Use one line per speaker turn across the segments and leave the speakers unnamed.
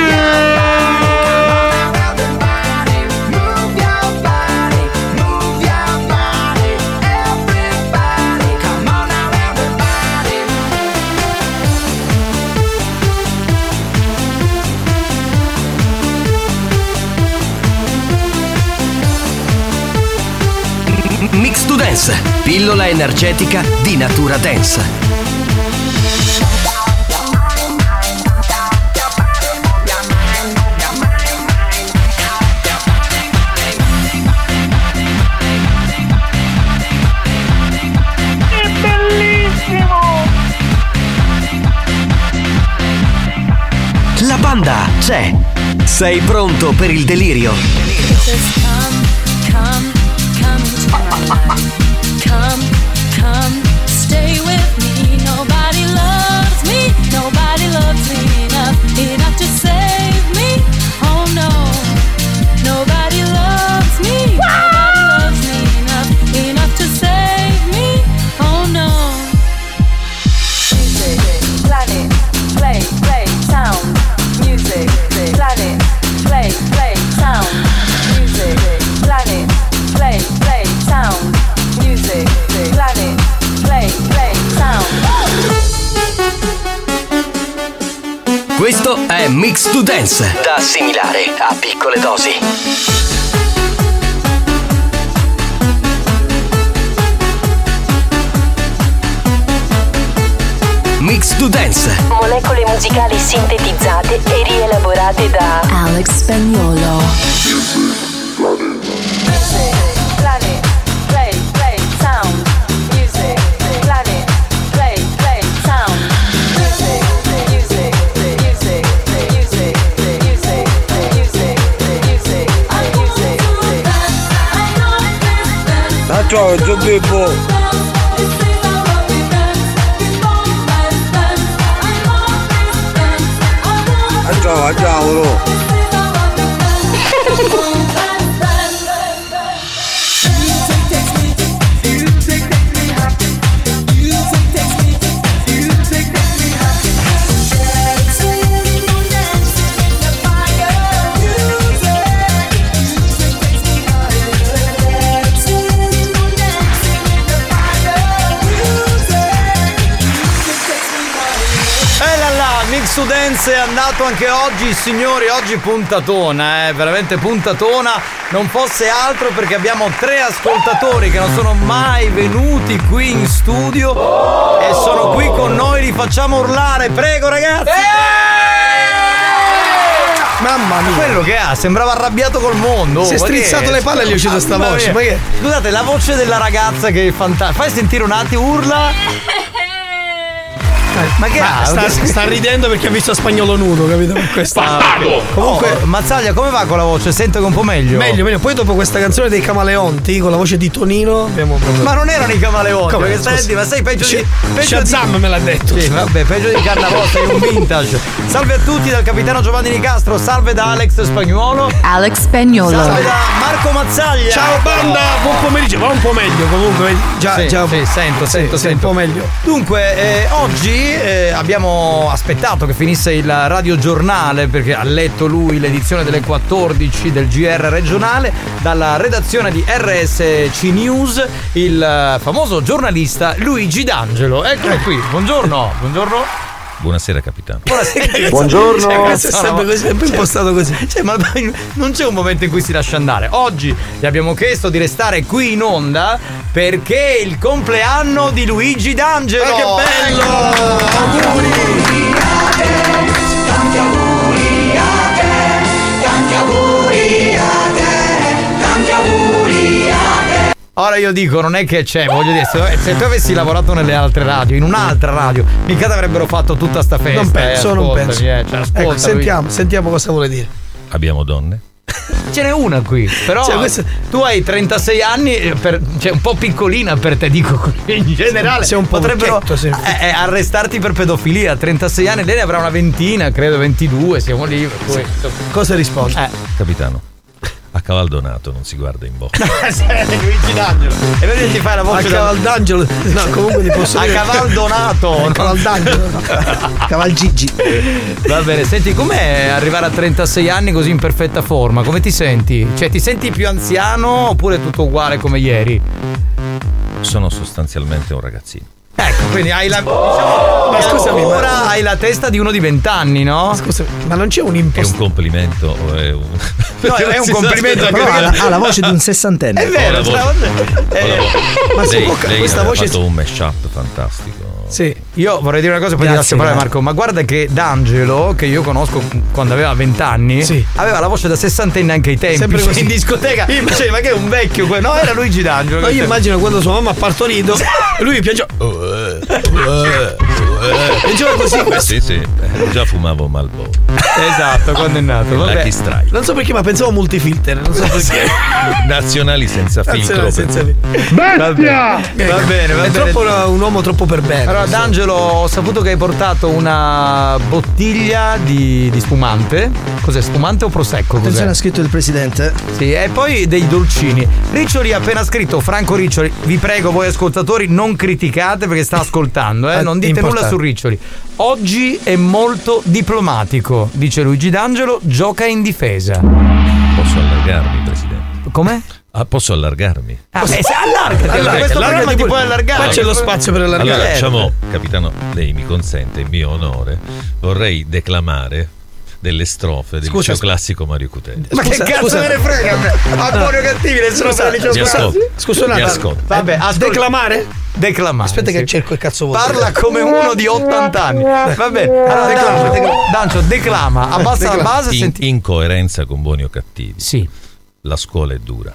Mix to Dance, pillola energetica di natura dance.
È bellissimo!
La banda c'è. Sei pronto per il delirio?
Just come, come, come into my life. Come, come, stay with me. Nobody loves me. Nobody loves me enough, enough to save me. Oh no, nobody loves me. Nobody loves me enough, enough to save me. Oh no. Music, planet, play, play, sound. Music, planet, play, play, sound. Music, planet, play, play, sound. Music, planet, play, play, sound.
Questo è Mix to Dance. Da assimilare a piccole dosi. Mix to Dance.
molecole musicali sintetizzate e rielaborate da
Alex Spagnolo.
Planet, play, play, sound. Music, planet, play, play, sound. Music, music, music, music, music, music, music, music.
Ma ciao, giù bimbo! Ma ciao, ma ciao, no!
E Eh là là, Mix to Dance è andato anche oggi, signori, oggi puntatona, eh, veramente puntatona. Non fosse altro perché abbiamo tre ascoltatori che non sono mai venuti qui in studio e sono qui con noi, li facciamo urlare, prego ragazzi!
Eh!
Mamma mia! Quello che ha, sembrava arrabbiato col mondo.
Si è
ma che
strizzato le palle e gli è uscita sta
Mamma
voce,
mia.
ma che-
Scusate, la voce della ragazza che è fantastica. Fai sentire un attimo, urla. Ma che
Eh, Ma
ha?
sta, sta ridendo perché ha visto spagnolo nudo, capito? Questa-
Comunque, Mazzaglia, come va con la voce? Sento che è un po' meglio.
Meglio, meglio. Poi dopo questa canzone dei Camaleonti con la voce di Tonino abbiamo proprio...
Ma non erano i camaleonti,
Come?
perché stai a
Scusa.
dire, ma sei peggio di. Peggio
Shazam me l'ha detto.
Di... Sì, vabbè, peggio di Carnavotta, in un vintage. Salve a tutti dal capitano Giovanni Nicastro, salve da Alex Spagnuolo,
Alex Spagnolo.
salve da Marco Mazzaglia.
Ciao banda, buon pomeriggio, va un po' meglio comunque, vedi? Già,
Sì,
già.
sì, sento,
Sì,
sento,
sì,
sento.
un po' meglio.
Dunque, eh, oggi eh, abbiamo aspettato che finisse il radiogiornale perché ha letto lui l'edizione delle 14 del GR regionale dalla redazione di RSC News il eh, famoso giornalista Luigi D'Angelo. Eccolo qui, buongiorno, buongiorno.
Buonasera capitano.
Buongiorno. è
Cioè, Cazzo,
sempre
no,
così, è sempre impostato così.
Cioè, ma dai, non c'è un momento in cui si lascia andare. Oggi gli abbiamo chiesto di restare qui in onda perché è il compleanno di Luigi D'Angelo.
Ma che bello!
Eccolo.
Auguri!
Ora io dico, non è che c'è, voglio dire, se, se tu avessi lavorato nelle altre radio, in un'altra radio, mica ti avrebbero fatto tutta sta festa.
non penso,
eh,
non
ascoltami,
penso.
eh, cioè, ascoltami.
ecco, sentiamo, sentiamo cosa vuole dire.
Abbiamo donne?
Ce n'è una qui, però
Cioè, questa-
tu hai 36 anni, eh, per- cioè un po' piccolina per te, dico in generale.
Sei un po'
potrebbero
vecchietto, sì.
eh, eh, arrestarti per pedofilia. 36 anni, lei ne avrà una ventina, credo 22, siamo lì. per cui-
Cosa rispondi?
Eh.
Capitano, a cavaldonato non si guarda in bocca.
Luigi D'Angelo. E vedi ti fai la
A
voce da-
caval d'angelo. No, comunque li posso
a
dire.
caval
A
donato.
caval d'angelo. no. Caval Gigi.
Va bene, senti com'è arrivare a 36 anni così in perfetta forma? Come ti senti? Cioè ti senti più anziano oppure tutto uguale come ieri?
Sono sostanzialmente un ragazzino.
Ecco, quindi hai la. diciamo,
Ma scusami, ma-
ora hai la testa di uno di 20 anni, no?
Scusa, ma non c'è un
È un
imposto.
complimento o è un.
No, è un
Si sa
complimento
aspettare.
anche perché-
Ha la voce di un sessantenne.
È vero,
la
cioè,
Ma si
lei,
può ca-
lei
questa
aveva
voce-
fatto un mashup fantastico.
Sì.
Io vorrei dire una cosa, poi ti lascio
Grazie,
parlare
grazie.
Marco, ma guarda che D'Angelo, che io conosco quando aveva 20 anni,
Sì.
aveva la voce da sessantenne anche ai tempi.
Sempre
cioè,
così.
in discoteca. Io dicevo, ma che è un vecchio quello? No, era Luigi D'Angelo.
Ma io immagino quando sua mamma ha partorito, lui piangeva.
Oh, eh.
Eh, Piangeva così.
Eh, sì, sì, eh, già fumavo Malboro.
Esatto, quando è nato. Vabbè.
Lucky Strike.
Non so perché, ma pensavo multifilter. Non so perché.
Nazionali senza filtro.
Senza- senza- Va
Bestia!
Va bene, va
È
bene.
troppo una- un uomo troppo per bene.
Allora, D'Angelo, ho saputo che hai portato una bottiglia di, di spumante. Cos'è, spumante o prosecco? Cos'è?
Attenzione ha scritto il presidente.
Sì, e poi dei dolcini. Riccioli ha appena scritto, Franco Riccioli, vi prego voi ascoltatori non criticate perché sta ascoltando, eh,
Ah,
non dite
importante.
nulla su Riccioli. Oggi è molto diplomatico, dice Luigi D'Angelo, gioca in difesa.
Posso allargarmi, Presidente?
Come?
Ah, posso allargarmi?
Ah, eh, se- allargati,
Allargati,
perché questo
allargati
programma ti
pure.
puoi allargare.
Qua c'è lo spazio per allargare.
Allora,
Eh.
diciamo, capitano, lei mi consente, in mio onore, vorrei declamare delle strofe del
Scusa,
liceo
scu-
classico Mario Cutelli.
Ma
Scusa,
che cazzo
scusa.
me ne frega? a me? A buoni o cattivi, nessuno sa
Mi ascolti.
Scusa un
Mi
attimo.
ascolti.
Vabbè, ascolta.
Declamare?
Declamare.
Aspetta,
sì.
che cerco il cazzo vuoto.
Parla come uno di 80 anni. Vabbè, allora,
Declama,
D'Angelo,
declama.
D'Angelo, declama, abbassa la base e
In,
senti.
in coerenza con buoni o cattivi,
Sì.
la scuola è dura,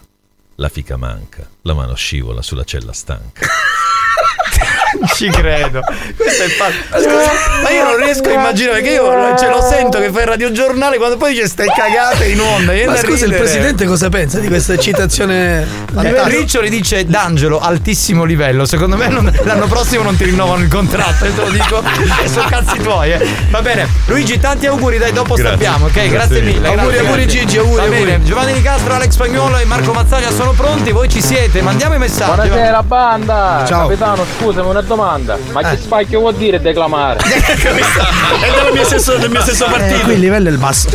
la fica manca, la mano scivola sulla cella stanca.
Ci credo. Questo è fatto. ma io non riesco a immaginare che io ce lo sento che fai il radiogiornale quando poi dice stai cagate in onda. viene
Ma
da
scusa, il
ridere.
presidente cosa pensa di questa citazione
Eh,
fantastica?
Riccioli dice D'Angelo altissimo livello secondo me non- l'anno prossimo non ti rinnovano il contratto io te lo dico e sono cazzi tuoi eh. va bene Luigi tanti auguri dai dopo
Grazie.
sappiamo ok grazie,
Grazie mille.
mille
Auguri,
grazie,
auguri,
grazie.
Gigi, auguri,
Va
auguri.
bene. Giovanni Di Castro Alex Spagnuolo e Marco Mazzaglia sono pronti voi ci siete mandiamo i messaggi
Buonasera banda!
Ciao.
Capitano, scusami una domanda, ma
Eh.
che spacchio vuol dire declamare?
È della mia stesso- del mio stesso
Eh, qui il
partito. Eh,
livello è il basso.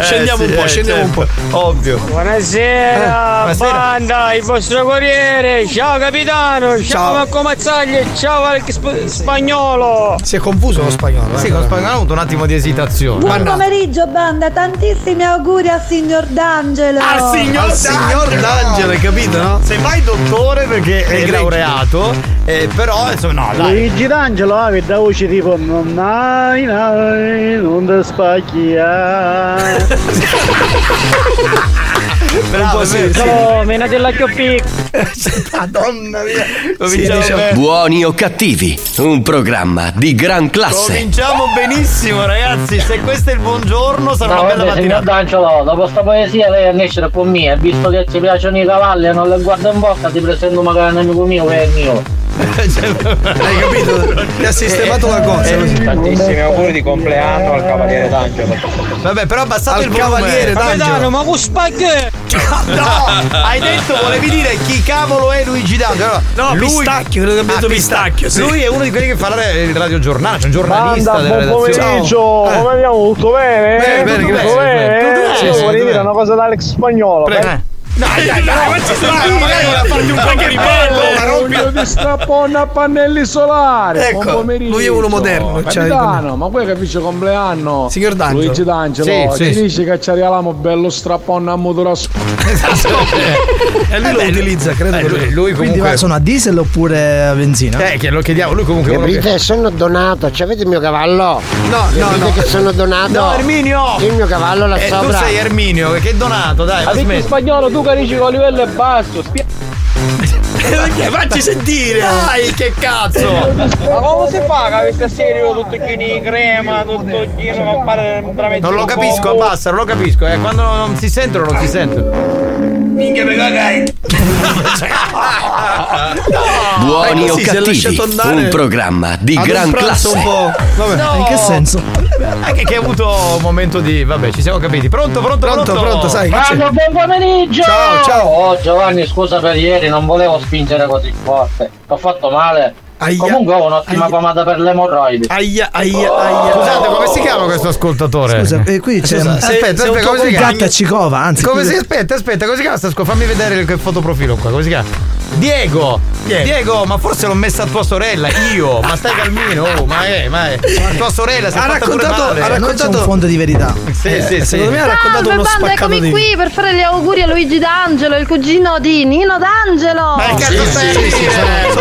Scendiamo un po', scendiamo un po'.
ovvio
Buonasera,
Eh, buonasera.
banda, il vostro corriere! Ciao capitano! Ciao,
Ciao.
Marco Mazzaglia! Ciao Alex Sp- Spagnolo!
Si è confuso lo spagnolo.
sì
eh,
con
però.
Spagnuolo ho avuto un attimo di esitazione
Ma no.
pomeriggio, banda. Tantissimi auguri al signor D'Angelo.
Al signor, D'Angelo, hai capito, no?
se vai dottore perché è
egregio.
laureato eh, però insomma no dai
Luigi D'Angelo ah, aveva voce tipo non dai, non ti eh". spacchia.
bravo sì, sì.
No, mena della Chiopic!
madonna mia
diciamo-
cominciamo bene.
Buoni o cattivi, un programma di gran classe.
Cominciamo benissimo, ragazzi. Se questo è il buongiorno, sarà una bella mattinata.
D'Angelo, dopo sta poesia lei annesce con me, visto che ci piacciono i cavalli e non le guarda in bocca, ti presento magari un amico mio che è mio.
Cioè,
Hai capito? Ti ha sistemato la cosa.
Eh,
così.
Tantissimi auguri di compleanno al cavaliere D'Angelo.
Vabbè, però abbassate
Al
il volume.
cavaliere D'Angelo.
ma che
No, hai detto, volevi dire chi cavolo è Luigi D'Angelo. Allora,
No,
lui, Ah,
pistacchio, credo che abbia detto pistacchio. sì.
lui è uno di quelli che fa la- il radiogiornale, c'è un giornalista
Banda,
della
buon
redazione.
pomeriggio, come andiamo? Tutto bene?
Eh. Bene, bene,
tutto
grazie, bene. Tutto bene,
Io
sì,
vorrei
tutto
dire
bene.
una cosa ad Alex Spagnolo.
Prego.
beh.
Eh. Dai, dai, dai, dai, magari vuole farti un po' di
Voglio di strappona a pannelli solari. Buon
Ecco,
pomeriggio.
lui è uno moderno. cioè,
Capitano, ma poi capisce il compleanno?
Signor D'Angelo.
Luigi D'Angelo,
Sì,
ci
sì.
dice che ci arriviamo bello strappone a motora
e lui lo utilizza, credo.
Eh,
che
lui,
lui-
lui
Quindi
comunque.
va- sono a diesel oppure a benzina?
Eh, che lo chiediamo, lui comunque. è uno che-
sono donato, ci avete il mio cavallo?
No, no, no.
sono donato.
No, Erminio!
Il mio cavallo là
Eh, tu sei Erminio, che è donato, dai, va
Avete
smetti.
spagnolo, tu che dici che il livello è basso. spia-
Eh,
Perché? Facci sentire!
Dai, che cazzo!
Ma come si fa che questa serie con tutto chini di crema, tutto chino a fare veramente
Non lo
un
capisco,
combo?
basta, non lo capisco. Eh. Quando non si sentono, non si sentono.
Minchia mi cagai!
Eh,
Buoni o
così, se
cattivi,
lasciato andare
un programma di
ad un
gran
pranzo
classe.
un po'. Vabbè.
No.
In che senso? Anche che ha avuto un momento di. Vabbè, ci siamo capiti. Pronto, pronto, pronto. Ah,
Vado, buon pomeriggio!
Ciao, ciao.
Oh Giovanni, scusa per ieri, non volevo spingere così forte. Ti ho fatto male. Comunque ho un'ottima pomata per le emorroidi.
Aia,
aia,
Oh.
aia. Scusate, come si chiama questo ascoltatore?
Scusa, e qui c'è.
Scusa, eh, aspetta, aspetta, come si chiama?
Gatta Cicova, anzi.
Come si
scusa.
aspetta, aspetta, come si chiama? sta scu- Fammi vedere il fotoprofilo qua, come si chiama? Diego! Diego, ma forse l'ho messa a tua sorella, io! Ma stai calmino, oh, ma è, ma è. Ma tua sorella si è
ha
fatta pure
raccontato,
male.
ha raccontato Eh, un fondo di verità. Eh,
Sì, sì,
Secondo
sì.
me ha raccontato
Salve
uno
banda,
spaccato
eccomi
di
qui per fare gli auguri a Luigi D'Angelo, il cugino di Nino D'Angelo.
Ma ecco, che cazzo stai a dire? Ma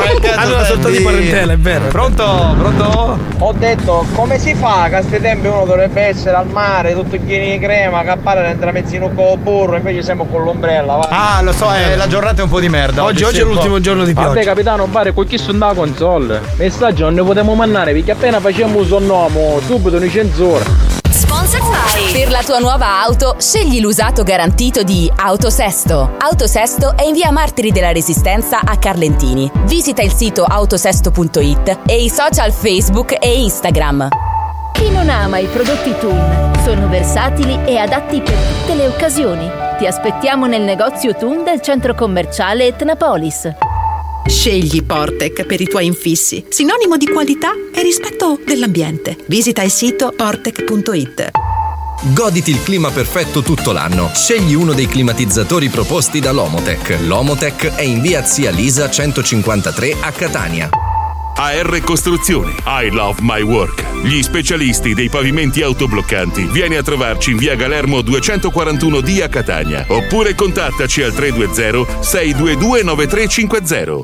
che cazzo
Allora,
stai a
sotto di
dire?
parentela, è vero.
Pronto? Pronto?
Ho detto, come si fa che a questi tempi uno dovrebbe essere al mare, tutto pieno di crema, cappare dentro la mezzino con il burro, invece siamo con l'ombrella, va.
Ah, lo so, eh, la giornata è un po' di merda.
Oggi- oggi
sì,
è
un po'.
l'ultimo giorno di pioggia.
Vabbè capitano, pare con chi sono la console. Messaggio non ne potevamo mannare perché appena facciamo un sonnomo, subito noi censura.
Sponsor fai! Per la tua nuova auto, scegli l'usato garantito di Autosesto. Autosesto è in via Martiri della Resistenza a Carlentini. Visita il sito autosesto.it e i social Facebook e Instagram.
Chi non ama i prodotti Thun? Sono versatili e adatti per tutte le occasioni. Ti aspettiamo nel negozio Thun del centro commerciale Etnapolis.
Scegli Portec per i tuoi infissi, sinonimo di qualità e rispetto dell'ambiente. Visita il sito portec.it.
Goditi il clima perfetto tutto l'anno. Scegli uno dei climatizzatori proposti da Lomotech. Lomotech è in via Zia Lisa 153 a Catania.
AR Costruzioni, I Love My Work. Gli specialisti dei pavimenti autobloccanti. Vieni a trovarci in via Galermo 241D a Catania. Oppure contattaci al 320-622-9350.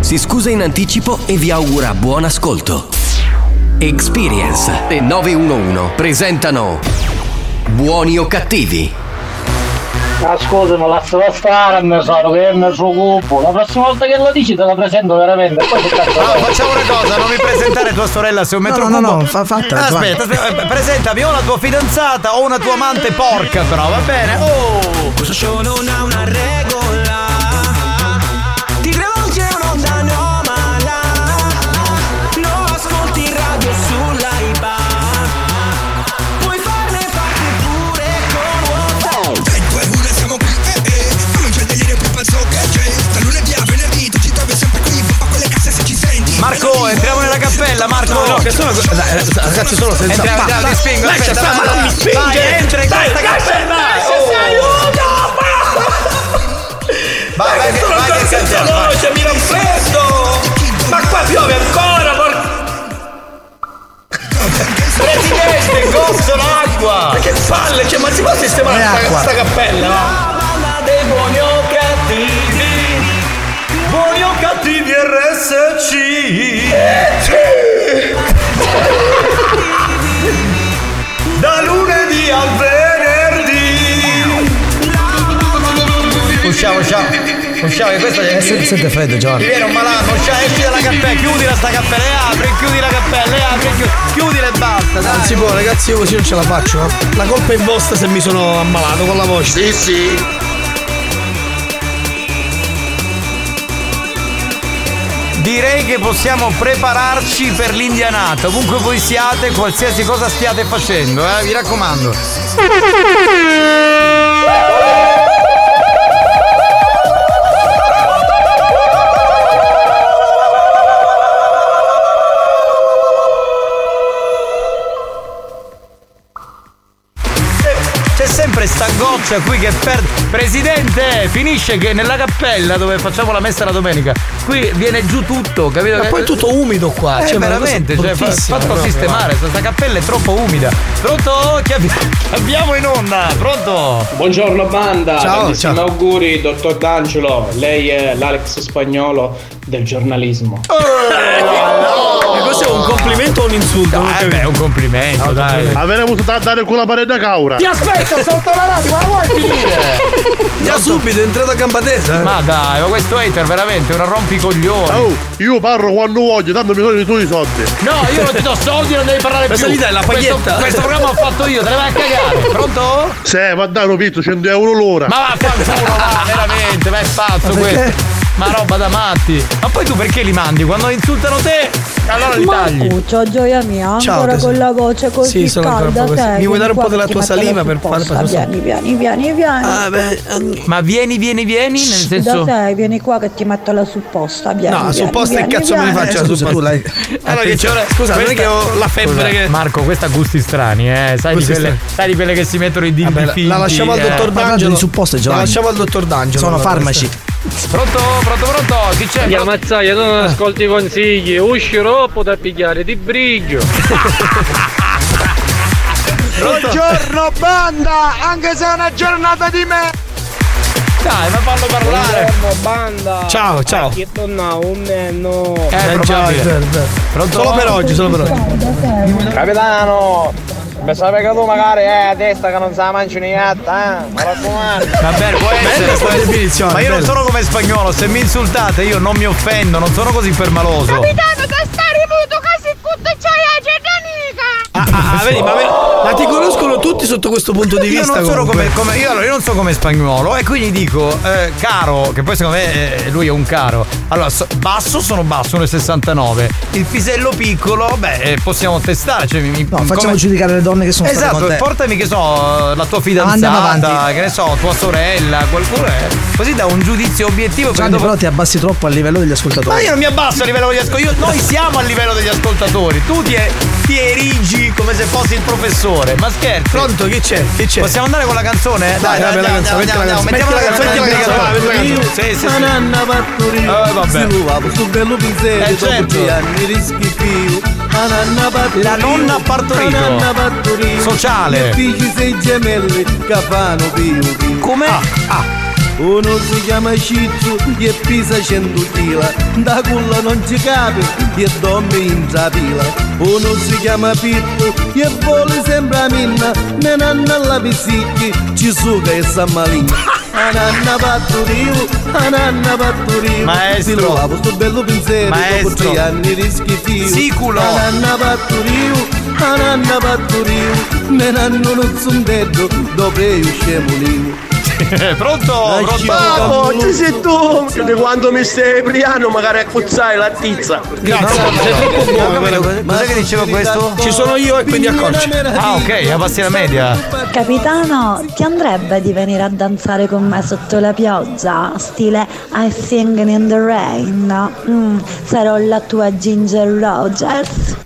si scusa in anticipo e vi augura buon ascolto. Experience e 911 presentano Buoni o cattivi?
Ah scusa, ma lasciala stare, mi sono che è il suo cupo. La prossima volta che lo dici te la presento veramente. Poi che cazzo
Allora, facciamo una cosa, non mi presentare tua sorella se un metro
No, no, no,
cubo-
no, fa- fatta,
Ah,
Giovanni.
Aspetta, aspetta, eh, presentami o una tua fidanzata o una tua amante porca, però, va bene? Oh! Questo show non ha una regola.
Ti rivolge un'onda anomala Non ascolti radio sull'AIBA Puoi farne parte pure con WhatsApp E tu e pure siamo qui, eh eh Non c'è delirio più pazzo che c'è Da lunedì a venerdì tu ci trovi sempre qui Pompa con le casse se ci senti
Marco, entriamo nella cappella, Marco!
No, che sono. Dai, eh, ragazzi,
Ecco,
sono senza.
Entriamo,
Basta.
entriamo, ti spingo,
Lascia
aspetta,
stare, ma
vai,
non mi
vai,
spinge.
vai, entra in
Dai,
questa
ragazzi,
cappella.
dai,
Oh.
Ma che sono ancora senza voce, mi non freddo! Ma qua piove ancora, por... Presidente, gozzo l'acqua! Ma che palle, cioè, ma si può sistemare
Non è
sta,
acqua.
sta cappella? La banda dei buoni o cattivi Buoni o cattivi Eh. RSC Da lunedì al venerdì
Usciamo, usciamo! Usciamo, che questo
Eh,
è.
Sente, Eh, sente freddo,
Mi
Giovanni.
viene un malandro, usciamo, esci dalla cappella, chiudila sta cappella, e apri, chiudi la cappella, e apri, chiudi, chiudila e basta, dai!
Non si può, ragazzi, io così non ce la faccio. eh. La colpa è vostra se mi sono ammalato con la voce. Sì, sì.
Direi che possiamo prepararci per l'indianata, ovunque voi siate, qualsiasi cosa stiate facendo, eh, vi raccomando. C'è sempre questa goccia qui che perde. Presidente, finisce che nella cappella dove facciamo la messa la domenica, qui viene giù tutto, capito?
Ma poi è tutto umido qua,
Eh,
cioè, ma è una
veramente,
cosa
cioè, fa-
bruttissima
fatto a
proprio,
sistemare,
guarda.
questa cappella è troppo umida. Pronto? Chi, abbi- chi abbiamo in onda? Pronto?
Buongiorno banda,
Ciao,
tantissimi auguri dottor D'Angelo, lei è l'Alex spagnolo del giornalismo.
Oh, E questo è un complimento o un insulto? Eh beh, è
un complimento, dai.
Avere avuto da dare con la parete caura.
Ti aspetto sotto la radio, ma vuoi finire?
Già subito, è entrato a gamba tesa. Ma dai, ma questo hater veramente è una rompicoglione.
Oh, io parlo quando voglio, tanto mi sono i tuoi soldi.
No, io non ti do soldi, non devi parlare
Questa
più.
gli dai la
questo,
paghetta.
questo programma ho fatto io, te ne vai a cagare. Pronto?
Se, ma dai, Ropizzo, 100 euro l'ora.
Ma vaffanculo, va, veramente, ma è pazzo
Ma perché?
questo. Ma roba da matti. Ma poi tu perché li mandi? Quando insultano te, allora li tagli.
Ciao gioia mia, ancora
Ciao, tesoro.
con la voce così
Sì, sono ancora
calda.
un po' così.
te,
Mi vuoi
vieni
dare un
qua
po' della
che
tua
ti metto
saliva
la
per fare Ah,
supposta.
questo
Vieni, vieni, vieni, vieni.
Ah,
Ma vieni, vieni, vieni, nel senso.
Da te, vieni qua che ti metto la supposta. Vieni,
No,
vieni,
supposta
vieni,
che cazzo me ne
vieni.
faccio la supposta?
Allora, che c'ho la-
Scusa,
non è che ho la febbre
Scusa,
che-
Marco, questa ha gusti strani, eh. Sai di,
Gusti
quelle,
strani.
sai di quelle che si mettono i dildi
Vabbè, la-
finti,
la lasciamo al
eh.
dottor D'Angelo. La lasciamo al dottor D'Angelo.
Sono farmaci. Pronto, pronto, pronto? Chi c'è? Eh.
Ti ammazzaia, tu non ascolti i consigli, usci troppo da pigliare di briglio.
Buongiorno banda, anche se è una giornata di me.
Dai, ma fallo parlare.
Buongiorno banda.
Ciao, ciao.
Che torna un neno.
Eh, probabile. Pronto?
Solo per oggi, solo per oggi.
Capitano, mi sa che tu magari è a testa che non sa mangi né gatta, eh. Mi raccomando.
Vabbè, può essere, può essere.
definizione,
Ma io non
bella.
sono come spagnolo, se mi insultate io non mi offendo, non sono così permaloso.
Capitano, che sta rimuto così tutto c'hai la cercanica.
Ah, vedi, ma, vedi- ma ti conoscono tutti sotto questo punto di
Io
vista.
non, sono
comunque.
come, come- io, allora, io non so come spagnolo e quindi dico, eh, caro, che poi secondo me eh, lui è un caro. Allora, so- basso sono basso, 1,69. Il pisello piccolo, beh, eh, possiamo testare. Cioè, mi- mi-
No, facciamo
come-
giudicare le donne che sono state
Esatto,
con te.
portami che so la tua
Andiamo
fidanzata,
avanti.
che ne so, tua sorella, qualcuno è. Così da un giudizio obiettivo perché
Gianni,
dopo-
però ti abbassi troppo a livello degli ascoltatori.
Ma io non mi abbasso a livello degli ascoltatori, noi siamo a livello degli ascoltatori, tu ti, ti erigi come se fossi il professore, ma scherzo. Pronto, che c'è? Che c'è? Possiamo andare con la canzone?
Dai, dai, la
andiamo,
canzone, metti la
andiamo,
canzone.
mettiamo la
Metti la
canzone,
canzone,
metti la
metti la
canzone.
canzone.
Sì, sì,
Ma
sì.
nanna
Eh, vabbè. Eh, certo. La nonna ha partorito. Sociale.
sei gemelli, capano più più. Ah,
Come? Ah.
Uno si chiama Ciccio e pisa 100 kg, da culla non ci capi e dorme in trapila. Uno si chiama Pitto e vuole sempre a minna, ne nanna alla pisicchi, ci suga e sa maligna. A nanna patturio, a nanna patturio,
Maestro.
si lavo sto bello pensiero, dopo
Maestro.
tre anni rischitio.
Siculo.
A nanna patturio, a nanna patturio, ne nanno non zundetto, dovrei uscire mulino.
Pronto? Pronto?
Papo, ci sei tu! Che di quando mi stai briano magari accozzai la tizza.
No, sei troppo buono. guarda, Cos'è che diceva questo?
Ci sono io e quindi accorgi.
Ah, ok, la passiera media.
Capitano, ti andrebbe di venire a danzare con me sotto la pioggia? Stile I sing in the rain. Mm, sarò la tua Ginger Rogers.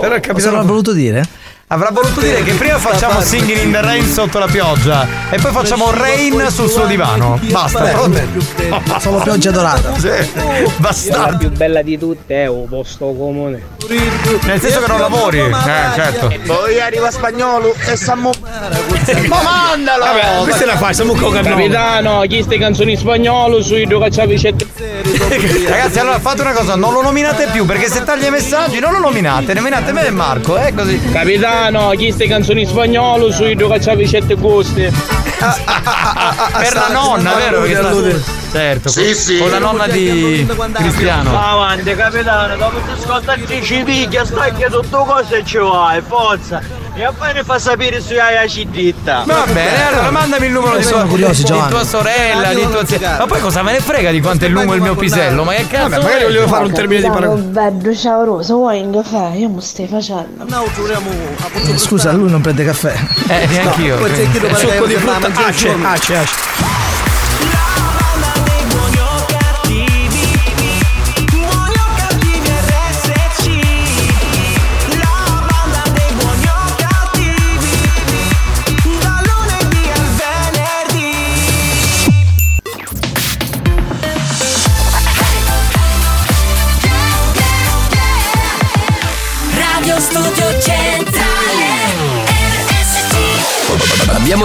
Però il
Cosa avrà voluto dire?
Avrà voluto dire che prima facciamo Singing in the Rain sotto la pioggia e poi facciamo Rain sul suo divano. Basta,
Beh,
pronto?
beh, Solo pioggia dorata.
Sì,
La
bastardo.
più bella di tutte è un posto comune.
Nel senso che non lavori. Eh, certo.
Poi arriva spagnolo e Sammo.
Ma mandalo!
Vabbè, questa è la faccia, siamo con
Capitano, Ah, chi ste canzoni in spagnolo sui due cacciavicette?
Ragazzi, allora fate una cosa, non lo nominate più perché se taglia i messaggi non lo nominate, nominate me e Marco, è così.
Capitano, chi ste canzoni in spagnolo sui due cacciavicette gusti?
Ah,
Per la nonno, vero? Perché sta- Certo, con- con la nonna di Cristiano.
Avanti, capitano, dopo ti ascoltarci ci picchia, stai che tutto cosa e ci vai, forza. E poi ne fa sapere se hai la ciditta.
Va bene, allora mandami il numero di,
Eh, Sono
tua-
curiosi,
di
Giovanni.
tua sorella,
Ah,
di tua zia. Ma poi cosa me ne frega di quanto è lungo il mio pisello? Ma che cazzo?
Vabbè, magari
è?
volevo fare un termine di paragone.
bello, ciao Rosa, vuoi un caffè? Io mi stai facendo.
Eh, Scusa, lui non prende caffè.
Eh, neanch'io.
No,
quindi.
il succo di frutta. Ace, ace, ace.
RSC, la banda dei buoni o cattivi.
Radio Studio Centrale.
Abbiamo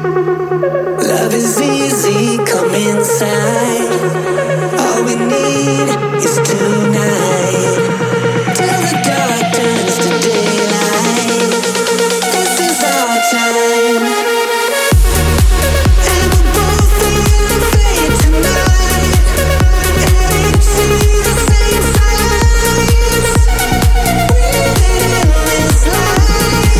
Love is easy, come inside. All we need is tonight. Till the dark turns to daylight. This is our time. And we're both in the fade tonight. And we see the same signs. We're living this life.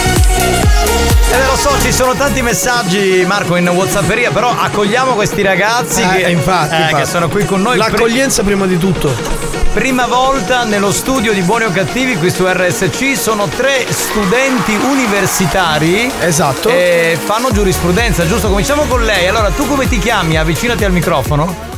E ve Eh, lo so, ci sono tanti messaggi, Marco, in Whatsapperia, però accogliamo questi ragazzi
Eh,
che,
infatti,
eh, che
infatti.
sono qui con noi.
L'accoglienza prima di tutto.
Prima volta nello studio di Buoni o Cattivi qui su RSC sono tre studenti universitari.
Esatto.
E fanno giurisprudenza, giusto? Cominciamo con lei. Allora, tu come ti chiami? Avvicinati al microfono.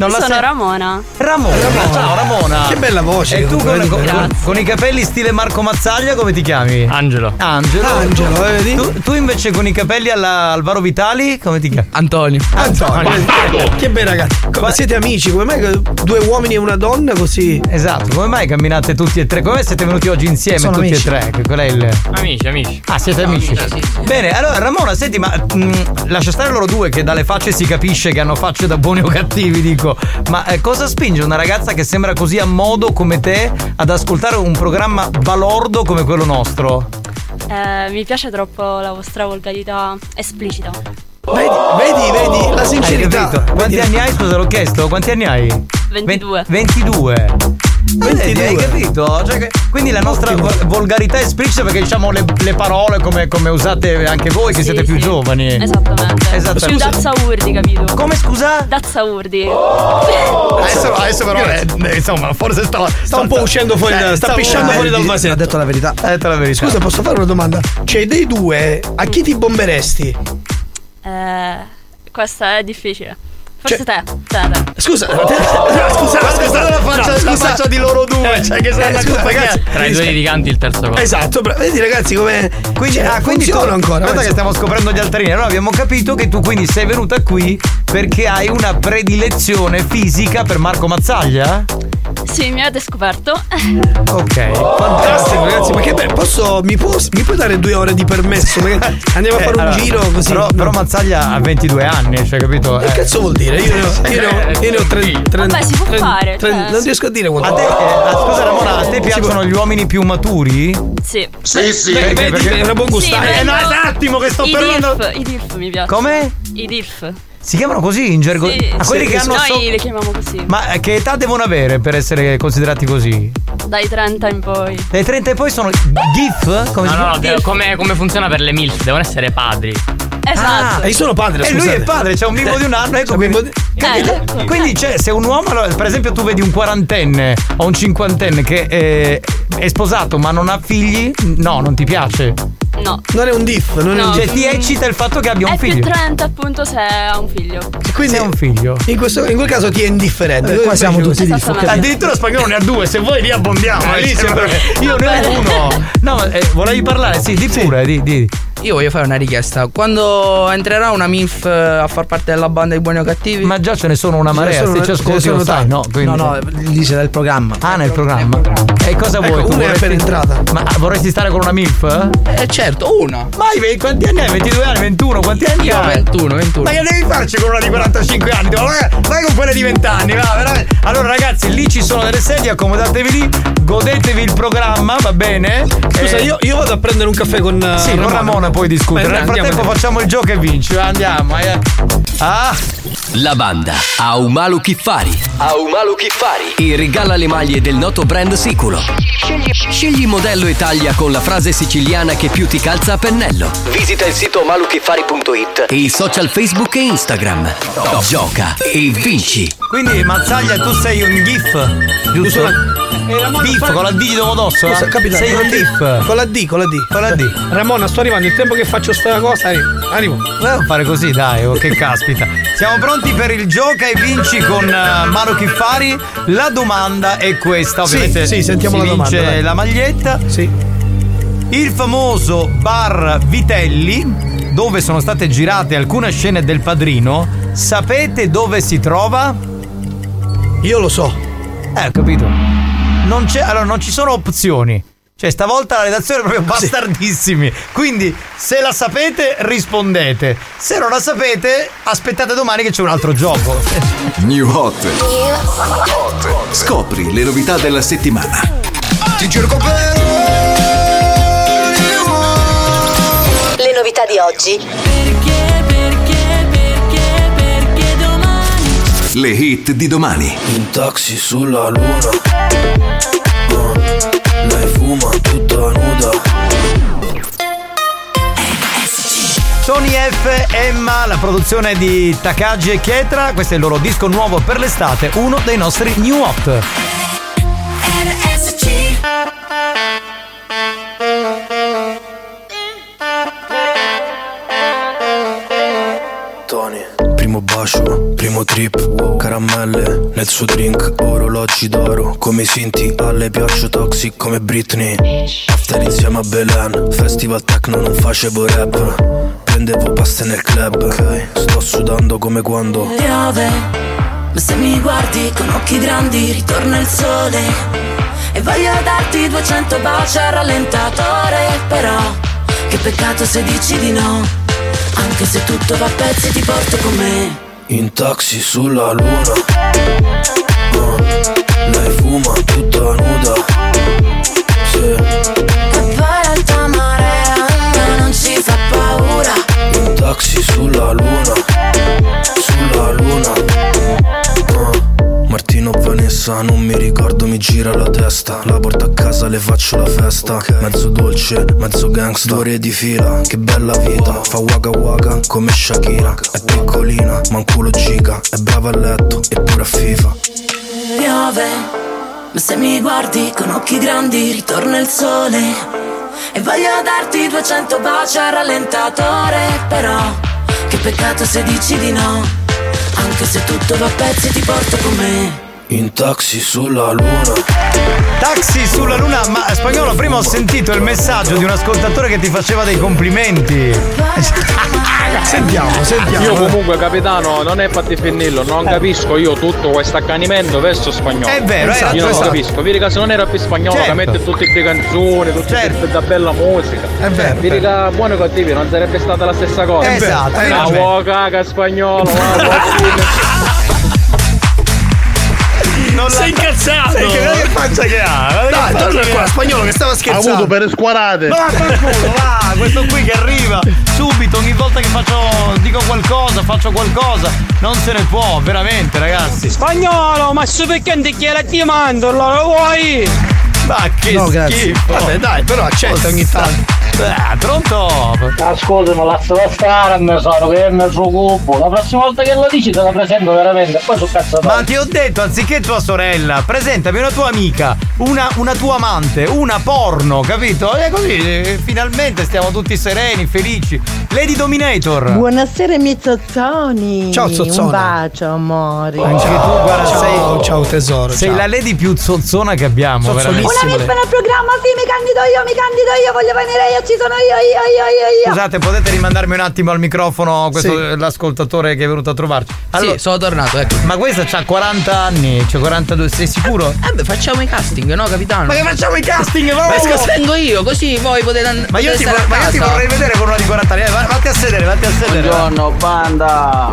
Non la
Sono
sen-
Ramona.
Ramona. Ciao Ramona.
Che bella
E
voce che
tu
tu
con,
hai,
con-
grazie.
con i capelli stile Marco Mazzaglia come ti chiami? Angelo. Angelo.
Angelo,
Tu-
eh, vedi?
Tu, tu invece con i capelli alla Alvaro Vitali come ti chiami? Antonio. Antonio.
Che bei ragazzi. Ma siete amici, come mai che due uomini e una donna così?
Esatto, come mai camminate tutti e tre? Come siete venuti oggi insieme
Sono
tutti
amici.
e tre? Che Qual è il...
Amici, amici.
Ah, siete amici. Bene, allora Ramona, senti, ma mm, lascia stare loro due che dalle facce si capisce che hanno facce da buoni o cattivi, dico. Ma eh, cosa spinge una ragazza che sembra così a modo come te ad ascoltare un programma balordo come quello nostro?
Eh, mi piace troppo la vostra volgarità esplicita.
Vedi, vedi, la
Hai
sincerità.
capito? Quanti anni hai? Scusa, l'ho chiesto. Quanti anni hai?
22.
22. 22.
eh.
Hai capito? Cioè che- quindi la nostra vol- volgarità esplicita perché diciamo le, le parole come, come usate anche voi che
Sì,
siete più
sì.
giovani.
Esattamente.
Esattamente.
Più
Scusa.
Dazza Urdi, capito?
Come scusa?
Dazza Urdi.
Oh! Adesso,
adesso però, eh,
insomma, forse sta, un po' uscendo fuori,
eh,
da, sta
sta-
pisciando
eh,
fuori dal
di-
vasetto. Ha detto la verità.
Ha detto la verità.
Scusa, posso fare una domanda? Cioè, dei due, a chi ti bomberesti?
Eh, questa è difficile. Forse
Cioè
te. Te, te.
Scusa, Oh! scusa, scusa, la faccia,
no,
la
scusa.
faccia di loro due,
Eh,
cioè che stanno a
scusa,
ragazzi.
Tra i due litiganti il terzo gol.
Esatto, bra- vedi ragazzi come
Quindi, ah, quindi tu,
Cioè, funziona ancora.
Guarda che stiamo scoprendo gli altarini. Allora abbiamo capito che tu quindi sei venuta qui perché hai una predilezione fisica per Marco Mazzaglia?
Sì, mi avete scoperto.
Ok.
Fantastico, ragazzi, ma che bello. Oh. Posso, mi, pos- mi puoi dare due ore di permesso? Magari andiamo a
Eh,
fare un
allora,
giro così.
Però, però Mazzaglia ha 22 anni, cioè capito?
Che cazzo vuol dire? Io ne ho, io ne ho, io ne ho tre, tre-
Vabbè, si può
tre-
fare,
tre-
cioè.
non riesco a dire quanto.
A te, eh, ah, scusa Ramona, a te
Si
piacciono gli uomeni più maturi?
Sì.
Sì, sì. Beh, vedi che era buon
Sì,
gustare.
bello.
Eh, no, è un attimo che sto
I
parlando-
DILF, I DILF mi piace.
Come?
I DILF.
Si chiamano così in gergo?
Sì,
a quelli
sì,
che
sì.
hanno
Noi
so-
li chiamiamo così.
Ma eh, che età devono avere per essere considerati così?
Dai 30 in poi.
Dai 30 e poi sono GIF? Come
No,
si
no,
chiama?
no, de- come, come funziona per le MILF? Devono essere padri.
Ah,
Esatto.
e io sono padre, E eh, lui
scusate.
è padre, c'è un bimbo di un anno, ecco. Quindi,
Eh,
quindi c'è, se un uomo, allora, per esempio, tu vedi un quarantenne o un cinquantenne che eh, è, sposato ma non ha figli, no, non ti piace.
No.
Non è un diff,
non è un No.
Cioè, ti eccita il fatto che abbia un
È più
figlio.
30 appunto se ha un figlio.
Quindi è un figlio.
In, questo, in quel caso ti è indifferente.
Eh,
Noi
qua siamo
invece-
tutti diffo, Esattamente. capito? Addirittura spagnolo ne ha due, se vuoi li abbondiamo.
Eh,
lì
cioè,
sembra-
vabbè.
Io ne ho uno. No, ma eh, volevi parlare? Sì, di pure, di, di.
Io voglio fare una richiesta. Quando entrerà una MILF eh, a far parte della banda di buoni o cattivi?
Ma già ce ne sono una marea, se ci ascolti lo sai, no? Quindi-
no,
dice dal programma.
Ah, nel programma. E cosa vuoi?
Ecco,
tu
una è
vorresti...
appena entrata.
Ma vorresti stare con una MILF?
Eh certo, una.
Ma hai- quanti anni hai? 22 anni, 21, quanti anni
Io
hai?
21, 21.
Ma che devi farci con una di 45 anni? Vai, vai con quella di 20 anni, va, veramente. Allora ragazzi, lì ci sono delle sedie, accomodatevi lì, godetevi il programma, va bene? Eh,
Scusa, io, io vado a prendere un caffè con. eh,
Sì, con Ramona puoi discutere. Nel frattempo Ecco, facciamo il gioco e vinci, va, andiamo. eh. Ah!
La banda Aumalu Kiffari. Aumalu Kiffari. E regala le maglie del noto brand Siculo. Scegli, scegli modello e taglia con la frase siciliana che più ti calza a pennello. Visita il sito maluchiffari.it e i social Facebook e Instagram. Gioca e vinci.
Quindi Mazzaglia tu sei un GIF, giusto? GIF con la D di Domodosso? eh?
Eh, Scusa, capitano,
sei un
con la
GIF.
D, Con la D, con la D.
Con la D.
Ramona, sto arrivando. Il tempo che faccio sta cosa, arrivo. arrivo.
Non fare così, dai, oh, che caspita. Siamo pronti per il gioca e vinci con eh, Maro Chiffari. La domanda è questa,
Sì,
ovviamente.
sì, sentiamo
si
la domanda,
vince
dai.
la maglietta. Sì. Il famoso bar Vitelli, dove sono state girate alcune scene del padrino, sapete dove si trova?
Io lo so.
Eh, ho capito. Non c'è, allora, non ci sono opzioni. Cioè, stavolta la redazione è proprio bastardissimi. Quindi, se la sapete, rispondete. Se non la sapete, aspettate domani che c'è un altro gioco.
New Hot. Scopri le novità della settimana.
Ti cerco per Le novità di oggi. Perché, perché, perché, perché domani.
Le hit di domani.
In taxi sulla luna Ah, Lei fuma tutta nuda
Tony F, Emma, la produzione di Takagi e Chietra. Questo è il loro disco nuovo per l'estate, uno dei nostri new hot.
Tony Primo bacio, primo trip Caramelle nel suo drink Orologi d'oro come i Sinti Alle piaccio toxic come Britney After insieme a Belen Festival techno non facevo rap Prendevo paste nel club Sto sudando come quando
Piove, ma se mi guardi con occhi grandi ritorna il sole E voglio darti 200 baci al rallentatore Però, che peccato se dici di no Anche se tutto va a pezzi ti porto con me
In taxi sulla luna Ah, Lei fuma tutta nuda Sì.
E poi l'alta marea a me non ci fa paura
In taxi sulla luna Sulla luna Ah, Martino Vanessa non mi ricordo mi gira la testa La porto a casa le faccio la festa Mezzo dolce, mezzo gangsta Due ore di fila, che bella vita Fa waka waka come Shakira È piccolina, ma un culo giga È brava a letto, eppure a FIFA
Piove, ma se mi guardi con occhi grandi ritorna il sole E voglio darti 200 baci al rallentatore Però, che peccato se dici di no Anche se tutto va a pezzi ti porto con me
In taxi sulla luna
Taxi sulla luna, ma spagnolo, prima ho sentito il messaggio di un ascoltatore che ti faceva dei complimenti. sentiamo, Eh.
Io comunque capitano non è fattifennillo, non capisco io tutto questo accanimento verso spagnolo.
È vero,
Io
esatto,
non
esatto.
capisco, vedi che se non era più spagnolo
Certo.
che mette tutte le canzoni, tutte questa bella musica. Cioè,
È vero,
Vedi che buoni o cattivi non sarebbe stata la stessa cosa.
Esatto, hai
La
ragione.
uoca che spagnolo, la uoca.
Non sei incazzato
ammazzato!
Sì, Eh, che- che faccia che ha? Guarda che
Dai,
faccia
torna
che
qua,
ha.
spagnolo che stava scherzando.
Ha avuto per squarate.
Ma vaffanculo, va, questo qui che arriva subito, ogni volta che faccio dico qualcosa, faccio qualcosa, non se ne può, veramente ragazzi.
Spagnolo, ma su perché non ti chiede ti mando, allora vuoi?
Ma che
No, grazie.
schifo!
Vabbè, dai, però accetta ogni tanto.
Ah, pronto?
Ah, scusa, ma lascia stare, me sono che è nel suo cubo. La prossima volta che lo dici te la presento veramente, poi su cazzo
Ma ti ho detto, anziché tua sorella, presentami una tua amica, una, una tua amante, una porno, capito? E così eh, finalmente stiamo tutti sereni, felici. Lady Dominator!
Buonasera miei zozzoni.
Ciao, zozzona.
Un bacio, amori.
Anche tu, guarda, sei,
ciao, tesoro,
Sei
ciao.
la lady più zozzona che abbiamo,
Una
veramente.
VIP nel programma, sì, mi candido io, mi candido io, voglio venire io, ci sono io, io, io, io, io.
Scusate, potete rimandarmi un attimo al microfono questo, l'ascoltatore che è venuto a trovarci?
Sì, sono tornato, ecco.
Ma questa c'ha 40 anni, c'ha 42, sei sicuro?
Eh beh, facciamo i casting, no, capitano?
Ma che facciamo i casting,
Ma
Momo?
vengo io, così voi potete andare.
Ma io, ti, vor- ma io ti vorrei vedere con una di 40 anni. Eh, va- Vatti a sedere, vatti a sedere.
Buongiorno banda,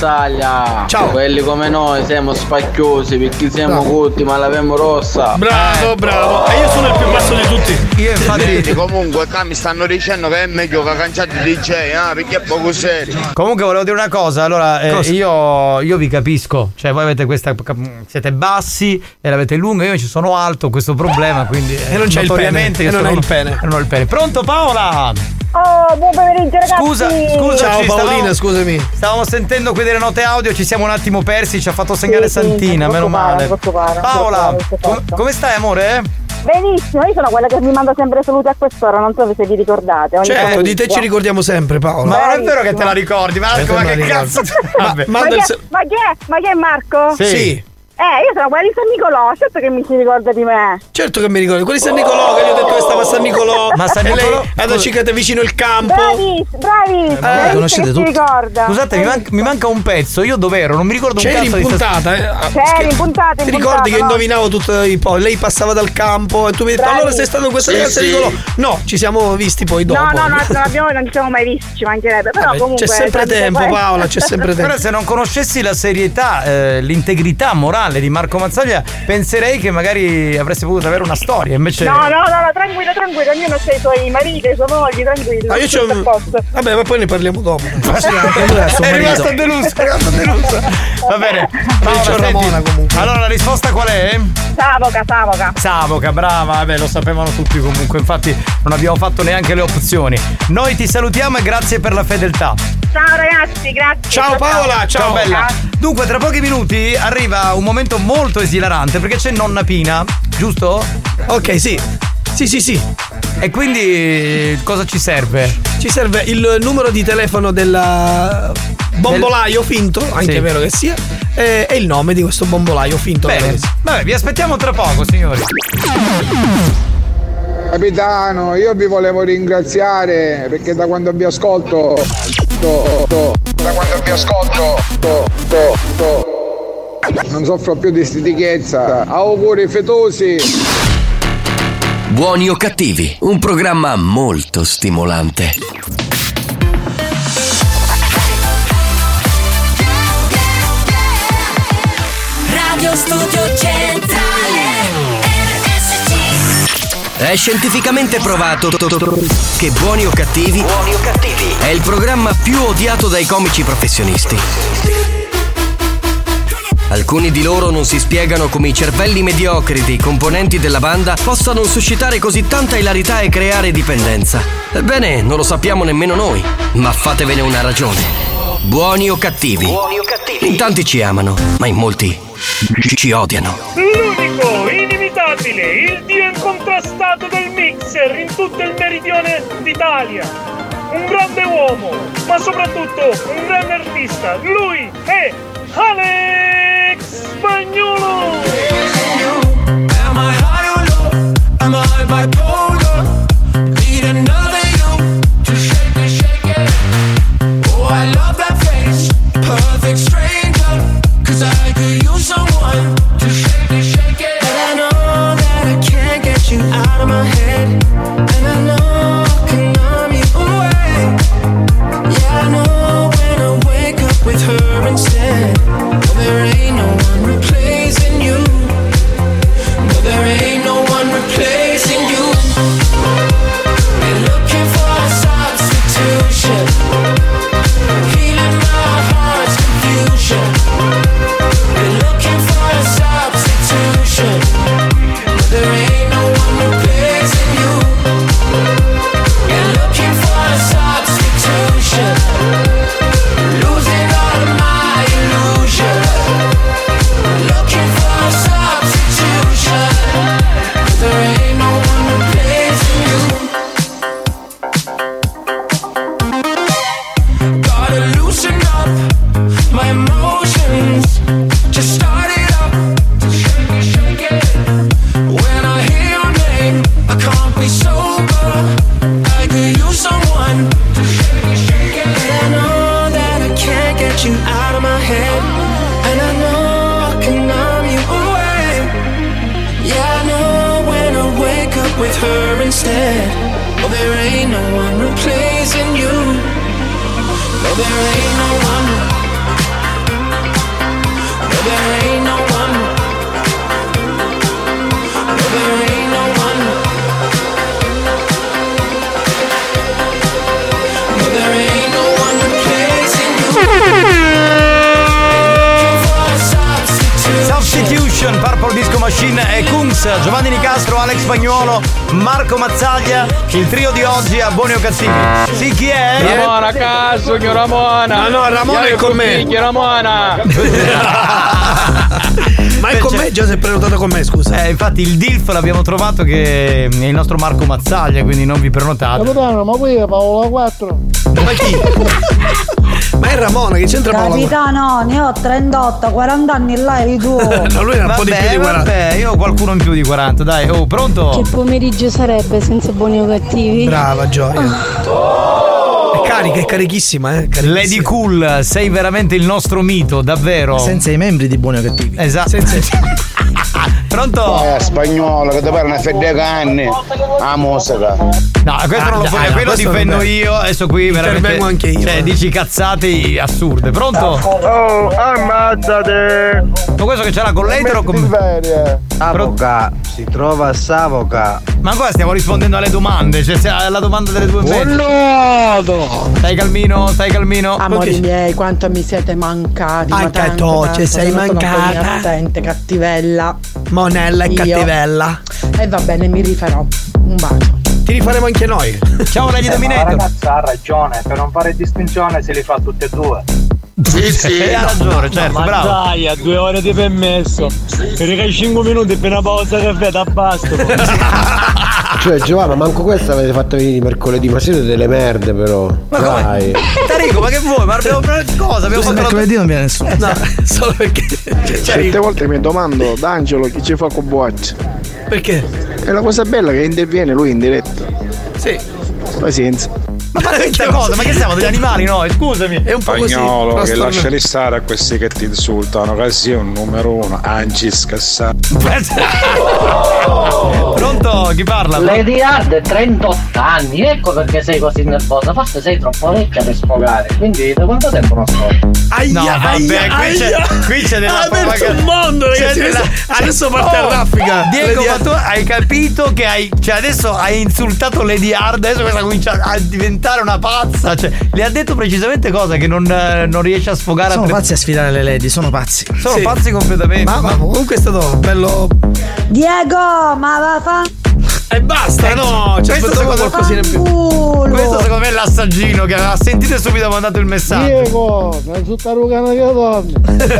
mazzaglia Ciao Quelli come noi siamo spacchiosi perché siamo curti ma l'avemo rossa
Bravo, bravo. E io sono il più basso di tutti.
Io
infatti-
comunque qua mi stanno dicendo che è meglio che canciate DJ, ah, perché è poco serio.
Comunque volevo dire una cosa, allora eh, Io, io vi capisco, cioè voi avete questa mm, siete bassi e l'avete lunga, io invece sono alto, questo problema, quindi eh,
E non c'è il
notoriamente
pene,
io
e non
sono-
hai il pene.
Non ho il pene. Pronto Paola?
Oh, buon pomeriggio, ragazzi.
Scusa, scusa,
Ciao, Paolina,
scusami. Stavamo sentendo qui delle note audio, ci siamo un attimo persi, ci ha fatto segnare
Sì, sì,
Santina,
non
meno male.
preoccupare, non preoccupare, non
Paola,
preoccupare,
com- come stai amore?
Benissimo, io sono quella che vi manda sempre saluti a quest'ora, non so se vi ricordate. ogni
Certo, di te
pomeriggio.
ci ricordiamo sempre, Paolo.
Ma non è vero che te la
ricordi,
Marco,
ma che cazzo-
Ma,
Ma,
manda il
chi è,
se-
ma chi è? Ma chi è Marco?
Sì. Sì.
Eh, io sono quella di San Nicolò, certo che mi si ricorda di me.
Certo che mi ricordo, quelli San Nicolò, che gli ho detto che stava a San Nicolò.
Ma San
e
Nicolò-
lei ad accicate vicino il campo.
Bravi, bravi,
Eh, ma conoscete
si
tutti.
ricorda.
Scusate, mi, manca- mi manca un pezzo, io dov'ero? Non mi ricordo un
C'eri
cazzo
in
di sta-
puntata, eh?
C'eri in puntata, in
Ti ricordi che
puntata, no?
indovinavo tutto i po'? Lei passava dal campo e tu mi hai detto
Bravi.
allora sei stato in questa
Sì,
ragazza
sì.
di Nicolò. No, ci siamo visti poi dopo.
No, no, no, non, abbiamo, non ci siamo mai visti, ci mancherebbe. Però
Vabbè,
comunque.
Eh, c'è sempre
tramite
tempo,
questo-
Paola, c'è sempre
Però se non conoscessi la serietà, eh, l'integrità morale di Marco Mazzaglia, penserei che magari avresti potuto avere una storia, invece
Cioè-
No, no, no, no, tranquillo, tranquillo, ognuno ha i suoi mariti, le sue mogli, tranquillo.
Ma io c'ho.
tutto a posto.
Mm. Vabbè, ma poi ne parliamo dopo.
È rimasta delusa,
è rimasta delusa.
Va bene. Paola,
Ciao,
senti,
Ramona, comunque.
Allora la risposta qual è?
Savoca, savoca.
Savoca, brava, vabbè, lo sapevano tutti comunque, infatti non abbiamo fatto neanche le opzioni. Noi ti salutiamo e grazie per la fedeltà.
Ciao ragazzi, grazie.
bella. Dunque, tra pochi minuti arriva un momento molto esilarante perché c'è nonna Pina, giusto?
Ok, sì. Sì, sì, sì.
E quindi eh, cosa ci serve?
Ci serve il numero di telefono del bombolaio finto, anche
Sì.
è vero che sia, e, e il nome di questo bombolaio finto. vero
Bene.
che sia.
Vabbè, vi aspettiamo tra poco, signori.
Capitano, io vi volevo ringraziare perché da quando vi ascolto. to- to- da quando vi ascolto. to- to- to, non soffro più di stitichezza. Auguri fetosi.
Buoni o cattivi, un programma molto stimolante.
Radio Studio Centrale
È scientificamente provato che Buoni o cattivi è il programma più odiato dai comici professionisti. Alcuni di loro non si spiegano come i cervelli mediocri dei componenti della banda possano suscitare così tanta ilarità e creare dipendenza. Ebbene, non lo sappiamo nemmeno noi, ma fatevene una ragione. Buoni o cattivi? In tanti ci amano, ma in molti ci- ci odiano.
L'unico, inimitabile, il dio incontrastato del mixer in tutto il meridione d'Italia. Un grande uomo, ma soprattutto un grande artista. Lui è Alex Spagnolo.
Am I high or low? Am I bipolar? Need another you to shake it, shake it. Oh, I love that face, perfect stranger. 'Cause I could use someone to shake it, shake it. But I know that I can't get you out of my head. And I know I can numb you away. Yeah, I know when I wake up with her instead. There ain't no one replacing you. instead. Oh, there ain't no one replacing you. No, there ain't no one. No, there ain't no one. No, there ain't no one. No, there ain't no one replacing you. Looking for a substitute.
Substitution, Purple Disco Machine e Kunz, Giovanni Nicastro, Alex Pagnuolo, Marco Mazzaglia, il trio di oggi a Buoni o Cattivi. Sì, chi è?
Ramona, cazzo, che Ramona!
No, no, Ramona è con me.
Che Ramona!
Ma è con me, già si è prenotato con me, scusa. Eh, infatti il DILF l'abbiamo trovato che è il nostro Marco Mazzaglia, quindi non vi prenotate.
Capitano, ma qui è Paolo 4.
Ma è Ramona, che c'entra
Capitano, ne ho 38, 40 anni in là eri tu.
No, lui era un po' di più di 40. Vabbè, io ho qualcuno in più di 40, dai. Oh, pronto?
Che pomeriggio sarebbe senza buoni o cattivi?
Brava Gioia. È carica, è carichissima, eh. Oh! Lady Cool, sei veramente il nostro mito, davvero.
Senza i membri di buoni o cattivi.
Esatto. Pronto?
Eh, spagnolo, che ti pare una fedega anni. A musica.
Ah, No, questo non lo fai, quello difendo io, adesso qui veramente.
Intervengo anche io,
Cioè, dici cazzate assurde. Pronto?
Oh, ammazzate!
Ma questo che ce l'ha con l'etero come.
Savoca, si trova a Savoca.
Ma ancora stiamo rispondendo alle domande, cioè se- alla domanda delle due e mezzo. Stai calmino, stai calmino.
Amori
Ok.
miei, quanto mi siete mancati. ma
Manca
tanto,
tu, ci
tanto,
sei
sono stata una
mancata.
poi Attente, cattivella.
Monella è
Io.
cattivella.
E va bene, mi rifarò. Un bacio.
Ti rifaremo anche noi.
Ciao Lady
Dominator.
La ragazza ha ragione, per non fare distinzione se li fa tutte e due.
Sì, sì.
Eh, ha ragione, certo, bravo.
Dai, a due ore di permesso. Rega 5 minuti per una pausa caffè da basto.
Cioè Giovanna, manco questa l'avete fatta venire mercoledì, ma siete delle merde però. Dai.
Tarico, ma che vuoi? Ma abbiamo cosa? Abbiamo
Scusa,
fatto la
mercoledì non viene nessuno.
No, solo perché. Cioè,
Certe volte mi domando, D'Angelo, chi ci fa con boace?
Perché?
E la cosa bella è che interviene lui in diretta.
Sì.
Pazienza.
Ma questa cosa, ma che siamo degli animali noi? Scusami. È un po' così.
Spagnolo, che
Nostro-
lasciali stare a questi che ti insultano, che sei un numero uno, anzi scassato.
Pronto? Oh, Chi parla?
Lady Hard 38 anni, ecco perché sei così nervosa. Forse sei troppo vecchia per sfogare. Quindi da quanto tempo non sfoghi?
No, vabbè,
aia,
qui c'è, qui c'è della
Ha aperto
propaganda.
un mondo, ragazzi,
C'è
adesso- adesso parte
Oh,
la raffica.
Diego,
Lady
ma
Hard.
tu hai capito che hai. Cioè, adesso hai insultato Lady Hard, adesso questa comincia a diventare una pazza. Cioè, le ha detto precisamente cosa che non, eh, non riesce a sfogare
Sono
a
pazzi a sfidare le lady, sono pazzi.
Sono pazzi completamente.
Ma, ma comunque è stato bello.
Diego, ma va fa.
E basta, no! C'è
Questo
stato
secondo-
qualcosina in più.
Questo secondo me è l'assaggino che ha sentito e subito ha mandato il messaggio.
Diego, una zuttarucana che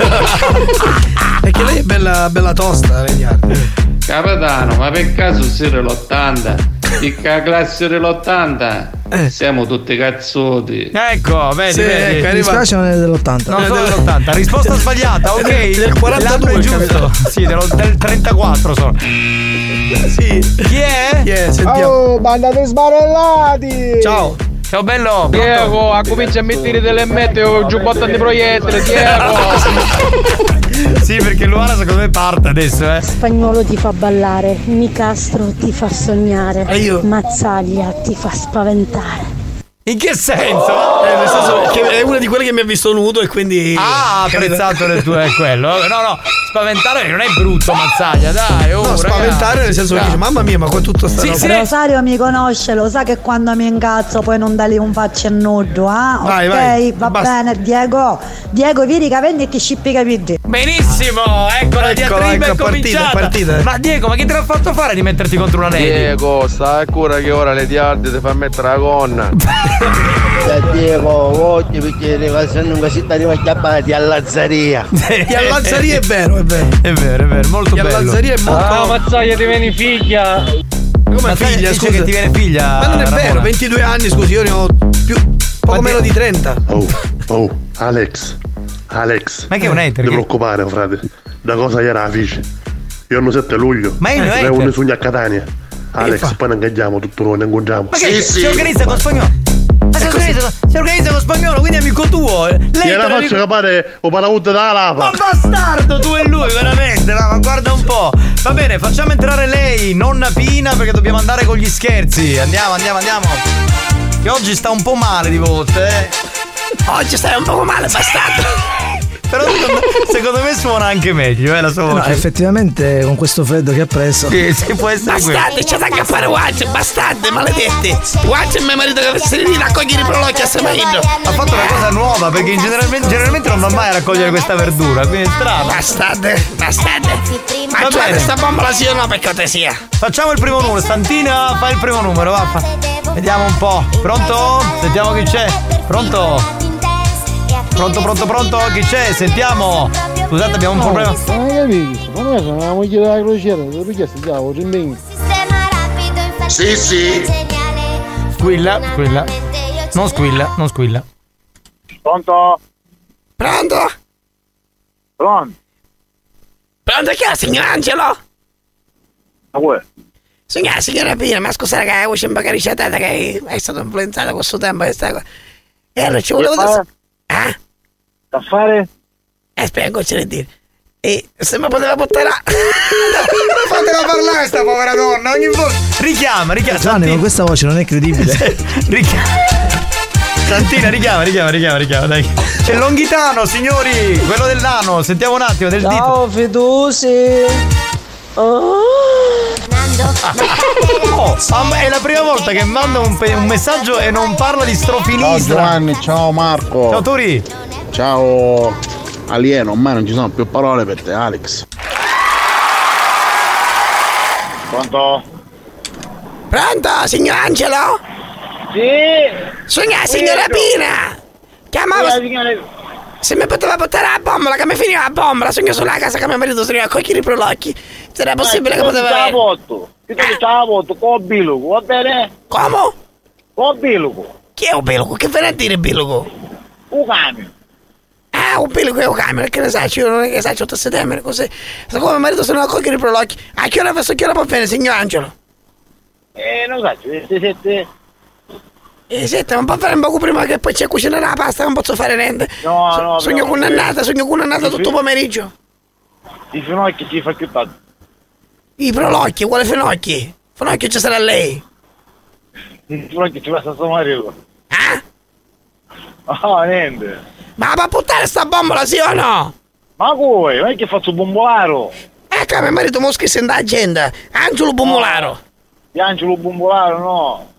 Perché lei è bella, bella tosta, Lady Hard.
Capitano, ma per caso siete l'80? Picca classe dell'80? Siamo tutti cazzotti.
Ecco, vedi,
Sì,
vedi.
ecco,
Mi dispiace non è dell'80.
No, sono dell'80, risposta sbagliata, ok.
Del 42
L'anno è giusto.
capito.
Sì, dello- del 34 sono. Sì. Chi è?
eh,
Chi è?
Oh, banda di sbarellati!
Ciao. Ciao bello.
Diego, a comincia a mettere delle mette o giubbotto di proiettile, Diego!
Sì, perché Luana secondo me parte adesso, eh.
Spagnolo ti fa ballare, Nicastro ti fa sognare,
E io?
Mazzaglia ti fa spaventare.
In che senso? Oh.
Eh, nel senso che è una di quelle che mi ha visto nudo e quindi.
Ah, ha apprezzato le tue quello. Vabbè, No, no, spaventare non è brutto, mazzaglia, dai. Oh,
No, spaventare
ragazzi,
nel senso che
dai.
dice, mamma mia, ma qua tutto sta roba.
Rosario mi conosce, lo sa che quando mi incazzo poi non dai un faccio a nudo, ah?
Vai,
ok,
vai,
va
basta.
bene, Diego. Diego, vieni che vendi e ti scippi capiti.
Benissimo, ecco la diatriba
ecco,
è
partita,
cominciata.
eh.
partita.
Ma Diego, ma che te l'ha fatto fare di metterti contro una lady?
Diego, sta a cura che ora le diarde ti fa mettere la gonna. Diego, oggi perché le cose non così ti arriva chiappati all'azzaria.
Di all'alzaria è vero, è vero.
È vero, è vero, molto
Di
bello.
all'alzaria è molto.
Ah, mazzaglia, ti vieni figlia!
Come
Ma sai,
figlia,
dice
scusa.
che ti viene figlia,
Ma non è
Ramona.
vero, 22 anni, scusi, io ne ho più. poco meno di 30.
Oh, oh, Alex, Alex.
Ma che è un hater?
Non ti preoccupare, frate. Da cosa era la fice? Io hanno 7 luglio.
Ma è un hater.
un sogno a Catania. Alex, poi ne ingaggiamo tutto noi, ne incontriamo.
Ma che si organizza con spagnolo? Ma
Ecco,
si organizza, si organizza con spagnolo, quindi è amico tuo. Lei te
Gliela
la
faccio
ric- Oh,
capare o paravuto da lapa.
Ma bastardo tu e lui, veramente. Ma ma guarda un po'. Va bene, facciamo entrare lei, nonna Pina, perché dobbiamo andare con gli scherzi. Andiamo, andiamo, andiamo. Che oggi sta un po' male di volte, eh. Oggi stai un po' male, bastardo. Però secondo, secondo me suona anche meglio, eh, la sua
No,
voce.
effettivamente con questo freddo che ha preso.
Sì, sì, può essere quello.
Bastate, c'è da che fare guaccio, bastate, maledetti. Guaccio e mio marito che si lì a cogliere i prolocchi a Samaino.
Ha fatto una cosa nuova perché generalmente, generalmente non va mai a raccogliere questa verdura, quindi è strano.
Bastate, bastate. Mangiate
bene.
sta bombola sì o no per cortesia.
Facciamo il primo numero, Santina fai il primo numero, va. fa- Vediamo un po'. Pronto? Sentiamo chi c'è. Pronto? Pronto, pronto, pronto? Chi c'è? Sentiamo. Scusate, abbiamo un problema.
Ma capisci? Ma noi sono la moglie della crociera, te lo chiesto già, ho
Sì, sì.
Squilla, squilla. Non squilla, non squilla.
Pronto?
Pronto?
Pronto?
Pronto chi è, signor Angelo?
Ma vuoi?
Signora, signora Pina, ma scusa eh, che la voce un po' caricatata che è stata influenzata con suo tempo e sta cosa. E allora ci volevo dire... Eh?
Da fare?
Eh, spera, cosa di dire? E se mi poteva portare... a-
Fatela parlare sta povera donna, ogni volta. Richiama, richiama.
Giovanni, con questa voce non è credibile.
Santina, richiama, richiama, richiama, richiama, dai. C'è Longhitano, signori, quello del nano, sentiamo un attimo del dito.
Ciao Fidusi!
Oh, am- è la prima volta che manda un, pe- un messaggio e non parla di
Ah,
Ciao
strofinistra.
Giovanni, ciao Marco.
Ciao Turi.
Ciao Alieno, ormai non ci sono più parole per te Alex.
Pronto?
Pronto, signor Angelo? Sì! Signora, signora
Sì,
Pina! Chiamavo... Se mi poteva portare la bombola, che mi finiva la bombola, sogno sulla casa che mio marito si arriva a cogliere i prolocchi. Sarà possibile che poteva... Ah.
Ti voto, ti voto, ti con bilugo, va bene?
Come?
Con bilugo.
Chi è un bilugo? Che viene a dire bilugo?
Un camion.
Ah, un bilugo è un camion, che ne sai, io non è che sai, c'ho tutto settembre, così. Se come mio marito se non a cogliere i prolocchi, a che ora verso che ora può venire, signor Angelo?
Eh, non so, siete, siete...
E senta, Eh, non può fare un poco prima che poi c'è cucinare la pasta, non posso fare niente.
No,
So-
no,
Sogno
però-
con un'annata, sogno con un'annata tutto il pomeriggio.
I finocchi ci fa più tanto.
I prolocchi, vuole finocchi? Finocchi ci sarà lei.
I finocchi ci fa a suo marito. Ah? Ah, niente.
Eh? Ma va a buttare sta bombola, sì o no?
Ma come? Ma è che faccio bombolaro?
Ecco, mio marito mo scrisse in agenda. Angelo Bombolaro.
Di Angelo bombolaro, no.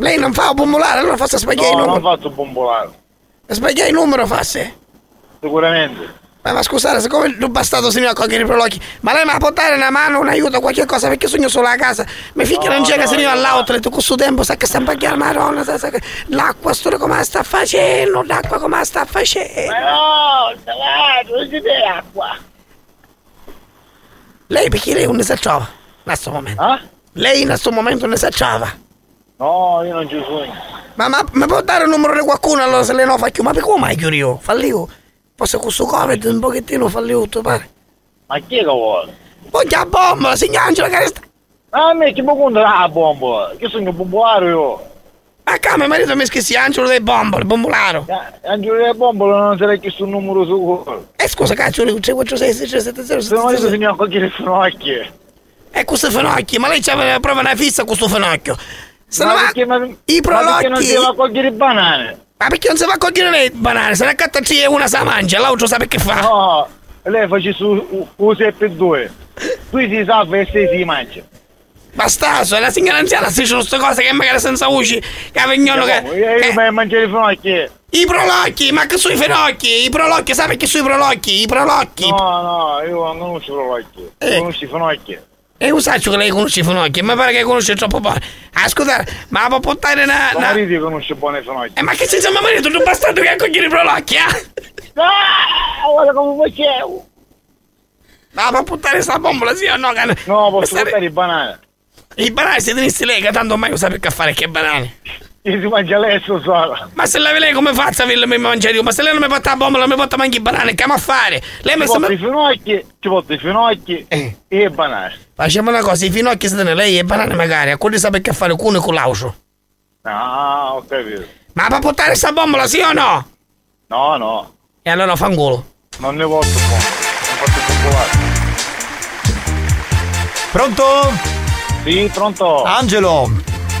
Lei non fa bombolaro, allora forse sbaglia il
No, non
numero.
faccio bombolaro.
Sbaglia il numero, forse.
Sicuramente.
Ma, ma scusate, siccome non è bastato signora a cogliere i prolocchi, ma lei mi può dare una mano, un aiuto, qualche cosa, perché sogno solo la casa. Mi figlia
No,
non c'è che
no,
signora
no.
all'outlet, con questo tempo sa che sta a la maronna, sa, sa che l'acqua storia come la sta facendo, l'acqua come la sta facendo.
Eh? no, salato, non c'è acqua.
Lei perché lei non ne sa trova, in questo momento.
Ah?
Lei in questo momento non ne sa trova.
No, io non ci sono.
Ma, ma mi può dare il numero di qualcuno allora se lei no fa chiudere? Ma per come mai chiudi io? Fallivo. Posso con questo covid un pochettino falliuto, pare.
Ma chi è che vuole?
Voglio la bombola, signor Angelo Caresta.
Ma a me che ah, mi conta la bombola? Io sono un bombolaro io.
Ma come, mio marito mi scrissi Angelo dei bombole, bombolaro.
Angelo delle bombole non sarei chiesto un numero suo.
E Eh, scusa cazzo, lei 3466
Se non marito finiva a cogliere finocchi.
E Eh, questo finocchio, ma lei c'aveva proprio una fissa con questo finocchio. Se
Ma
no va-
perché-
I prolocchi.
perché non si va a cogliere banane?
Ma perché non si va a cogliere le banane? Se ne accatta e una sa mangia, l'altro sa perché fa.
No, lei faceva su un 7 e 2. Qui si salva e se si mangia.
Bastaso, la signora anziana si dice queste cose che magari senza usci, che
Io
avvengono che...
mi mangiare i finocchi.
I prolocchi, ma che sui finocchi, i prolocchi, sai perché sui prolocchi, i prolocchi.
No, no, io non conosco i prolocchi.
Eh.
Conosco i finocchi.
E usaccio che lei conosce i finocchi, mi pare che conosce troppo poco. Ascolta, ma può portare una...
Tuo
una-
marito conosce buone finocchi.
Eh, ma che senso, mio marito, tu bastardo che accogliere i prolocchi, eh?
Ah, guarda come facevo.
Ma può portare sta bombola, sì o no? Che...
No, posso portare i banane.
I banani se tenessi lei, che tanto ormai non sa perché fare che banane.
Io si mangia adesso solo.
Ma se la lei come fa a saperlo mi mangiare io? Ma se lei non mi porta la bombola, non mi porta manchi i banani, che mi a fare? Lei
Ci
mi
porto
sembra...
i finocchi, ci porto i finocchi e banane.
Facciamo una cosa, i finocchi se tiene lei e banane magari, a quelli sa perché fare cuno con l'aucio.
Ah, ho capito.
Ma può portare sta bombola, sì o no?
No, no,
E allora fanculo.
non ne posso fare. Non posso popolare.
Pronto?
Sì, pronto.
Ah.
Angelo.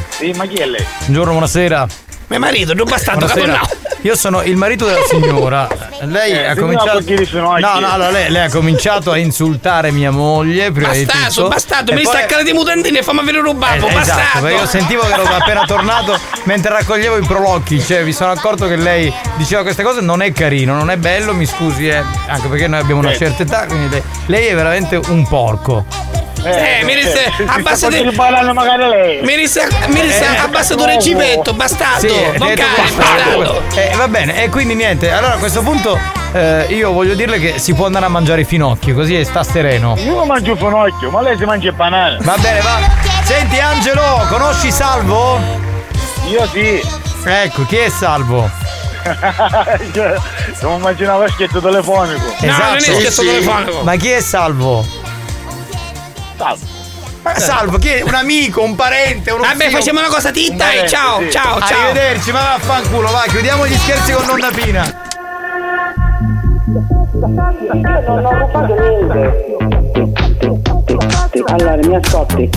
Sì, ma chi è lei?
Buongiorno, buonasera.
Mio marito, non bastardo,
Buonasera.
capo,
Io sono il marito della signora. Ah, Lei
Eh,
ha
signora,
cominciato.
poi chi dice no, chi?
no, no, allora lei, lei ha cominciato a insultare mia moglie. Prima di
Bastardo,
tutto.
sono bastardo,
E
mi
poi-
staccare di mutandine e fammi avere rubato,
Eh,
bastardo.
esatto, perché io sentivo che ero appena tornato mentre raccoglievo i prolocchi, cioè mi sono accorto che lei diceva queste cose, non è carino, non è bello, mi scusi, eh, anche perché noi abbiamo una
Sì.
certa età, quindi lei, lei è veramente un porco.
Eh, mi disse, abbassate...
magari lei.
Mi disse, mi disse,
Eh,
abbassato il
uomo.
reggimento, bastardo.
detto
non cari,
questo,
bastardo.
eh, va bene, e quindi niente, allora a questo punto eh, io voglio dirle che si può andare a mangiare i finocchi, così sta sereno.
Io non mangio il finocchio, ma lei si mangia il panale.
Va bene, va. Senti Angelo, conosci Salvo?
Io sì.
Ecco, chi è Salvo?
non immaginavo scherzo telefonico.
Esatto. Ma chi è Salvo?
Salvo.
Ma Salvo, chi è? Un amico, un parente, uno
Eh. Vabbè,
zio?
facciamo una cosa
Un
titta e
parente,
ciao,
sì.
ciao, ciao.
Arrivederci, ma vaffanculo, va, chiudiamo gli scherzi con nonna Pina.
non ho rubato niente. Allora, mi ascolti.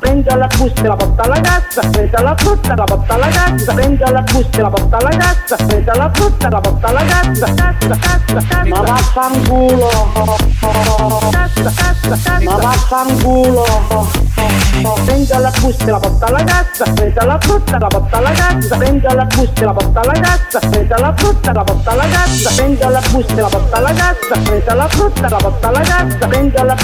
Prendo la busta e la porta alla cassa, prendo la frutta e la porta alla cassa, prendo la busta e la porta alla cassa, prendo la frutta e la porta alla cassa, cassa, cassa, cassa. Ma vaffanculo. Cassa, cassa, cassa. Ma vaffanculo. Prendo la busta e la porta alla cassa, prendo la frutta e la porta alla cassa, prendo la busta e la porta alla cassa, prendo la frutta e la porta alla cassa, prendo la busta e la porta alla cassa, prendo la frutta e la porta alla cassa, prendo la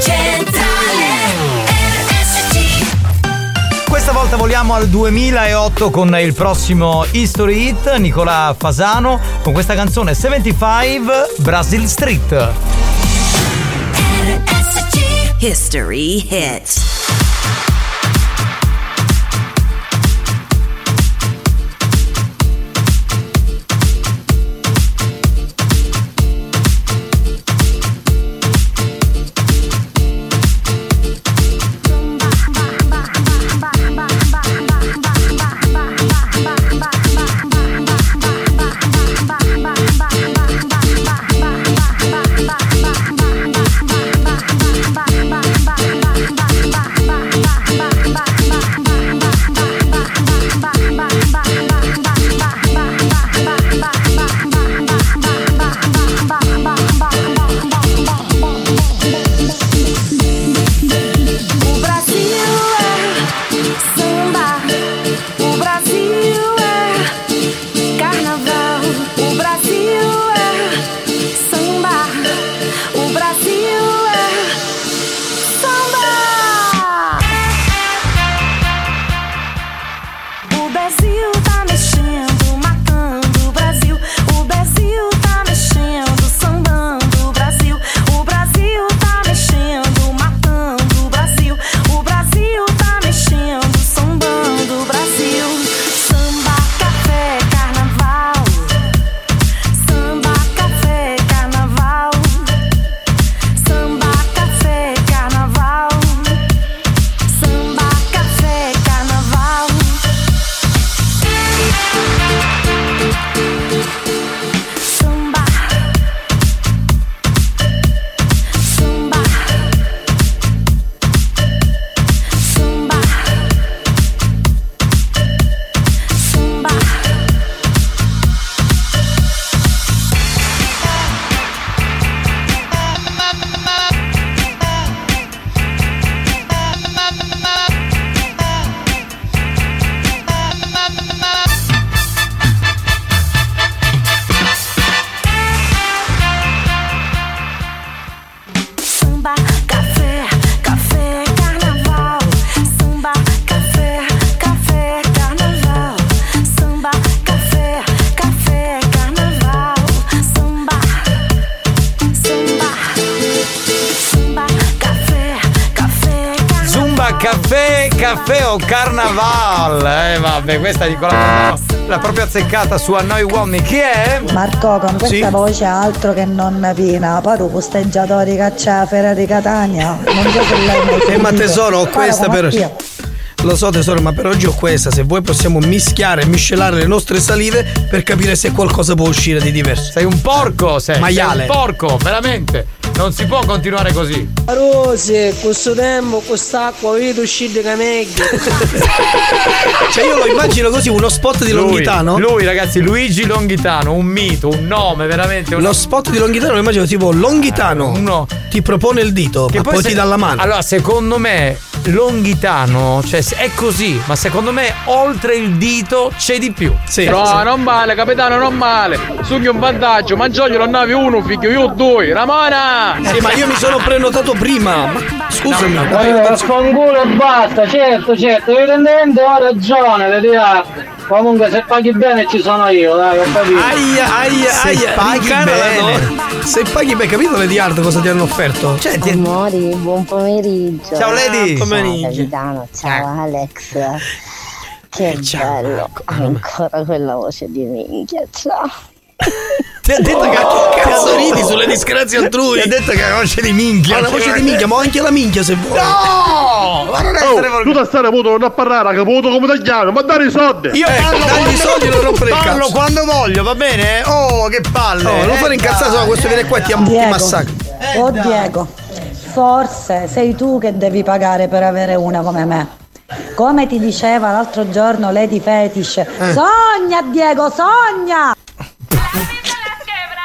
Centrale RSC
Questa volta voliamo al 2008 con il prossimo History Hit, Nicola Fasano, con questa canzone 75 Brazil Street.
History hit.
O Brasil é samba O Brasil é carnaval O Brasil é samba O Brasil é samba O Brasil tá mexendo, matando o Brasil. O Brasil tá mexendo, sambando o Brasil. O Brasil tá mexendo, matando o Brasil. O Brasil tá mexendo, sambando o Brasil. Samba, café, carnaval. Samba, café, carnaval. Samba, café, carnaval. Samba, café, carnaval.
caffè o carnaval. Eh vabbè, questa è Nicola l'ha proprio azzeccata su a noi uomini. Chi è? Eh,
Marco, con questa
Sì.
voce altro che nonna Pina, poi tu posteggiatori caccia la Fera di Catania. Non so se l'hai mai
Eh, ma
sentito.
tesoro, ho
Guarda
questa
come
per
Dio.
Lo so tesoro, ma per oggi ho questa. Se vuoi possiamo mischiare e miscelare le nostre salive per capire se qualcosa può uscire di diverso.
Sei un porco, sei.
Maiale.
Sei un porco, veramente. Non si può continuare così.
Rose, questo tempo, quest'acqua, vedo uscire da meglio.
Cioè io lo immagino così, uno spot di
Lui,
Longhitano.
Lui, ragazzi, Luigi Longhitano, un mito, un nome, veramente.
Lo spot di Longhitano lo immagino tipo Longhitano. Ti propone il dito, ma poi
se-
ti dà la mano.
Allora, secondo me, Longhitano, cioè, se- è così, ma secondo me, oltre il dito c'è di più. Cioè, Sì.
No, non male, capitano, non male. Sugno un vantaggio, mangiaglielo a navi uno, figlio, io due. Ramona!
Eh, ma io mi sono prenotato prima. Ma scusami.
Allora, scongulo e basta, certo, certo, evidentemente ho ragione, vedete. Comunque se paghi bene ci sono io, dai, ho capito.
Aia, aia, aia. in Canada, no? Se paghi, beh, capito Lady Hard cosa ti hanno offerto? Cioè, ti-
Amori, buon pomeriggio.
Ciao, Lady.
Ciao
Pomeriggio.
capitano, ciao
Eh.
Alex. Che bello, ancora quella voce di minchia, ciao. Oh.
Ti ha detto che
cazzo
ridi sulle disgrazie altrui.
Ti ha detto che ha la voce di minchia.
Ha la voce di minchia, ma ho anche la minchia se vuoi.
No!
Ma non
oh, tu da stare muto, non a parlare, caputo come tagliano, ma dare i soldi!
Io
Eh,
parlo
dagli
quando-
Parlo
cazzo.
quando voglio, va bene? Oh, che palle!
Oh, non fare incazzare, sennò questo viene qua e ti am- ti
Diego.
massacra.
oh Diego, forse sei tu che devi pagare per avere una come me. Come ti diceva l'altro giorno Lady Fetish,
Eh.
sogna Diego, sogna!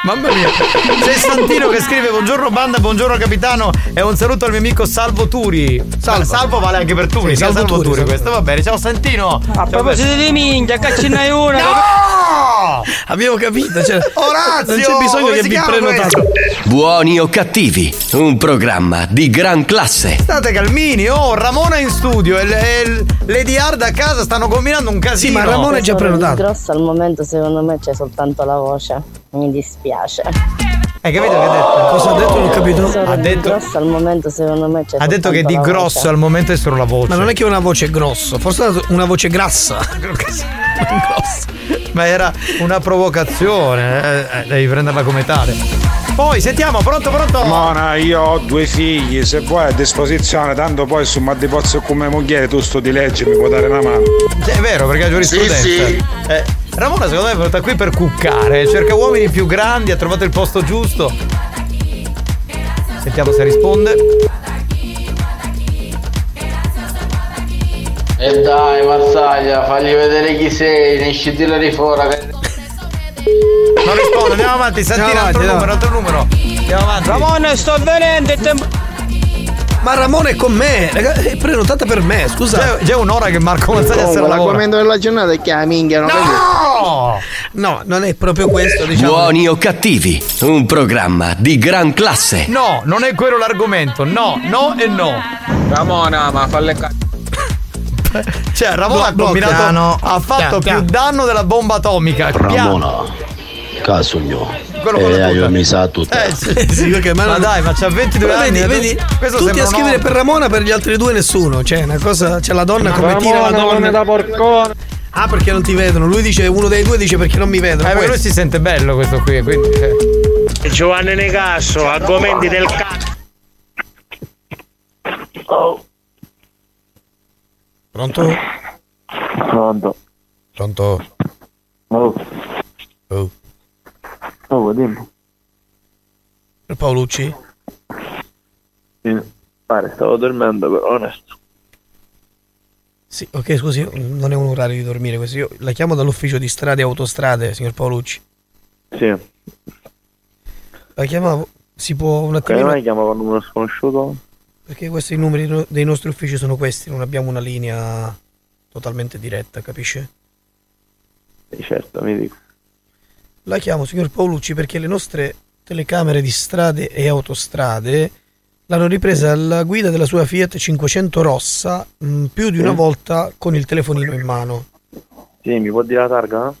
Mamma mia! C'è Santino che scrive buongiorno banda, buongiorno capitano e un saluto al mio amico Salvo Turi. Salvo, Salvo vale anche per Turi,
Sì,
sia Salvo,
Salvo Turi,
Turi, Ah,
Salvo
questo, va bene. Ciao Santino!
A proposito di minchia, caccennai una.
No!
Abbiamo capito, cioè,
Orazio!
Non c'è bisogno
come
che
si
vi
chiama
prenotate.
questo?
Buoni o cattivi, un programma di gran classe.
State calmini, oh, Ramona è in studio e, e Lady Hard a casa stanno combinando un casino.
Tesoro, il grosso al momento secondo me c'è soltanto la voce. Mi dispiace.
Hai Eh, capito che ha detto?
Cosa ha detto? Non ho capito.
Tesoro,
Ha
di
detto-
grosso al momento secondo me c'è
Ha detto che
soltanto
di
la
grosso
voce.
al momento è solo la voce.
Ma non è che una voce è grosso, forse una- una voce grassa.
Ma era una provocazione, eh, eh, devi prenderla come tale. Poi sentiamo, pronto, pronto?
Mona, io ho due figli, se vuoi a disposizione, tanto poi su ma di pozzo come moglie tu sto di legge mi può dare una mano.
Cioè, è vero, perché ha giurisprudenza.
sì.
Eh, Ramona secondo me è venuta qui per cuccare, cerca uomini più grandi, ha trovato il posto giusto. Sentiamo se risponde.
E dai Marsaglia, fagli vedere chi sei, esci di là di fuori. che-
Non risponde, andiamo avanti, Santina, altro numero, altro numero. Andiamo avanti.
Ramona, sto venendo,
Ma Ramona è con me, raga, è prenotata per me, scusa.
Già, già è un'ora che Marco Mazzaglia
Comunque,
se la
Oh,
lavora.
l'argomento della giornata è che la minchia, non
No!
No, non è proprio questo, diciamo.
Buoni o cattivi, un programma di gran classe.
No, non è quello l'argomento. No, no e no.
Ramona, ma falle cazzo.
Cioè, Ramona ha
Blo-
combinato.
Bloccano.
Ha fatto
Pian, pian.
più danno della bomba atomica. Piano.
Casugno.
Quello con la tuta.
mi sa tutto.
Eh, sì, sì, perché ma,
Ma
non-
dai,
ma c'ha 22
Però
anni.
Vedi,
eh,
vedi,
tu- questo
tutti
sembra
a
un
scrivere
uomo. Eh,
per Ramona, per gli altri due nessuno. Cioè, una cosa, c'è la donna come tira la
Ramona,
donna.
non è da
porcone. Ah, perché non ti vedono? Lui dice, uno dei due dice perché non mi vedono.
Eh, perché
Questo.
lui si sente bello questo qui, quindi. eh.
Giovanni Necasso, argomenti del cazzo.
Oh.
Pronto?
Pronto.
Pronto?
Oh.
Oh.
Oh, dimmi.
Per Paolucci?
Sì. Pare, stavo dormendo, però onesto.
Sì, ok, scusi, non è un orario di dormire questo. Io la chiamo dall'ufficio di strade e autostrade, signor Paolucci.
Sì.
La chiamavo, si può un
Come
attimino...
mai chiama con uno sconosciuto?
Perché questi i numeri no- dei nostri uffici sono questi, non abbiamo una linea totalmente diretta, capisce?
Sì, certo, mi dico.
La chiamo signor Paolucci perché le nostre telecamere di strade e autostrade l'hanno ripresa la guida della sua Fiat 500 rossa mh, più di una
Sì.
volta con il telefonino in mano.
Sì, mi può dire la targa? no?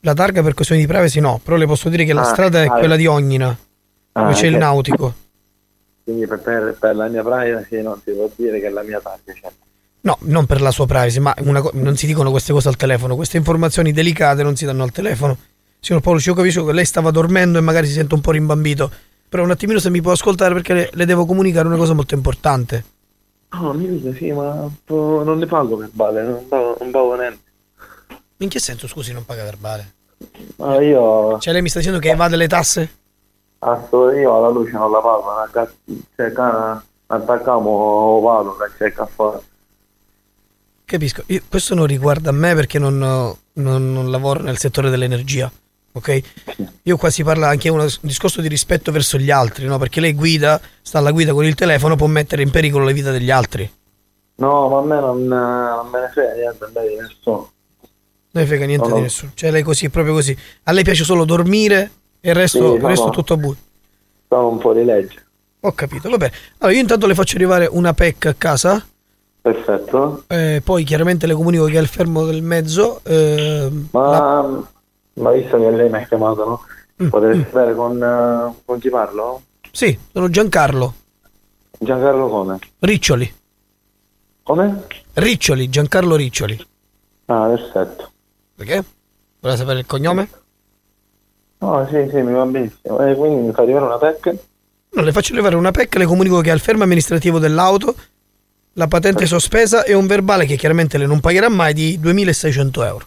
La targa per questioni di privacy no, però le posso dire che la
Ah,
strada è
ah,
quella di Ognina,
Ah,
dove c'è il
ok.
nautico.
Quindi per, per- per la mia privacy non si può dire che è la mia targa, certo.
No, non per la sua privacy, ma una co- non si dicono queste cose al telefono. Queste informazioni delicate non si danno al telefono. Signor Paolo, io capisco che lei stava dormendo e magari si sente un po' rimbambito. Però un attimino se mi può ascoltare perché le, le devo comunicare una cosa molto importante.
No, mi dice sì, ma po- non le pago verbale, non pago, non pago niente.
In che senso, scusi, non paga verbale?
Ma io,
Cioè, lei mi sta dicendo che evade le tasse?
asso, io alla luce non la pago, una cazzo, cioè, ca- attaccamo vado, che c'è che fare.
Capisco, Io- questo non riguarda me perché non, non- non lavoro nel settore dell'energia, ok? Io qua si parla anche di un discorso di rispetto verso gli altri, no? Perché lei guida, sta alla guida con il telefono, può mettere in pericolo la vita degli altri.
No, ma a me non, non me ne frega niente, a me di nessuno.
Non le frega niente
No,
di
no.
nessuno, cioè lei così, è proprio così. A lei piace solo dormire e il resto,
Sì,
il
no,
resto
no.
è tutto a buio.
Sono un po' di legge.
Ho capito, va bene. Allora io intanto le faccio arrivare una PEC a casa.
Perfetto.
Eh, poi chiaramente le comunico che è il fermo del mezzo. ehm,
Ma, ma visto che lei mi ha chiamato, no?
Mm.
Potete sapere con, eh, con chi parlo?
Sì, sono Giancarlo
Giancarlo Come.
Riccioli.
Come?
Riccioli, Giancarlo Riccioli.
Ah, perfetto.
Perché? Voleva sapere il cognome?
No, sì, sì, mi va benissimo. E quindi mi fa arrivare una PEC?
No, le faccio levare una PEC, le comunico che ha il fermo amministrativo dell'auto, la patente sospesa e un verbale che chiaramente le non pagherà mai di 2600 euro.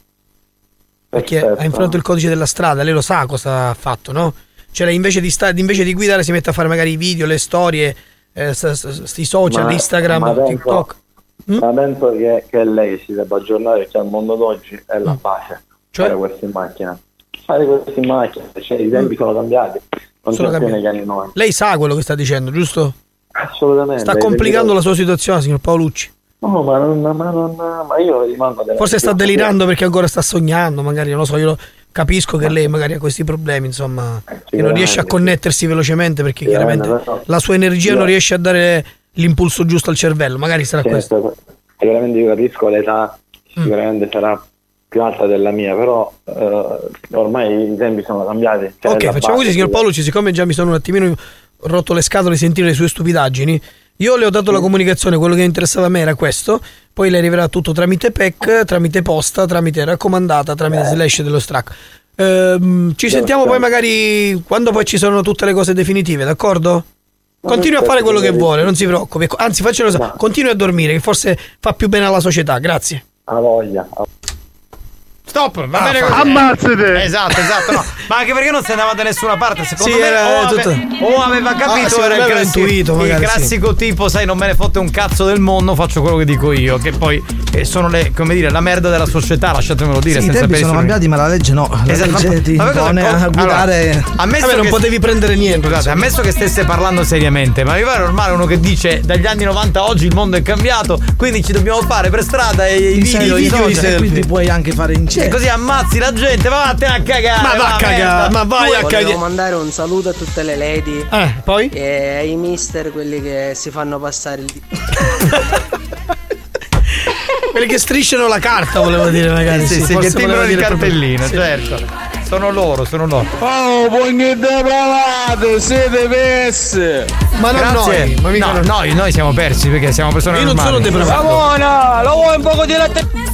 Perché
Perfetto.
ha infranto il codice della strada, lei lo sa cosa ha fatto, no? Cioè lei invece di, sta- invece di guidare si mette a fare magari i video, le storie, eh, sta- sta- sti social,
Ma-
Instagram,
ma penso-
TikTok. Mm?
Ma penso che, che lei si debba aggiornare perché al mondo d'oggi è
Mm.
la pace
Cioè?
fare questo in macchina. Fare questo in macchina, cioè i tempi sono cambiati. Non
Mm. Sono
c'è più
cambiati.
negli anni 90.
Lei sa quello che sta dicendo, giusto?
Assolutamente.
Sta complicando la sua situazione, signor Paolucci.
No, ma, non, ma, non, ma io rimango della-
Forse sta delirando perché ancora sta sognando, magari non lo so, io lo- capisco che lei magari ha questi problemi, insomma, che non riesce a connettersi velocemente perché
Eh, Sicuramente,
chiaramente
lo so.
la sua energia
Io-
non riesce a dare l'impulso giusto al cervello, magari sarà questo. Mm.
Certo, sicuramente io capisco l'età, sicuramente sarà più alta della mia, però eh, ormai i tempi sono cambiati. Cioè,
Ok,
la
facciamo
base-
così, signor Paolucci, siccome già mi sono un attimino rotto le scatole di sentire le sue stupidaggini, io le ho dato la comunicazione, quello che interessava a me era questo, poi le arriverà tutto tramite PEC, tramite posta, tramite raccomandata, tramite slash dello strack. Ehm, ci sentiamo poi magari quando poi ci sono tutte le cose definitive, d'accordo? Continui a fare quello che vuole, non si preoccupi. Anzi, faccielo sa- continui a dormire, che forse fa più bene alla società. Grazie.
Ha voglia.
Stop, va
Ah,
bene
fa-
così.
ammazzate!
Esatto, esatto, no. Ma anche perché non se andava da nessuna parte, secondo
Sì,
me
era
o, ave-
tutto-
o aveva
Ah,
capito
sì,
era il,
l'aveva
classi-
intuito,
il
magari, sì.
classico tipo, sai, non me ne fotte un cazzo del mondo, faccio quello che dico io, che poi eh, sono le, come dire, la merda della società, lasciatemelo dire,
Sì, I
senza
tempi
peli
sono
sulla-
cambiati, ma la legge no. La
Esatto, ma-
legge ti
ma voi cosa-
impone a
allora,
guidare.
ammesso
Vabbè, non
che-
potevi
prendere niente.
Scusate, ammesso che stesse parlando seriamente, ma mi pare normale uno che dice dagli anni 90 a oggi il mondo è cambiato, quindi ci dobbiamo fare per strada e i
I
video,
selfie,
i
i
social.
selfie, quindi puoi anche fare in
E così ammazzi la gente, ma vattene a cagare!
Ma va a
va
cagare, Eh,
merda.
ma vai
Due-
a
volevo
Volevo mandare un saluto a tutte le lady.
poi?
E ai mister, quelli che si fanno passare il
Quelli che strisciano la carta, volevo dire, magari.
Sì, sì,
forse
che timbrano
volevo
il
dire proprio-
cartellino,
sì.
certo. Sono loro, sono loro.
Oh, buoni depravati, siete persi! Ma non
Grazie.
noi, ma mica
no,
noi.
noi, noi siamo persi perché siamo persone
Io non
normali.
sono depravato. Ramona, lo vuoi un poco di latte?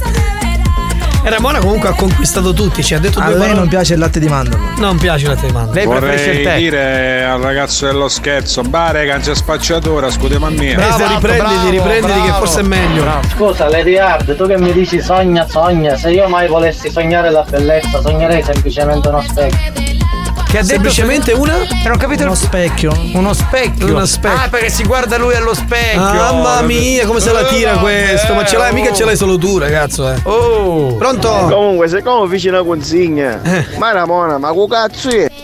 E Ramona comunque ha conquistato tutti, ci ha detto
A
due
lei
parole.
non piace il latte di mandorla.
Non piace il latte di mandorla.
Vorrei dire al ragazzo dello scherzo, bah raga, c'è spacciatura, scusa mamma mia.
riprenditi, riprenditi, che forse è meglio.
Scusa, Lady Hard, tu che mi dici sogna, sogna, se io mai volessi sognare la bellezza, sognerei semplicemente uno specchio.
Che ha detto
Semplicemente una?
Non ho capito uno specchio. Uno specchio.
Uno specchio. Ah,
Ah, perché si guarda lui allo specchio.
Mamma mia, come se la
Eh,
tira questo? Ma ce l'hai, mica ce l'hai solo tu, ragazzo, eh.
Oh!
Pronto?
Eh,
Eh.
Comunque, siccome fici una consegna, ma Ramona, ma cu cazzo è?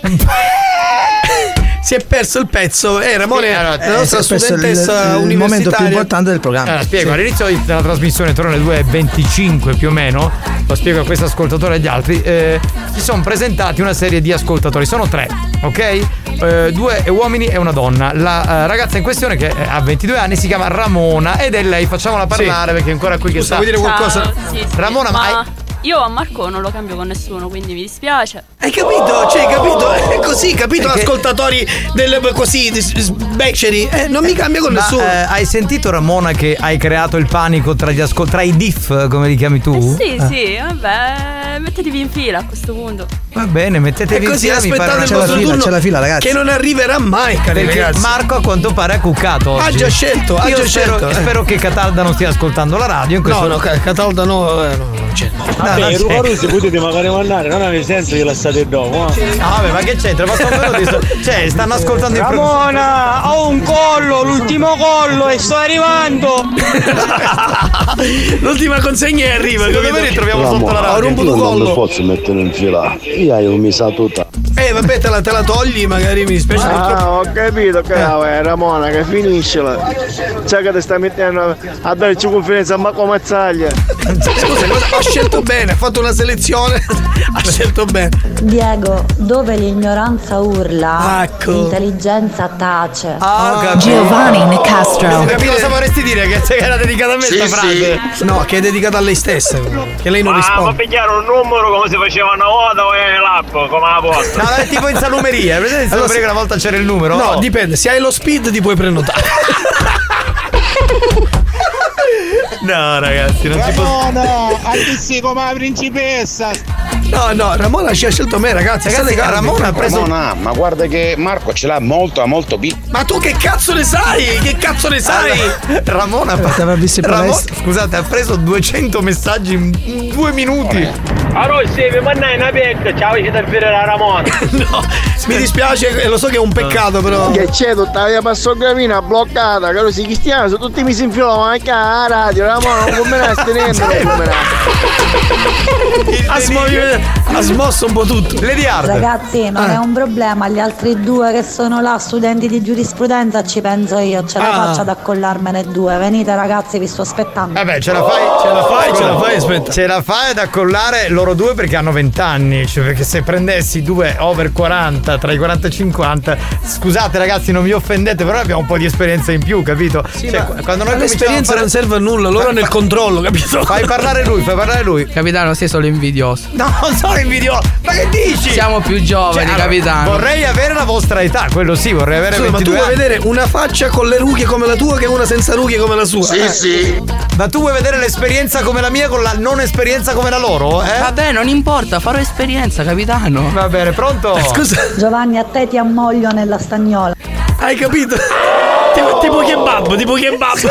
Si è perso il pezzo. Eh, Ramone,
Sì, allora,
la nostra
questo è il-
studentessa
il, momento più
universitaria.
importante del programma.
Ah,
Allora, Ah, spiego,
Sì.
all'inizio di- della trasmissione, intorno alle 2.25 più o meno, lo spiego a questo ascoltatore e agli altri, eh, si sono presentati una serie di ascoltatori, sono tre, ok? Eh, due uomini e una donna. La eh, ragazza in questione che eh, ha 22 anni si chiama Ramona ed è lei, facciamola parlare perché è ancora qui che
Scusa,
sta.
vuoi dire qualcosa? Ciao,
Ramona, ma hai,
Io a Marco non lo cambio con nessuno, quindi mi dispiace. Oh.
Hai capito? Cioè, hai capito? È così, capito? Ascoltatori del così, di s- s- beceri. Eh, non mi cambia con
Ma,
nessuno.
eh, hai sentito Ramona che hai creato il panico tra gli ascoltatori, tra i diff come li chiami tu?
Eh Sì,
Ah.
sì, vabbè, mettetevi in fila a questo punto.
Va bene, mettetevi
E così
insieme, mi
aspettate
pare-
il vostro turno che non arriverà mai, cari
Perché
ragazzi.
Marco a quanto pare ha cuccato oggi.
Ha già scelto, ha
Io
già
spero,
scelto, eh.
spero che Catalda non stia ascoltando la radio in questo
No, no, Ca- Catalda no, eh, no, non c'è.
Vabbè,
non c'è.
Ruparusi
potete magari mandare, non aveva senso che la state dopo. eh.
Ah, vabbè, ma che c'entra? Ma sono venuti sto- cioè, stanno ascoltando il
Ramona, ho un collo, l'ultimo collo e sto arrivando.
L'ultima consegna è arriva, Secondo me ritroviamo sotto la radio. Ho rompo
Io
il
non mi
collo.
posso mettere in fila. Io ho messo tutta.
Eh, vabbè, te la, te la togli, magari mi dispiace.
Ah, ho capito, che eh, Ramona, che finiscela. Sai che ti stai mettendo a darci confidenza, ma come zaglia.
Scusa, cosa- ho scelto bene, ha fatto una selezione. ha scelto bene.
Diego, dove l'ignoranza urla,
Ecco. Ah,
l'intelligenza tace.
Ah,
Devo
Ah, Nicastro.
capire cosa vorresti dire, che se era dedicata a me
Sì,
sta frase.
No, che è dedicata a lei stessa. Che lei non
Ma
risponde.
pigliare un numero come si faceva una volta o è l'app, come la posta?
No, è tipo in salumeria, è presente in
Allora,
salumeria che una volta c'era il numero?
No, dipende, se hai lo speed ti puoi prenotare.
No, ragazzi, non ci posso.
Ramona, anche come la principessa.
No, no, Ramona ci ha scelto me, ragazzi.
Ragazzi,
State calmi.
Ramona ha preso-
Ramona, ma guarda che Marco ce l'ha molto, molto piccola.
Ma tu che cazzo ne sai? Che cazzo ne sai?
Ramona, Ramona scusate, ha preso 200 messaggi in in due minuti.
Allora, se mi mandai una pecca, ciao, ci davvero la Ramona.
no, mi dispiace, eh, lo so che è un peccato, però.
Che c'è tutta la via Passogravina bloccata, caro si cristiano, sono tutti misi in fila, ma anche a radio, Ramona, non come la tenendo, non come
Ha, smosso- ha smosso un po' tutto.
Lady
Ragazzi, non
Ah.
è un problema, gli altri due che sono là, studenti di giurisprudenza, ci penso io, ce la
Ah.
faccio ad accollarmene due. Venite ragazzi, vi sto aspettando.
Vabbè, Eh ce la fai, ce la fai, ce la fai, aspetta. Ce la fai ad accollare loro due perché hanno 20 anni. Cioè, perché se prendessi due over 40, tra i 40 e i 50, scusate ragazzi, non mi offendete, però abbiamo un po' di esperienza in più, capito? Cioè, qu- quando noi cominciamo a
L'esperienza
fare-
non serve a nulla, loro hanno il controllo, capito?
Fai parlare lui, fai parlare lui.
Capitano, sei solo invidioso.
No, non sono invidioso. Ma che dici?
Siamo più giovani,
Cioè, allora,
capitano.
vorrei avere la vostra età, quello sì, vorrei avere
Scusa, ma tu
22
vuoi
anni.
vedere una faccia con le rughe come la tua che una senza rughe come la sua?
Sì, sì. Eh. Ma tu vuoi vedere l'esperienza come la mia con la non esperienza come la loro? Eh?
Vabbè, non importa, farò esperienza, capitano.
Va bene, pronto?
Eh,
Giovanni, a te ti ammoglio nella stagnola.
Hai capito? Tipo, tipo kebab, tipo kebab.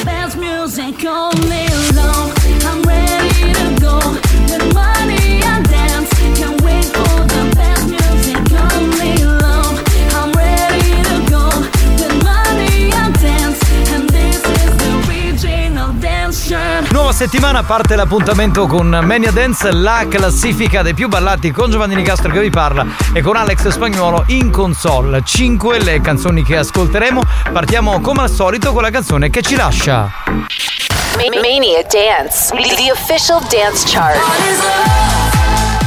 Dance music all day long. I'm ready to go. With money I dance. Can't wait for the best music all day long. I'm ready to go. With money I dance. And this is the original dance shirt.
Nuova settimana parte l'appuntamento con Mania Dance, la classifica dei più ballati con Giovanni Nicastro che vi parla e con Alex Spagnuolo in console. 5 le canzoni che ascolteremo. Partiamo come al solito con la canzone che ci lascia.
Ma- Mania Dance, the official dance chart.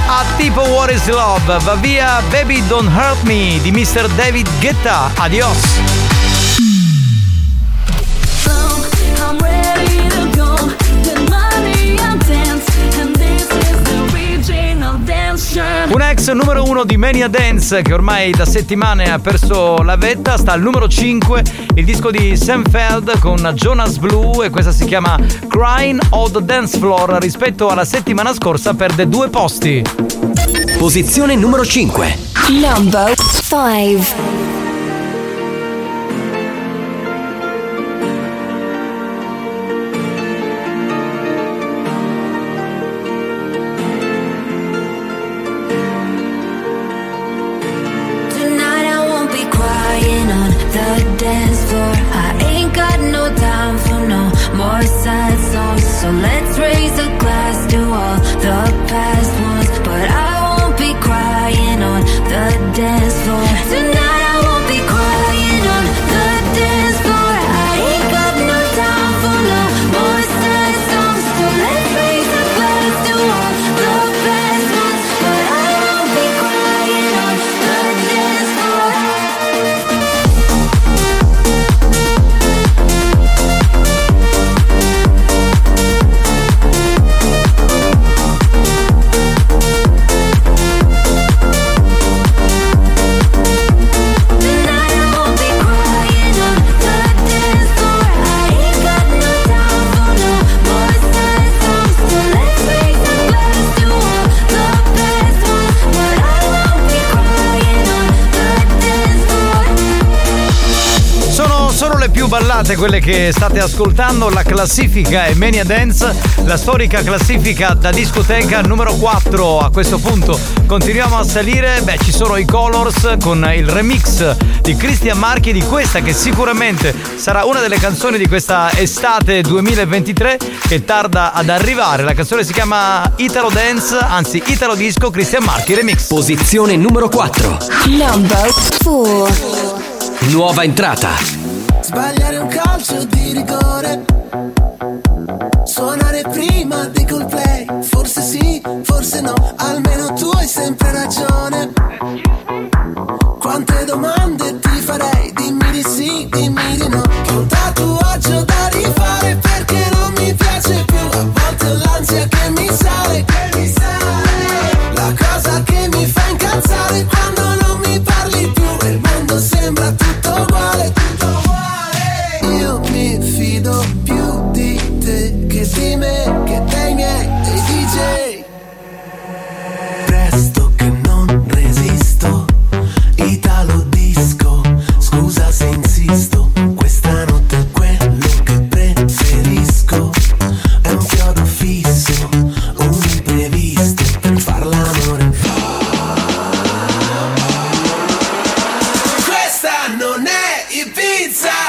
A tipo What is Love va via Baby Don't Hurt Me di Mr. David Guetta. Adios.
I'm ready to go. With money I dance. And this is the original dance
Un ex numero uno di Mania Dance che ormai da settimane ha perso la vetta sta al numero 5 il disco di Sam Feld con Jonas Blue e questa si chiama Crying on the Dance Floor rispetto alla settimana scorsa perde due posti.
Posizione numero 5.
Number 5.
Tonight I won't be crying on the dance floor. I ain't got no time for no more sad songs. So let's raise a glass to all the past ones. But I won't be crying on the dance floor. Tonight I won't be crying on the dance floor. I ain't got no time for no more sad songs. So let's raise a glass to all the past ones. But I won't be crying on the dance floor.
Sono solo le più ballate quelle che state ascoltando, la classifica è Mania Dance, la storica classifica da discoteca numero 4 a questo punto. Continuiamo a salire, beh ci sono i Colors con il remix di Cristian Marchi di questa che sicuramente sarà una delle canzoni di questa estate 2023 che tarda ad arrivare. La canzone si chiama Italo Dance, anzi Italo Disco Cristian Marchi Remix.
Posizione numero 4.
Number 4.
Nuova entrata.
Sbagliare un calcio di rigore. Suonare prima dei play Forse sì, forse no. Almeno tu hai sempre ragione. Quante domande ti farei? Dimmi di sì, dimmi di no. Che un tatuaggio da rifare perché non mi piace più. A volte ho l'ansia che mi sale, che mi sale. La cosa che mi fa incazzare quando non mi parli più. Il mondo sembra tutto uguale, tutto uguale. Io mi fido più di te che di me, che dei miei, dei DJ. Presto che non resisto. Italo disco, scusa se insisto, questa notte è quello che preferisco. È un chiodo fisso, un imprevisto per far l'amore. Questa non è Ibiza!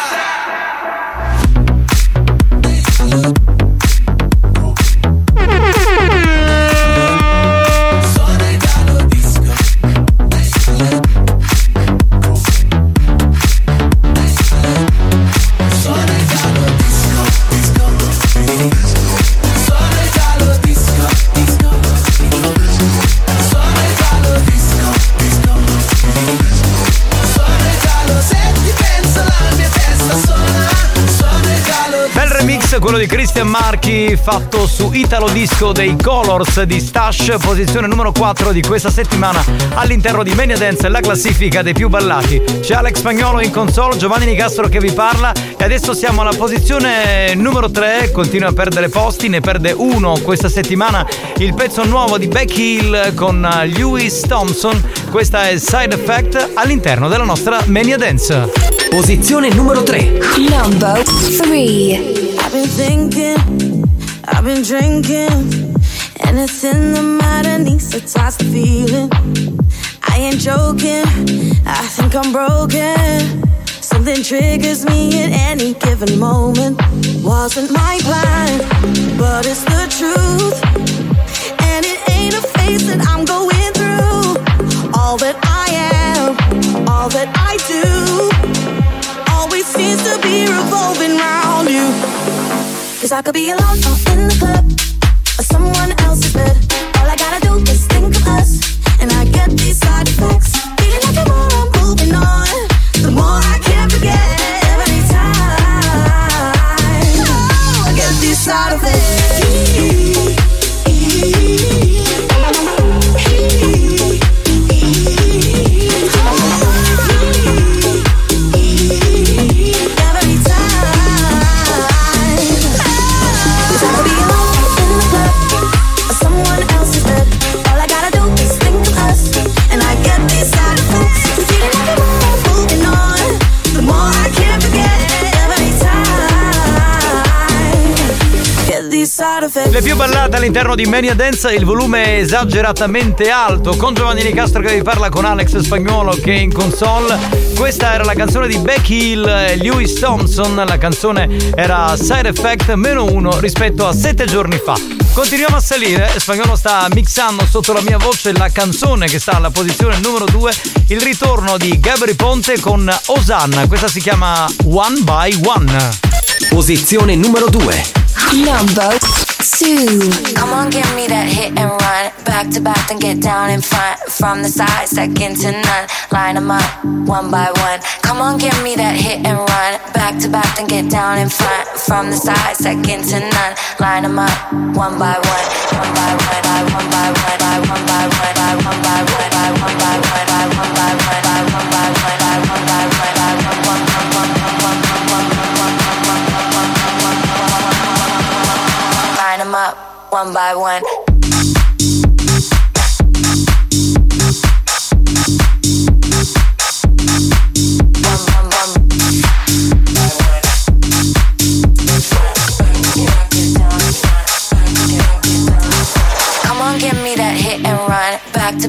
Bel remix quello di Christian Marchi fatto su Italo Disco dei Colors di Stash, posizione numero 4 di questa settimana all'interno di Mania Dance, la classifica dei più ballati. C'è Alex Spagnolo in console, Giovanni Nicastro che vi parla e adesso siamo alla posizione numero 3, continua a perdere posti, ne perde uno questa settimana il pezzo nuovo di Beck Hill con eh, Lewis Thompson, questa è Side Effect all'interno della nostra Mania Dance.
Posizione numero 3.
Number 3.
I've been thinking, I've been drinking, and it's in the matter needs a toss the feeling. I ain't joking, I think I'm broken. Something triggers me at any given moment. Wasn't my plan, but it's the truth. And it ain't a phase that I'm going through. All that I am, all that I do, always seems to be revolving round you. Cause I could be alone or in the club or someone else's bed. All I gotta do is think of us, and I get these side effects. Feeling like the more I'm moving on, the more I can't forget every time. Oh, I get these side effects.
Le più ballate all'interno di Mania Dance il volume è esageratamente alto con Giovanni Nicastro che vi parla con Alex Spagnuolo che è in console. Questa era la canzone di Becky Hill e Lewis Thompson, la canzone era Side Effect meno uno rispetto a sette giorni fa. Continuiamo a salire, Spagnolo sta mixando sotto la mia voce la canzone che sta alla posizione numero 2, il ritorno di Gabri Ponte con Osanna, questa si chiama One by One.
Posizione numero 2.
Number two.
Come on, give me that hit and run. Back to back, then get down in front. From the side, second to none. Line 'em up, one by one. Come on, give me that hit and run. Back to back, then get down in front. From the side, second to none. Line 'em up, one by one. One by one, by one by one, by one by one, by one by one, by one by one, by one by one, by one by one, by one by one, by one one one one one one one one one one one one one one one one one one one line 'em up one by one. Come on, give me that hit and run. Back to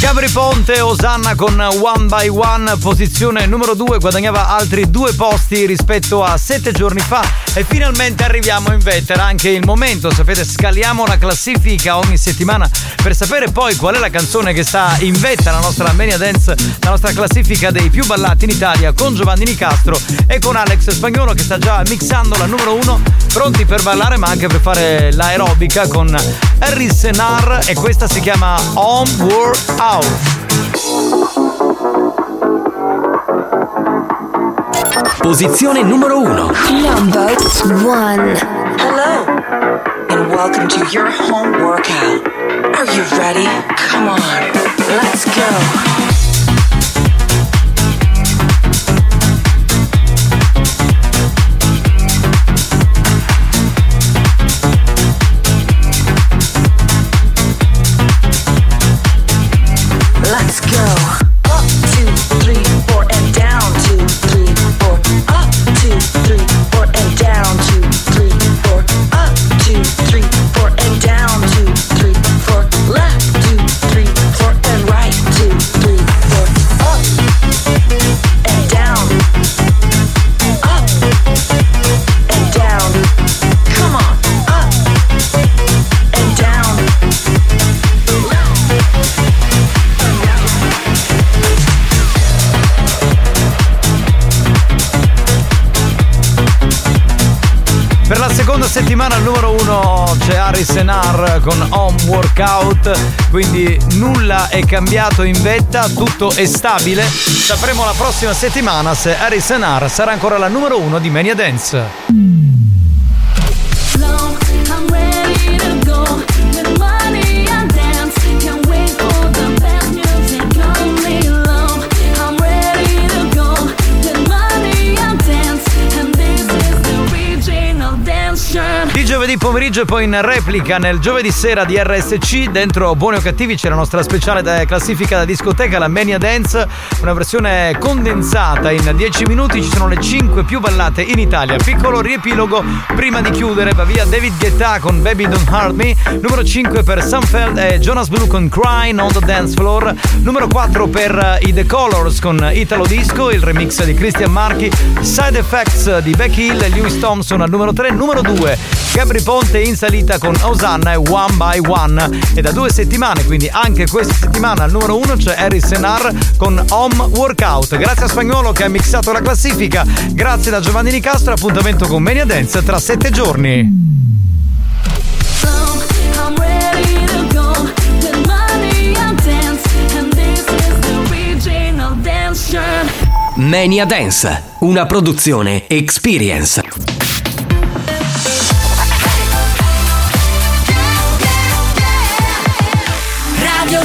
Gabri Ponte, Osanna con One by One, posizione numero 2, guadagnava altri due posti rispetto a sette giorni fa e finalmente arriviamo in vettera, anche il momento, sapete, scaliamo la classifica ogni settimana per sapere poi qual è la canzone che sta in vetta la nostra Mania Dance, la nostra classifica dei più ballati in Italia con Giovanni Nicastro e con Alex Spagnolo che sta già mixando la numero 1, pronti per ballare ma anche per fare l'aerobica con Harry Senar e questa si chiama Home World Out.
Posizione numero 1.
Number one.
Hello, and welcome to your home workout. Are you ready? Come on, let's go. Let's go. Up, two, three, four, and down, two, three, four. Up, two, three, four, and down, two, three, four. Up, two, three, four, and down, two, three, four. Left, two, three, four, and right, two, three, four. Up, and down. Up, and down. Come on. Up, and down.
Per la seconda settimana al numero 1 c'è Harry Senar con Home Workout, quindi nulla è cambiato in vetta, tutto è stabile. Sapremo la prossima settimana se Harry Senar sarà ancora la numero 1 di Mania Dance.
Long, I'm ready to go. With money, I dance. Can't wait for the best music only long. I'm ready to go. With money, I dance. And this is the original dance shirt.
Di giovedì pomeriggio e poi in replica nel giovedì sera di RSC dentro Buoni o Cattivi c'è la nostra speciale da- classifica da discoteca, la Mania Dance, una versione condensata in 10 minuti, ci sono le 5 più ballate in Italia. Piccolo riepilogo prima di chiudere, va via David Guetta con Baby Don't Hurt Me, numero 5 per Sunfeld e Jonas Blue con Crying on the Dance Floor, numero 4 per eh, i The Colors con Italo Disco, il remix di Christian Marchi, Side Effects di Beck Hill, Lewis Thompson al numero 3, numero 2 Gabri Ponte notte in salita con Osanna e One by One. E da due settimane, quindi anche questa settimana al numero uno c'è Harry Senar con Home Workout. Grazie a Spagnolo che ha mixato la classifica. Grazie da Giovanni Nicastro. Appuntamento con Mania Dance tra sette giorni.
I'm ready to go. With money I dance, and this is the original dance shirt.
Mania Dance, una produzione Experience.
Radio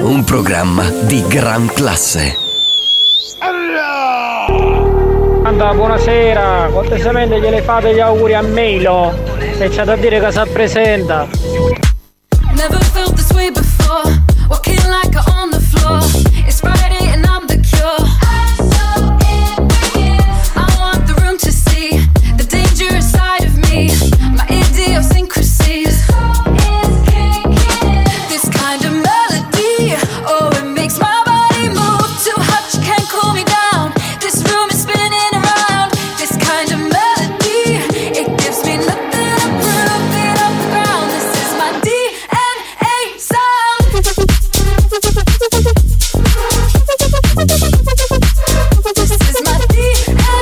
un programma di gran classe.
Anda, buonasera, cortesemente gliele fate gli auguri a Melo, se c'è da dire cosa presenta.
Never felt this way before. Walking like I'm on the floor. It's Friday and I'm the cure. I'm so in I want the room to see the dangerous side of me. My idiosyncrasies. This kind of melody, oh, it makes my body move. Too hot, you can't cool me down. This room is spinning around. This kind of melody, it gives me nothing to prove it off the ground. This is my DNA sound. This is my DNA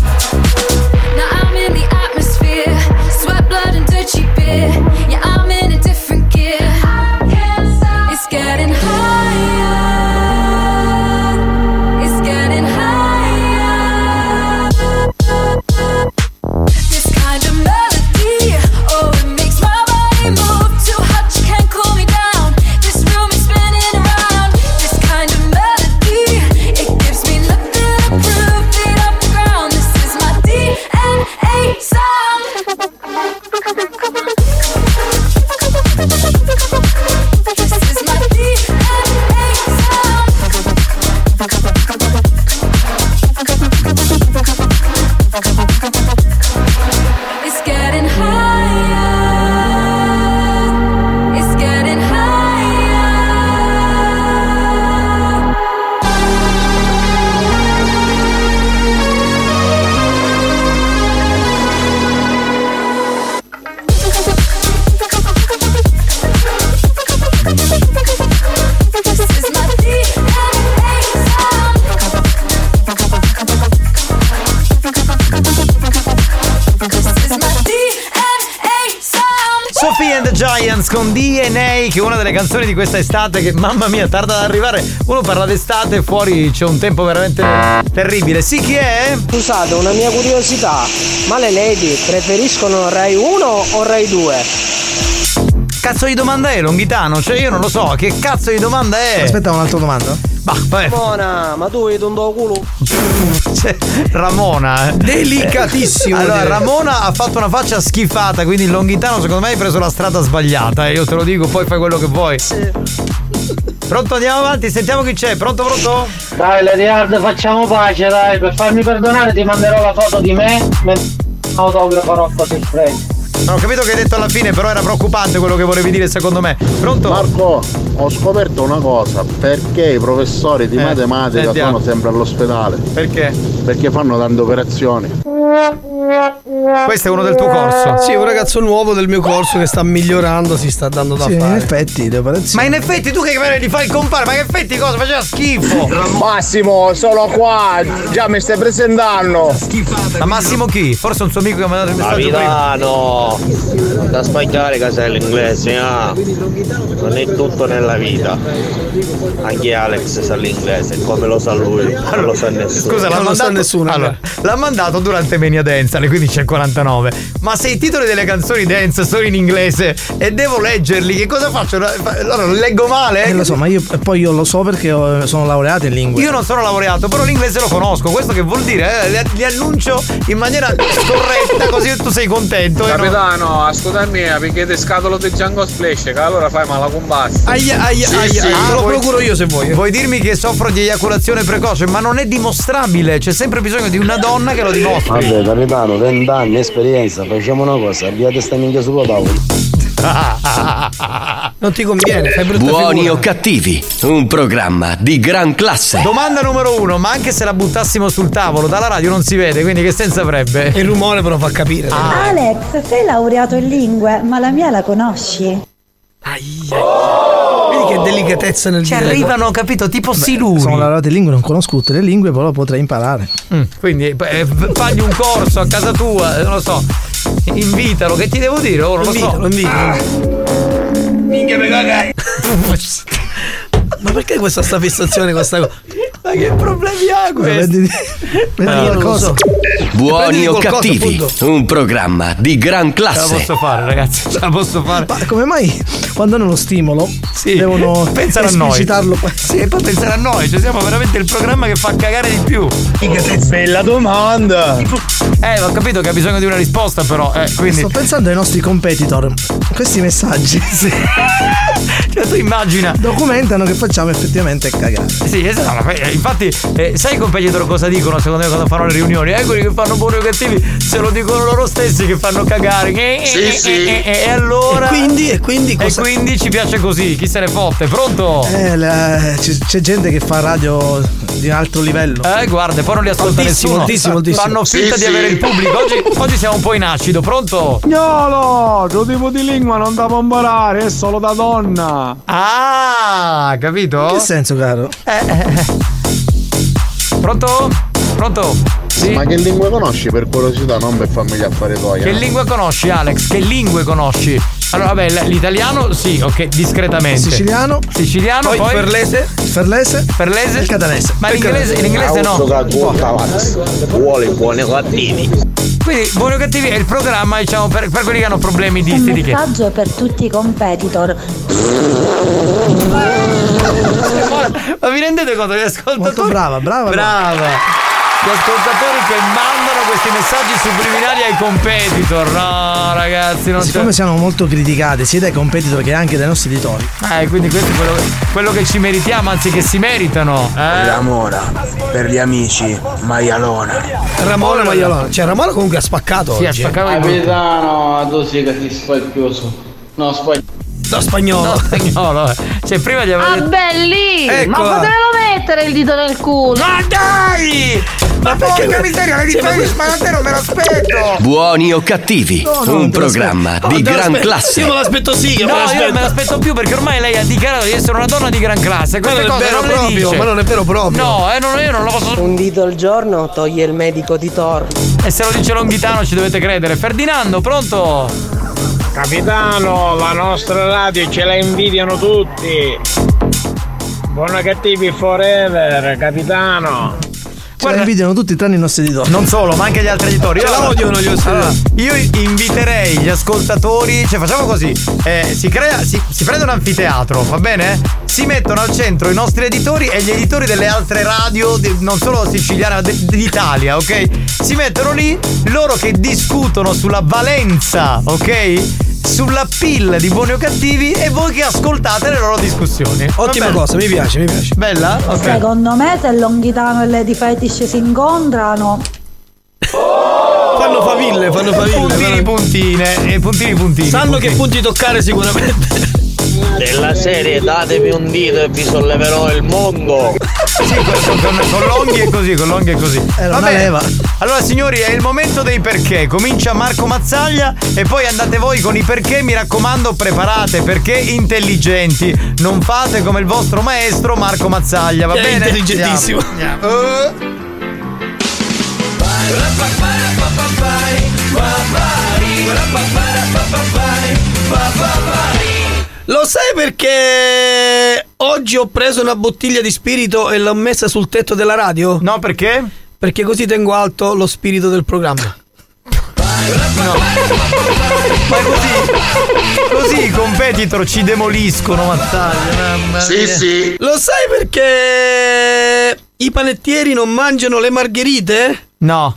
Now I'm in the atmosphere, sweat, blood, and dirty beer. Yeah, I'm in a different gear. It's getting higher. It's getting higher. This kind of melody, oh, it makes my body move. Too hot, you can't cool me down. This room is spinning around. This kind of melody, it gives me nothing to prove. It off the ground. This is my DNA sound. This is my DNA sound. It's getting higher. It's getting higher. This is my DNA sound. This is my DNA sound.
Sophie and the Giants con DNA, che è una delle canzoni di questa estate che mamma mia tarda ad arrivare. Uno parla d'estate, fuori c'è un tempo veramente terribile. Sì, chi è?
Scusate, una mia curiosità, ma le lady preferiscono Rai 1 o Rai 2?
Cazzo di domanda è, Longhitano? Cioè io non lo so, che cazzo di domanda è?
Aspetta un'altra domanda.
Bah, vabbè.
Buona, ma tu hai tondo culo?
Cioè, Ramona. eh.
Delicatissimo,
Allora,
direi.
Ramona ha fatto una faccia schifata, quindi il Longhitano secondo me hai preso la strada sbagliata. eh, Io te lo dico, poi fai quello che vuoi. Pronto, andiamo avanti, sentiamo chi c'è. Pronto, pronto?
Dai, Lady Hard, facciamo pace, dai, per farmi perdonare ti manderò la foto di me, mentre autografo Rocco si prende.
Non ho capito che hai detto alla fine, però era preoccupante quello che volevi dire secondo me. Pronto?
Marco, ho scoperto una cosa, perché i professori di
Eh,
matematica
sentiamo.
sono sempre all'ospedale?
Perché?
Perché fanno tante operazioni.
Questo è uno del tuo corso?
Sì, un ragazzo nuovo del mio corso che sta migliorando, si sta dando da
Sì, in
fare.
effetti le operazioni.
Ma in effetti tu che gli fai il compare, ma che effetti cosa? Faceva schifo!
Massimo, sono qua, già mi stai presentando.
Ma Massimo chi? Forse un suo amico che mi ha mandato il messaggio prima.
Capitano.
Da sbagliare casella inglese, ah, non è tutto nella vita. Anche Alex sa l'inglese, come lo sa lui, non lo sa nessuno.
Scusa, l'ha mandato, allora, l'ha mandato durante Mania Dance alle 15.49. Ma se i titoli delle canzoni dance sono in inglese e devo leggerli, che cosa faccio? Allora, leggo male?
Eh, lo so, ma io e poi io lo so perché ho- sono laureato in lingue.
Io non sono laureato, però l'inglese lo conosco. Questo che vuol dire? Eh, li, li annuncio in maniera corretta, così tu sei contento. eh, e non-
Capitano, ascolta
eh,
mia, perché te scatolo di Django Splash, che allora fai male con basta.
Aia, aia,
Sì,
aia.
sì.
Ah,
Vuoi-
vuoi- Vuoi dirmi che soffro di eiaculazione precoce, ma non è dimostrabile. C'è sempre bisogno di una donna che lo dimostri.
Vabbè, capitano, 20 anni, esperienza, facciamo una cosa, abbiate sta minchia sulla tavola.
Non ti conviene, fai brutta
Buoni
figura.
o cattivi, un programma di gran classe.
Domanda numero uno, ma anche se la buttassimo sul tavolo, dalla radio non si vede, quindi che senso avrebbe? Ah, Il rumore però fa capire.
Alex, sei laureato in lingue, ma la mia la conosci?
Vedi che delicatezza nel
Ci
dire le
arrivano, capito, tipo siluri.
Sono laureato in lingue, non conosco tutte le lingue, però potrei imparare.
Mm, quindi eh, f- fagli un corso a casa tua, eh, non lo so. Invitalo, che ti devo dire? Oh, non lo so.
Minchia, mi cagai.
Ma perché questa sta fissazione con sta cosa? Ma che problemi ha questo?
Eh,
Ah,
Eh,
non lo so. Buoni o cattivi, un programma di gran
Ce la
classe.
posso fare, ragazzi, ce la posso fare.
Ma come mai quando hanno lo stimolo devono
Pensano a noi.
esplicitarlo?
Sì, e poi pensare a noi, cioè siamo veramente il programma che fa cagare di più. Bella domanda! Eh, ho capito che ha bisogno di una risposta, però. Eh, quindi.
Sto pensando ai nostri competitor. Questi messaggi
Cioè, tu immagina.
documentano che facciamo effettivamente cagare.
Sì, esatto. eh, Infatti, eh, sai i competitor cosa dicono? Secondo me cosa fanno le riunioni? Eh, quelli che fanno buoni o cattivi se lo dicono loro stessi che fanno cagare. Eh, eh,
Sì,
eh,
sì.
eh, eh, eh, E allora.
E quindi- e quindi cosa-
quindi ci piace così. Chi se ne fotte? Pronto?
Eh, la- c'è, c'è gente che fa radio di un altro livello.
Eh, guarda, poi non li ascolta
Altissimo,
nessuno.
altissimo, altissimo.
Fanno
Sì,
finta
sì.
di avere il pubblico. Oggi, oggi siamo un po' in acido, pronto?
Gnolo, tuo tipo di lingua non da pomparare, è solo da donna.
Ah, capito?
In che senso, caro?
Eh, Pronto? Pronto?
Ma che lingua conosci per curiosità, non per farmi gli affari tuoi?
Che
eh?
lingue conosci, Alex? Che lingue conosci? Allora, vabbè, l- l'italiano, sì, ok, discretamente.
Siciliano.
Siciliano, poi.
il ferlese. Il ferlese.
Ferlese.
Il catanese.
Ma l'inglese, l'inglese no.
Vuole buoni gattini.
Quindi, buoni o cattivi è il programma, diciamo, per, per quelli che hanno problemi di
Un
sti di che.
messaggio per tutti i competitor.
Ma vi rendete conto? Gli ascoltatori. brava,
brava.
Brava. Gli ascoltatori che mandano questi messaggi subliminali ai competitor. No, ragazzi, non c'è.
Siccome siamo molto criticati sia dai competitor che anche dai nostri editori. cioè,
Eh, quindi questo è quello, quello che ci meritiamo, anzi che si meritano. Eh?
Ramona, per gli amici, maialona.
Ramona Maialona. Cioè, Ramona comunque ha spaccato oggi. eh.
Capitano, tu sei che ti spacchioso. No, spacchioso.
Da spagnolo.
No, spagnolo. eh. Cioè, prima gli avevo
Ah
detto.
beh lì!
Ecco.
Ma
Eccola.
potevano mettere il dito nel culo!
Ma dai! Ma
porca
miseria, la vittoria di Sparantero me l'aspetto!
Buoni o cattivi,
No,
no,
un
non te lo
programma
aspetto. No,
di
te lo
gran
aspetto.
classe.
Io me
l'aspetto sì, io
no,
me
io
l'aspetto.
non me l'aspetto più perché ormai lei ha dichiarato di essere una donna di gran classe. Queste
non è
cose
vero
non le
proprio,
dice.
ma non è vero proprio.
No, eh, non, io non lo posso.
Un dito al giorno toglie il medico di torno.
E se lo dice Longhitano ci dovete credere. Ferdinando, pronto?
Capitano, la nostra radio ce la invidiano tutti. Buona cattivi forever, capitano.
Ce la invidiano tutti tranne i nostri editori.
Non solo, ma anche gli altri editori.
Ce la
Allora-
odiano gli altri
Allora,
editori.
io inviterei gli ascoltatori. Cioè, facciamo così: eh, si, crea, si, si prende un anfiteatro, va bene? Si mettono al centro i nostri editori e gli editori delle altre radio, di- non solo siciliane, ma de- d'Italia, ok? Si mettono lì loro che discutono sulla valenza, ok? Sulla pill di buoni o cattivi e voi che ascoltate le loro discussioni.
Ottima cosa, mi piace, mi piace.
Bella? Ok.
Secondo me se Longhitano e Lady Fetish si incontrano,
Fanno faville, fanno faville. Puntini, puntine, e puntini, puntini.
Sanno che punti toccare sicuramente.
Della serie datevi un dito e vi solleverò il mondo.
Sì, con, con- con l'onghi è così, con l'onghi è così. Va bene. Allora signori è il momento dei perché. Comincia Marco Mazzaglia e poi andate voi con i perché. Mi raccomando preparate perché intelligenti. Non fate come il vostro maestro Marco Mazzaglia, va
Eh,
È
bene?
intelligentissimo.
Andiamo, andiamo. Eh,
Guarda,
Lo sai perché oggi ho preso una bottiglia di spirito e l'ho messa sul tetto della radio?
No, perché?
Perché così tengo alto lo spirito del programma.
Ma così, così i competitor ci demoliscono, Mazzaglia. mamma mia.
Eh. Lo sai perché i panettieri non mangiano le margherite?
No.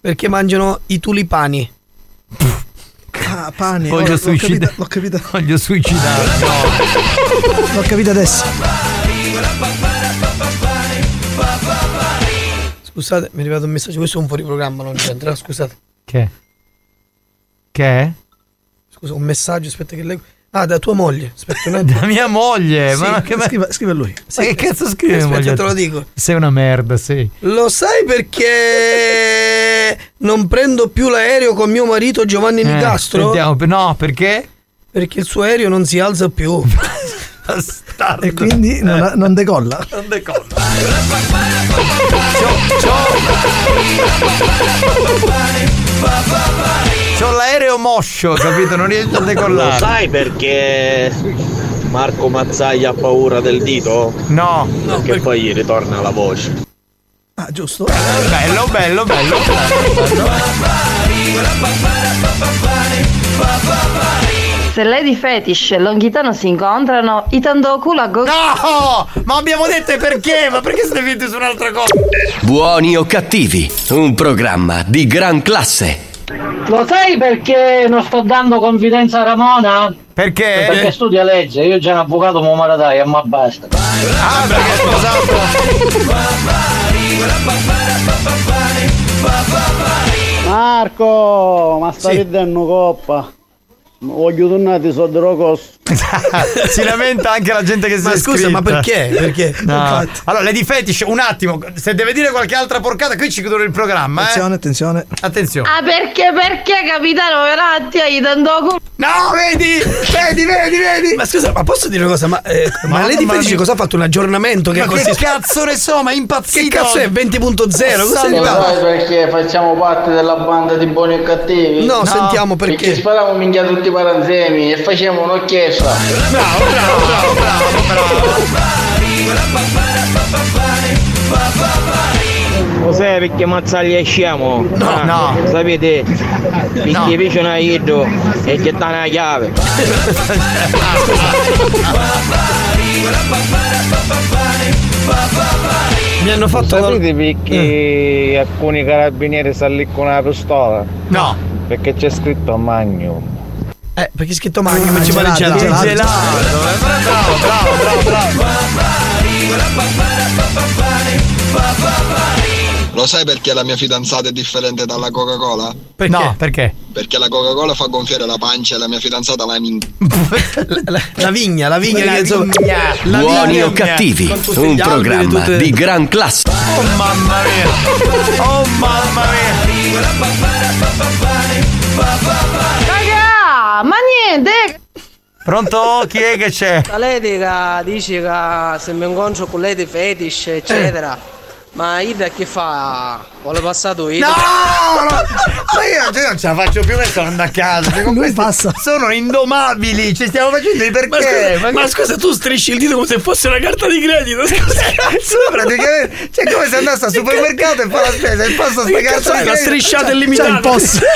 Perché mangiano i tulipani.
Ah, pane.
Voglio
Ora, l'ho,
suicida-
capita, l'ho capita.
Voglio suicidarmi.
L'ho capita adesso.
Scusate, mi è arrivato un messaggio. Questo è un fuori programma, non c'entra. Scusate.
Che? Che?
Scusa, un messaggio, aspetta che leggo. Ah, da tua moglie. Aspetta un attimo.
Da mia moglie.
Sì,
ma che
scrive, scrive a lui.
Ma che cazzo scrive?
Aspetta,
moglie?
te lo dico.
Sei una merda, sì.
Lo sai perché non prendo più l'aereo con mio marito Giovanni
Eh,
Nicastro?
sentiamo, no, perché?
Perché il suo aereo non si alza più.
E quindi non, ha- non decolla.
Non decolla. C'ho l'aereo moscio, capito? Non riesco a
Lo
decollare.
sai perché Marco Mazzaglia ha paura del dito?
No.
Perché poi gli ritorna la voce.
Ah, giusto.
Bello, bello, bello.
Se Lady Fetish e Longhitano si incontrano, i tandoculo a go-
No! Ma abbiamo detto perché? Ma perché siete finti su un'altra cosa?
Buoni o cattivi, un programma di gran classe.
Lo sai perché non sto dando confidenza a Ramona?
Eh?
Perché?
Perché studia legge, io già un avvocato mo marataia, ma basta.
Marco, ma stai vedendo coppa? Voglio tornare so della costa.
Ah, si lamenta anche la gente che si
Ma
è
scusa,
iscritta.
ma perché? Perché?
No.
Infatti.
Allora, Lady Fetish, un attimo, se deve dire qualche altra porcata, qui ci chiudono il programma. Attenzione,
attenzione.
Attenzione.
Ah, perché, perché, capitano, verratti ai tandoculo?
No, vedi, vedi, vedi, vedi.
Ma scusa, ma posso dire una cosa? Ma, eh, ma
Mamma
Lady Fetish
mia.
cosa ha fatto? Un aggiornamento? Che,
Ma che
cazzo ne so, ma è impazzito!
Che cazzo è? 20.0? Cosa
Lo sai
è
perché facciamo parte della banda di buoni e cattivi?
No, No. sentiamo perché.
Perché sparavamo minchia tutti i paranzemi e facevamo un'orchestra.
Bravo, bravo, bravo,
Lo sai perché mazzaglia esciamo? No,
no.
Ah, Sapete, perché
No.
vicino a Iddo e che sta una chiave.
Mi hanno fatto... Mm.
Sapete perché alcuni carabinieri stanno lì con una pistola?
No.
Perché c'è scritto Magnum.
Eh, perché è scritto Mario, ma ci
Ah,
pare
gelato,
gelato.
gelato. eh.
Lo sai perché la mia fidanzata è differente dalla Coca-Cola?
Perché? No, perché?
Perché la Coca-Cola fa gonfiare la pancia e la mia fidanzata la minchia.
La vigna, la vigna,
La
che, insomma,
vigna.
la
Buoni
vigna-
o cattivi,
con tutti
un
gli alberi,
programma
tutte-
di gran classe.
Oh mamma mia! Oh mamma
Raga, ma niente,
Pronto? Chi è che c'è?
Ma lei dica- dice che se mi incontro con lei di fetish, eccetera. Ma Ida che fa? Vuole passato io.
No! Ma io, io non ce la faccio più, questo andando a casa. perché con questi Sono indomabili, ci stiamo facendo i
Ma
perché.
scusa, ma scusa, tu strisci il dito come se fosse una carta di credito.
Sopra, praticamente. Cioè, come se andasse al supermercato e fa la spesa. Il posto sta
Che cazzo è la strisciata illimitata?
limitata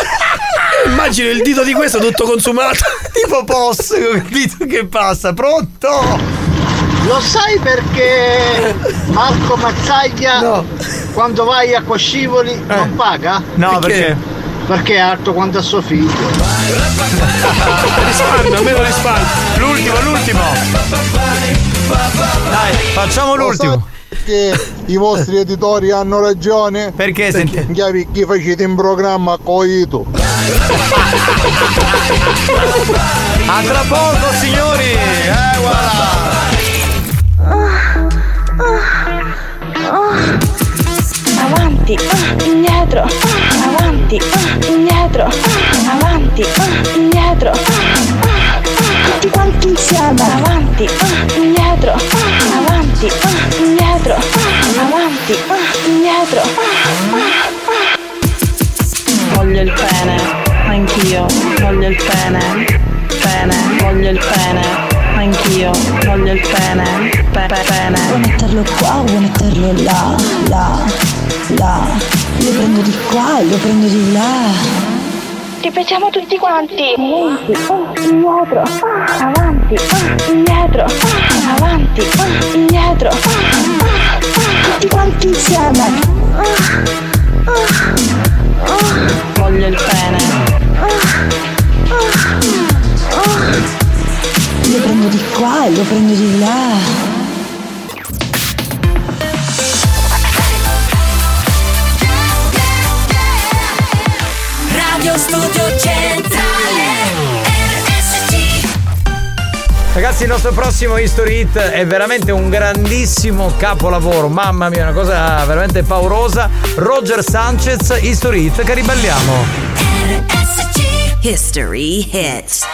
Immagino il dito di questo tutto consumato.
tipo posso, ho capito che passa. Pronto?
Lo sai perché Marco Mazzaglia quando vai a Coscivoli non paga?
Eh. No, perché?
Perché è alto quanto a suo figlio.
Risparmio, almeno risparmio. L'ultimo, l'ultimo. Dai, facciamo l'ultimo.
Che i vostri editori hanno ragione.
Perché
senti? Chi facete in programma coito?
A tra poco, signori. Eh, voilà.
Ah, Avanti, ah, indietro, ah, avanti, ah, indietro, ah, avanti, ah, indietro, ah, ah, ah, tutti quanti insieme, avanti, ah, indietro, ah, avanti, ah, indietro, ah, avanti, ah, indietro. ah, Voglio il pene, anch'io, voglio il pene, pene, voglio il pene, io voglio il pene, pe- pe- pene.
Vuoi metterlo qua o vuoi metterlo là, là, là? Lo prendo di qua, lo prendo di là.
Ripetiamo tutti quanti. Avanti, ah, indietro, ah, avanti, ah, indietro, ah, avanti, ah, indietro. Ah, ah, ah, tutti quanti insieme. Ah, ah, ah.
Voglio il pene.
Lo prendo di qua e lo prendo di là.
Radio Studio Centrale RSC
Ragazzi, il nostro prossimo History Hit è veramente un grandissimo capolavoro. Mamma mia, una cosa veramente paurosa. Roger Sanchez, History Hit, che ribelliamo.
History hits.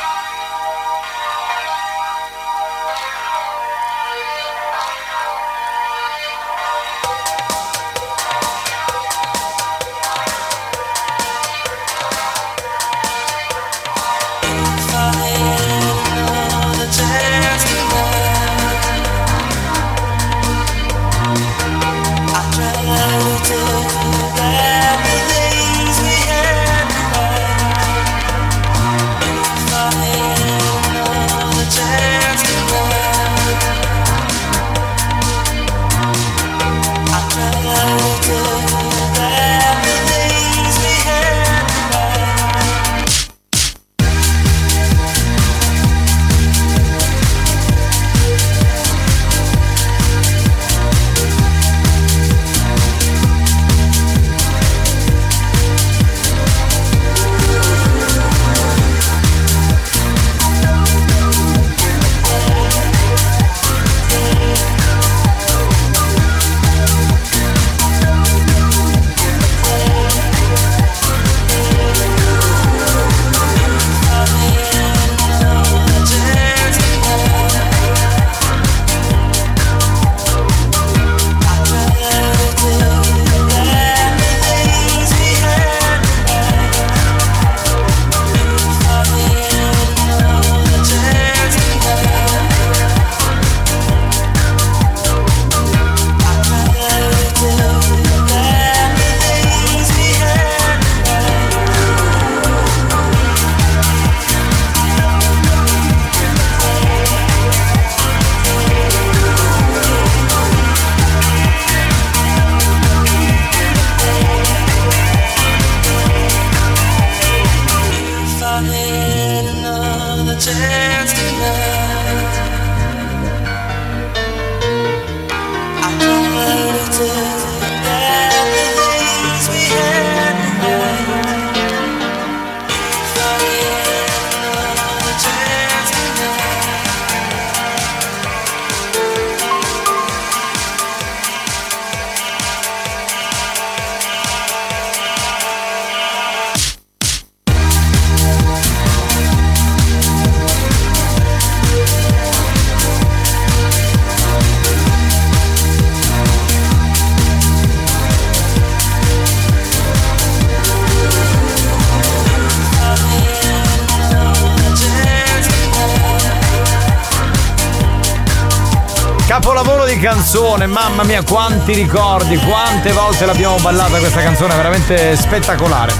Capolavoro di canzone, mamma mia, quanti ricordi, quante volte l'abbiamo ballata questa canzone, veramente spettacolare.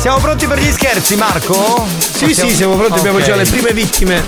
Siamo pronti per gli scherzi, Marco?
Sì, sì, siamo pronti, abbiamo già le prime vittime.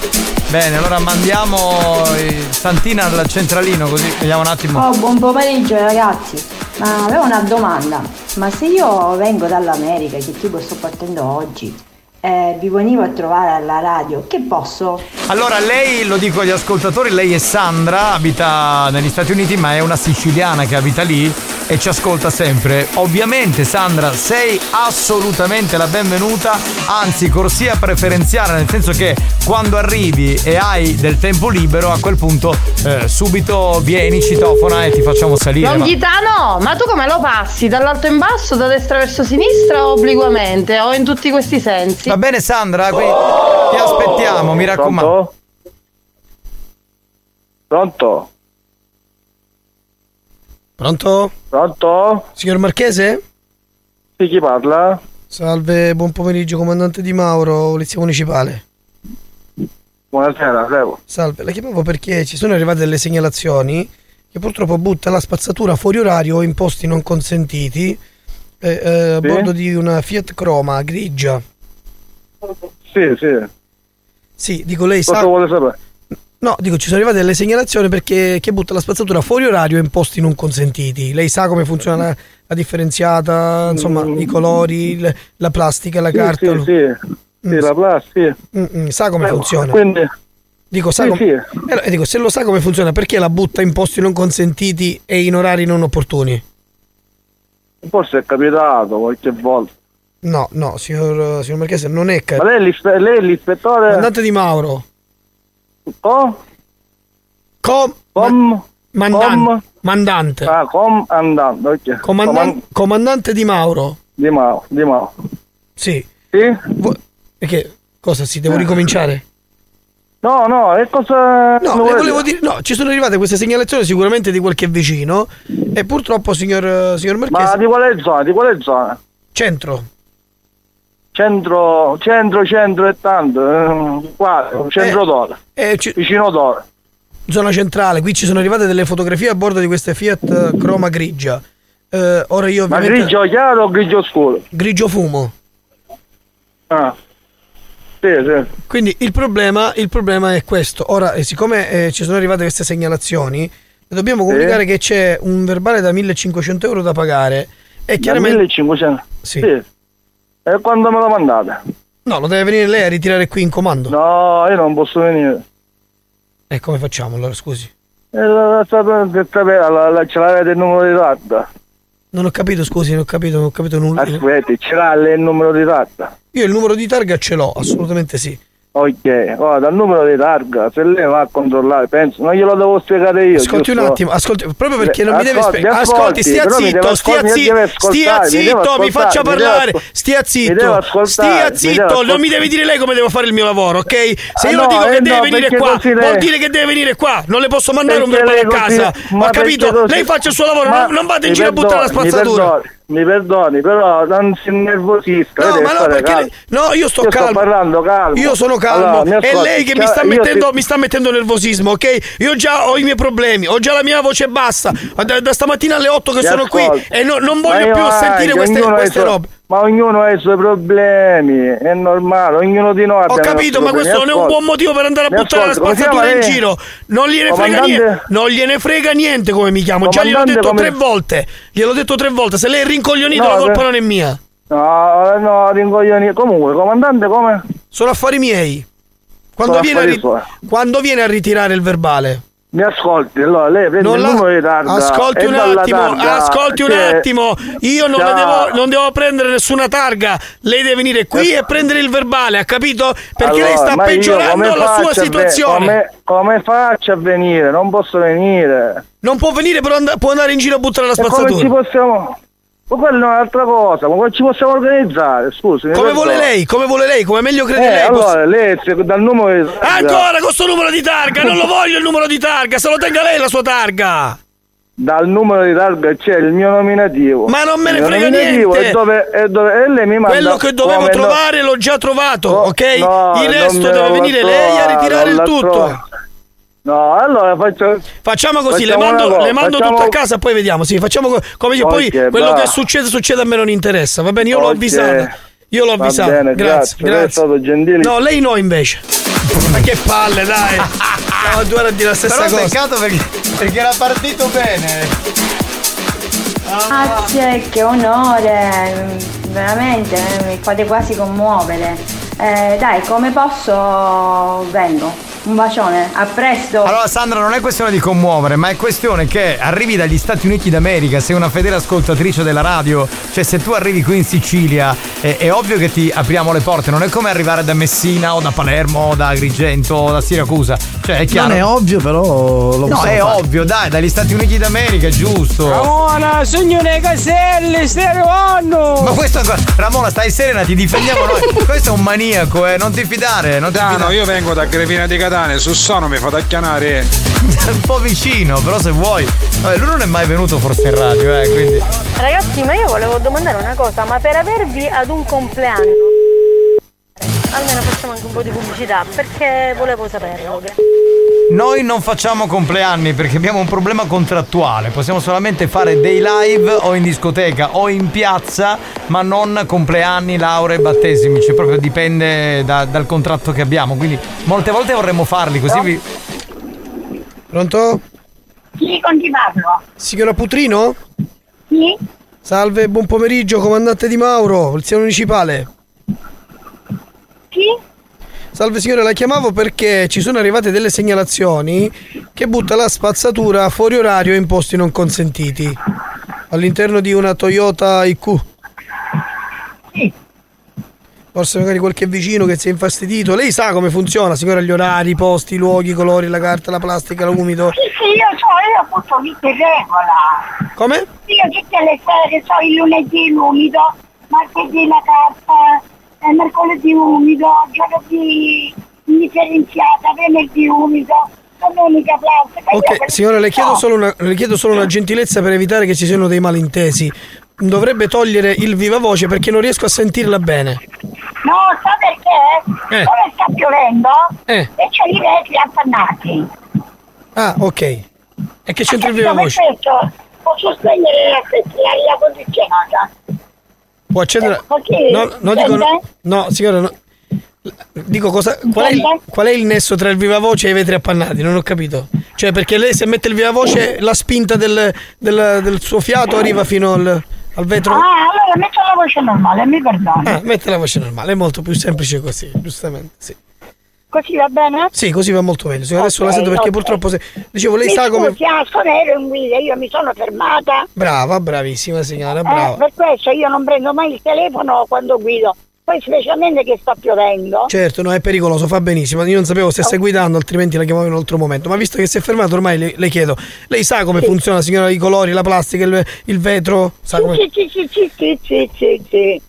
Bene, allora mandiamo eh, Santina al centralino così vediamo un attimo.
Oh, buon pomeriggio ragazzi. Ma avevo una domanda. Ma se io vengo dall'America, che tipo sto partendo oggi, e vi venivo a trovare alla radio, che posso?
Allora, lei, lo dico agli ascoltatori, lei è Sandra, abita negli Stati Uniti, ma è una siciliana che abita lì e ci ascolta sempre. Ovviamente, Sandra, sei assolutamente la benvenuta, anzi, corsia preferenziale, nel senso che quando arrivi e hai del tempo libero, a quel punto eh, subito vieni, citofona e ti facciamo salire. ma-
Longhitano, ma tu come lo passi? Dall'alto in basso, da destra verso sinistra o obliquamente? O in tutti questi sensi?
Va bene Sandra, qui
Oh,
ti aspettiamo, mi raccomando.
Pronto?
Pronto?
Pronto?
Signor Marchese?
Sì, chi parla?
Salve, buon pomeriggio comandante Di Mauro, Polizia Municipale.
Buonasera, prego.
Salve, la chiamavo perché ci sono arrivate delle segnalazioni che purtroppo butta la spazzatura fuori orario o in posti non consentiti eh, eh, a
Sì?
bordo di una Fiat Croma grigia.
Sì, sì.
Sì, dico lei
Cosa
sa...
vuole sapere?
No, dico ci sono arrivate delle segnalazioni perché che butta la spazzatura fuori orario e in posti non consentiti. Lei sa come funziona la, la differenziata, insomma, i colori, il- la plastica, la
Mm. Sì,
carta.
sì, sì. Sì,
Mm.
la plastica.
sa come
Eh,
funziona.
quindi-
Dico, sa
Sì,
com-
sì.
Eh, no, eh, dico, se lo sa come funziona, perché la butta in posti non consentiti e in orari non opportuni?
Forse è capitato qualche volta.
No, no, signor, signor Marchese, non è
Ma
caro.
lei è l'ispe- lei è l'ispettore?
Comandante di Mauro.
Com?
Com?
Com?
Mandan-
Com?
Mandante.
Ah, com andando, ok.
Comandan-
Coman-
comandante di Mauro.
Di Mao, di Mao.
Sì.
Sì?
Perché? Cosa, si devo ricominciare?
No, no, e cosa...
No, le volevo dire, no, ci sono arrivate queste segnalazioni sicuramente di qualche vicino e purtroppo, signor, signor Marchese...
Ma di quale zona? Di quale zona?
Centro.
Centro, centro, centro e tanto. eh, Qua, centro d'ora.
eh,
Vicino d'ora.
zona centrale, qui ci sono arrivate delle fotografie a bordo di queste Fiat eh, Croma grigia. Eh, ora io
Ma
ovviamente
grigio chiaro o grigio scuro?
grigio fumo.
Ah. Sì, sì.
Quindi il problema, il problema è questo. Ora, eh, siccome eh, ci sono arrivate queste segnalazioni, dobbiamo
Sì.
comunicare che c'è un verbale da 1500 euro da pagare. E
Da
chiaramente...
1500?
Sì.
E quando me lo mandate?
No, lo deve venire lei a ritirare qui in comando.
No, io non posso venire.
E come facciamo allora, scusi?
E la, la, la, la, la, la, ce l'avete il numero di ratta?
Non ho capito, scusi, non ho capito, non ho capito nulla.
Aspetti, ce l'ha lei il numero di ratta?
Io il numero di targa ce l'ho, assolutamente sì.
Ok, ora dal numero di targa, se lei va a controllare, penso, non glielo devo spiegare io.
Ascolti un
giusto?
attimo, ascolti, proprio perché non mi deve
Ascolti,
spiegare. Ascolti, stia
però mi deve
zitto, stia
ascol- mi deve
zitto,
ascoltare,
stia
mi deve
zitto, mi faccia
ascoltare, mi deve
parlare.
ascol-
Stia
mi deve
zitto,
ascoltare, mi
stia
deve
zitto, non mi
ascoltare.
devi dire lei come devo fare il mio lavoro, ok? Se
Ah,
io
no,
dico che
eh,
deve
no,
venire
perché
qua,
così
vuol
lei-
dire che deve venire qua, non le posso mandare un
Perché
verbale a
lei così-
casa.
ma
Ho
perché
capito,
così-
lei faccia il suo lavoro,
ma
non- non vada in
mi
giro a buttare la
perdoni,
spazzatura.
Mi perdoni, mi perdoni, però non si innervosisca.
No,
deve
ma no,
stare
perché
calmo.
lei- no, io sto calmo.
parlando calmo.
Io sono calmo.
Allora, mi
è
ascolti,
lei che mi
cioè,
sta,
io
mettendo,
ti-
mi sta mettendo nervosismo, ok? Io già ho i miei problemi, ho già la mia voce bassa. Da, da stamattina alle 8 che
Mi
sono qui
ascolti.
e no- non
Ma
voglio
io
più
anche,
sentire queste,
ognuno ha i
queste
suoi-
robe.
Ma ognuno ha i suoi problemi, è normale, ognuno di noi ha
Ho capito, ma questo non è un buon motivo per andare a buttare la spazzatura in giro. Non gliene frega
Comandante-
niente. Non gliene frega niente come mi chiamo. Già gliel'ho detto
Comandante, come-
tre volte. Gliel'ho detto tre volte. Se lei è rincoglionito,
No,
la colpa
per-
non è mia.
No, eh, no, rincoglioni. Comunque, comandante, come?
Sono affari miei. Quando
Sono
viene, a
affari
ri-
suoi.
quando viene a ritirare il verbale?
Mi ascolti, allora lei prende
Non
il
la-
numero di targa.
Ascolti
e
un
dalla
attimo,
targa,
ascolti un
cioè,
attimo. Io non, le
cioè,
devo, non devo prendere nessuna targa. Lei deve venire qui e prendere il verbale, ha capito? Perché lei
Eh. allora,
sta
ma io
peggiorando
come
la sua
faccio a ve-
situazione.
Come, come faccio a venire? Non posso venire.
Non può venire, però and- può andare in giro a buttare la
E come ci
spazzatura.
possiamo... Ma quella è un'altra cosa, ma come ci possiamo organizzare? Scusi.
Come vuole lei, come vuole lei, come meglio crede
eh,
lei. posso-
Allora, lei se- dal numero di targa-
Ancora con sto numero di targa, non lo voglio il numero di targa, se lo tenga lei la sua targa.
Dal numero di targa c'è il mio nominativo.
Ma non me ne
Il mio
frega
nominativo
niente.
È dove, è dove, e lei mi manda
Quello che dovevo
come no- Oh,
trovare l'ho già trovato, ok?
no,
Il
non
resto
me
deve
l'ho
venire lei a
trovato,
ritirare il
l'ho
tutto.
trovato. No, allora faccio.
Facciamo così, le
facciamo
mando,
una cosa,
le mando
facciamo-
tutto a casa, poi vediamo. Sì, facciamo co- come dice, poi
Ok,
quello
va.
che succede, succede a me non interessa. Va bene, io l'ho
Ok.
avvisata. Io l'ho
Va
avvisata.
bene,
grazie,
grazie, lei è stato gentile.
No, lei no invece. Ma che palle, dai. Stiamo a Ah, due ore a dire la stessa
Però
cosa.
peccato perché, perché era partito bene.
Grazie, Ah, che onore, veramente eh, mi fate quasi commuovere. Eh, dai, come posso vengo. Un bacione, a presto.
Allora Sandra non è questione di commuovere, ma è questione che arrivi dagli Stati Uniti d'America, sei una fedele ascoltatrice della radio, cioè se tu arrivi qui in Sicilia è, è ovvio che ti apriamo le porte, non è come arrivare da Messina o da Palermo o da Agrigento o da Siracusa, cioè è chiaro.
Non è ovvio, però lo
No,
possiamo
è
fare.
ovvio, dai, dagli Stati Uniti d'America, giusto.
Ramona, signore Caselli, stereo anno!
Ma questo ancora. Ramona, stai serena, ti difendiamo noi. questo è un maniaco, eh, non ti fidare, non ti
Ah no,
fidare.
io vengo da Grevina di Catane, su Sono mi fa tacchianare.
un po' vicino, però se vuoi. Vabbè, lui non è mai venuto forse in radio, eh, quindi.
Ragazzi, ma io volevo domandare una cosa, ma per avervi ad un compleanno
almeno facciamo anche un po' di pubblicità perché volevo saperlo.
Noi non facciamo compleanni perché abbiamo un problema contrattuale. Possiamo solamente fare dei live o in discoteca o in piazza, ma non compleanni, lauree e battesimi. Cioè, proprio dipende da- dal contratto che abbiamo. Quindi, molte volte vorremmo farli così. Vi...
Pronto?
Sì, con chi parlo?
Signora Putrino?
Sì?
Salve, buon pomeriggio, comandante Di Mauro, polizia municipale.
Sì?
Salve signore, la chiamavo perché ci sono arrivate delle segnalazioni che butta la spazzatura fuori orario in posti non consentiti. All'interno di una Toyota IQ.
Sì.
Forse magari qualche vicino che si è infastidito. Lei sa come funziona, signora, gli orari, i posti, i luoghi, i colori, la carta, la plastica, l'umido.
Sì, sì, io so, io butto lì per regola.
Come?
Io tutte le sere so il lunedì l'umido, martedì la carta, eh, mercoledì umido, giovedì indifferenziata, venerdì umido, domenica plastica. Io
Ok,
per-
signora, le chiedo,
so.
solo una, le chiedo solo una gentilezza per evitare che ci siano dei malintesi. Dovrebbe togliere il viva voce perché non riesco a sentirla bene.
No, sa perché?
Eh.
Come sta piovendo?
Eh.
E c'è i vetri affannati.
Ah, ok. E che c'entra il viva
Dove
voce?
questo posso spegnere la l'aria condizionata?
Può accendere.
Così?
No, no, dico, no, no, signora, no. Dico cosa. Qual è, il, qual è il nesso tra il viva voce e i vetri appannati? Non ho capito. Cioè, perché lei se mette il viva voce, la spinta del, del- del suo fiato arriva fino al, al vetro.
Ah, allora metto la voce normale, mi perdoni.
Ah, mette la voce normale, è molto più semplice così, giustamente. Sì.
Così va bene?
Sì, così va molto meglio. Signora, Adesso la
Ok,
sento perché
ok.
purtroppo. se- Dicevo, lei
mi
sa come.
scusi, ah, sono ero in guida, io mi sono fermata.
Brava, bravissima signora,
Eh,
brava.
per questo io non prendo mai il telefono quando guido. Poi specialmente che sta piovendo.
Certo, no, è pericoloso, fa benissimo. Io non sapevo stesse guidando, altrimenti la chiamavo in un altro momento. Ma visto che si è fermato, ormai le, le chiedo: lei sa come funziona, signora, i colori, la plastica, il, il vetro? Sa come.
Sì, sì, sì, sì, sì, sì, sì, sì.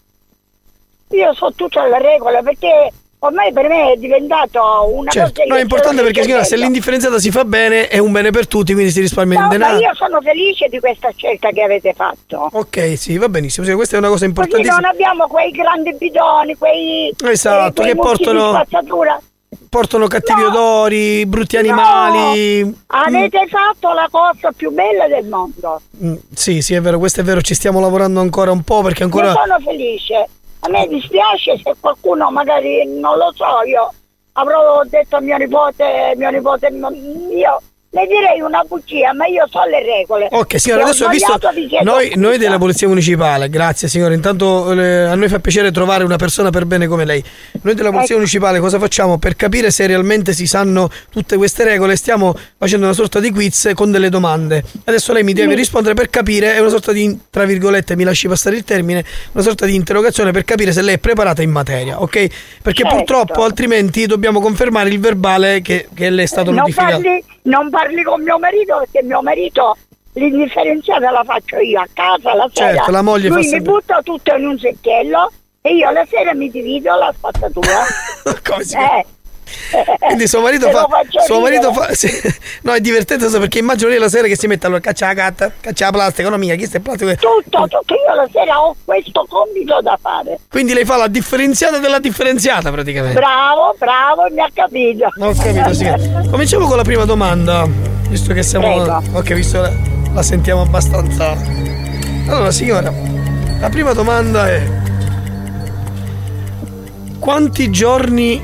Io so tutto alla regola perché ormai per me è diventato una cosa
Certo,
che
no, è importante
solo
perché, signora, se
cervello.
l'indifferenziata si fa bene, è un bene per tutti, quindi si risparmia il
No, ma
denaro.
io sono felice di questa scelta che avete fatto.
Ok, sì, va benissimo. sì, questa è una cosa
Così
importantissima.
non abbiamo quei grandi bidoni, quei
Esatto,
eh, quei
che
mucchi
portano-
di spazzatura.
Portano cattivi odori, brutti
No,
animali.
avete fatto la cosa più bella del mondo.
Mm, Sì, sì, è vero, questo è vero, ci stiamo lavorando ancora un po' perché ancora.
Ne sono felice. A me dispiace se qualcuno magari non lo so, io avrò detto a mio nipote, mio nipote, non- io le direi una bugia, ma io so le regole.
Ok signora,
Se ho
adesso ho visto
sbagliato, vi chiedo
noi,
scusa.
noi della Polizia Municipale, grazie signora, intanto eh, a noi fa piacere trovare una persona per bene come lei. Noi della Polizia
Ecco.
Municipale cosa facciamo? Per capire se realmente si sanno tutte queste regole stiamo facendo una sorta di quiz con delle domande. Adesso lei mi deve
Sì.
rispondere per capire, è una sorta di, tra virgolette, mi lasci passare il termine, una sorta di interrogazione per capire se lei è preparata in materia, ok? Perché
Certo.
purtroppo altrimenti dobbiamo confermare il verbale che, che le è stato
Eh, non
notificato.
parli, non parli con mio marito perché mio marito l'indifferenziata la faccio io a casa la sera.
Certo, la moglie
Lui
fa
mi
sempre-
butta tutto in un secchiello e io la sera mi divido la spazzatura.
Come si
eh.
Quindi suo marito
Te Eh, lo
fa.
faccio
Suo marito
ridere.
fa. sì. No, è divertente so, perché immagino lei la sera che si mette allora caccia la gatta, caccia la plastica, no mia, chi sta in plastica?
Tutto, tutto, io la sera ho questo compito da fare.
Quindi lei fa la differenziata della differenziata praticamente.
Bravo, bravo, mi ha capito.
Eh. Ho capito, sì. Cominciamo con la prima domanda. Visto che siamo.
Prego.
Ok, visto la, la sentiamo abbastanza. Allora, signora, la prima domanda è. Quanti giorni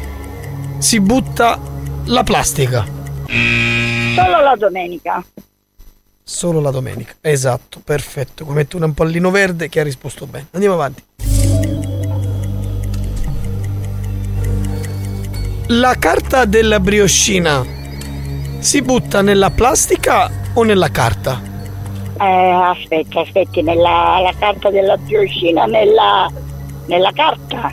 si butta la plastica?
Solo la domenica.
Solo la domenica. Esatto, perfetto. Come tu un pallino verde che ha risposto bene. Andiamo avanti. La carta della brioscina si butta nella plastica o nella carta?
Eh, aspetta, aspetti, nella la carta della pioscina, nella, nella carta.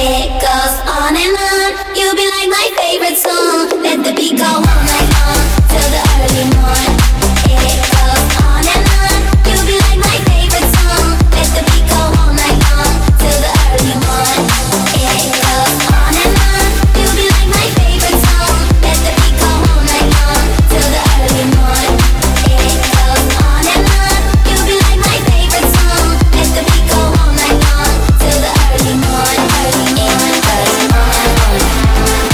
It goes on and on. You'll be like my favorite song. Let the beat go all night long till the early morn. It goes on and on. You'll be like my favorite song. Let the beat go all night long till the early morn. It goes on and on. You'll be like my favorite song. Let the beat go all night long till the early morn. It goes on and on. You'll be like my favorite song. Let the beat go all night long till the early morn. Early morn. Early morn.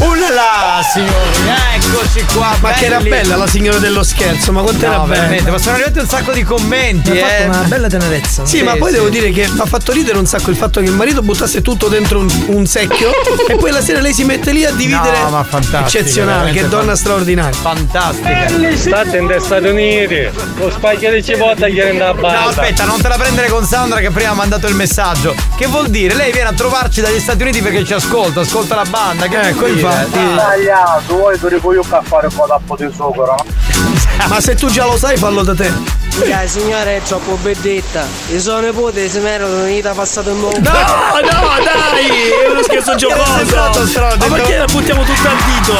Ullala, signori, eccoci qua.
Ah, Ma che era
belli.
bella la signora dello scherzo, ma quanto era
No,
bella.
veramente, ma sono arrivati un sacco di commenti.
Mi ha fatto
eh.
una bella tenerezza. Sì,
Sì,
ma poi
sì.
devo dire che mi ha fatto ridere un sacco il fatto che il marito buttasse tutto dentro un, un secchio e poi la sera lei si mette lì a dividere.
No, ma fantastico,
Eccezionale,
veramente
che donna
fan-
straordinaria.
Fantastica.
State in Stati Uniti, lo spacchio di cipolla che rende a banda.
No, aspetta, non te la prendere con Sandra che prima ha mandato il messaggio. Che vuol dire? Lei viene a trovarci dagli Stati Uniti perché ci ascolta, ascolta la banda. Che ecco,
Tagliato, vuoi tu ripuoi a fare un po' da po' di sopra.
Ma se tu già lo sai, fallo da te.
La signora è troppo benedetta. Io sono nipote, se mi ero venuta passato il mondo.
No, no, dai! È uno scherzo giocoso! Ma perché la buttiamo tutta al dito?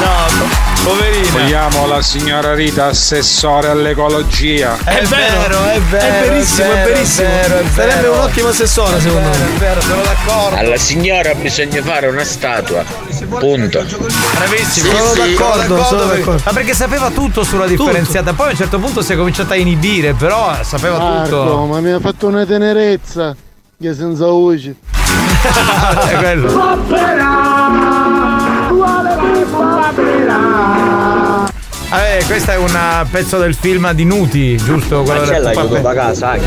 No, poverina.
Vogliamo la signora Rita assessore all'ecologia.
È vero, è vero.
È verissimo, è
vero,
verissimo.
è vero, è
Sarebbe
vero.
un ottimo assessore, secondo me.
È vero, sono d'accordo.
Alla signora bisogna fare una statua. Punto.
Bravissimo,
Sono d'accordo,
sono d'accordo.
Ma perché sapeva tutto sulla
Tutto.
differenziata. Poi a un certo punto si è cominciata a inibire, però sapeva
Marco,
tutto.
ma mi ha fatto una tenerezza che senza voce.
è quello. Eh, questo è un pezzo del film di Nuti, giusto? Quello
c'è
del-
l'aiuto da casa anche.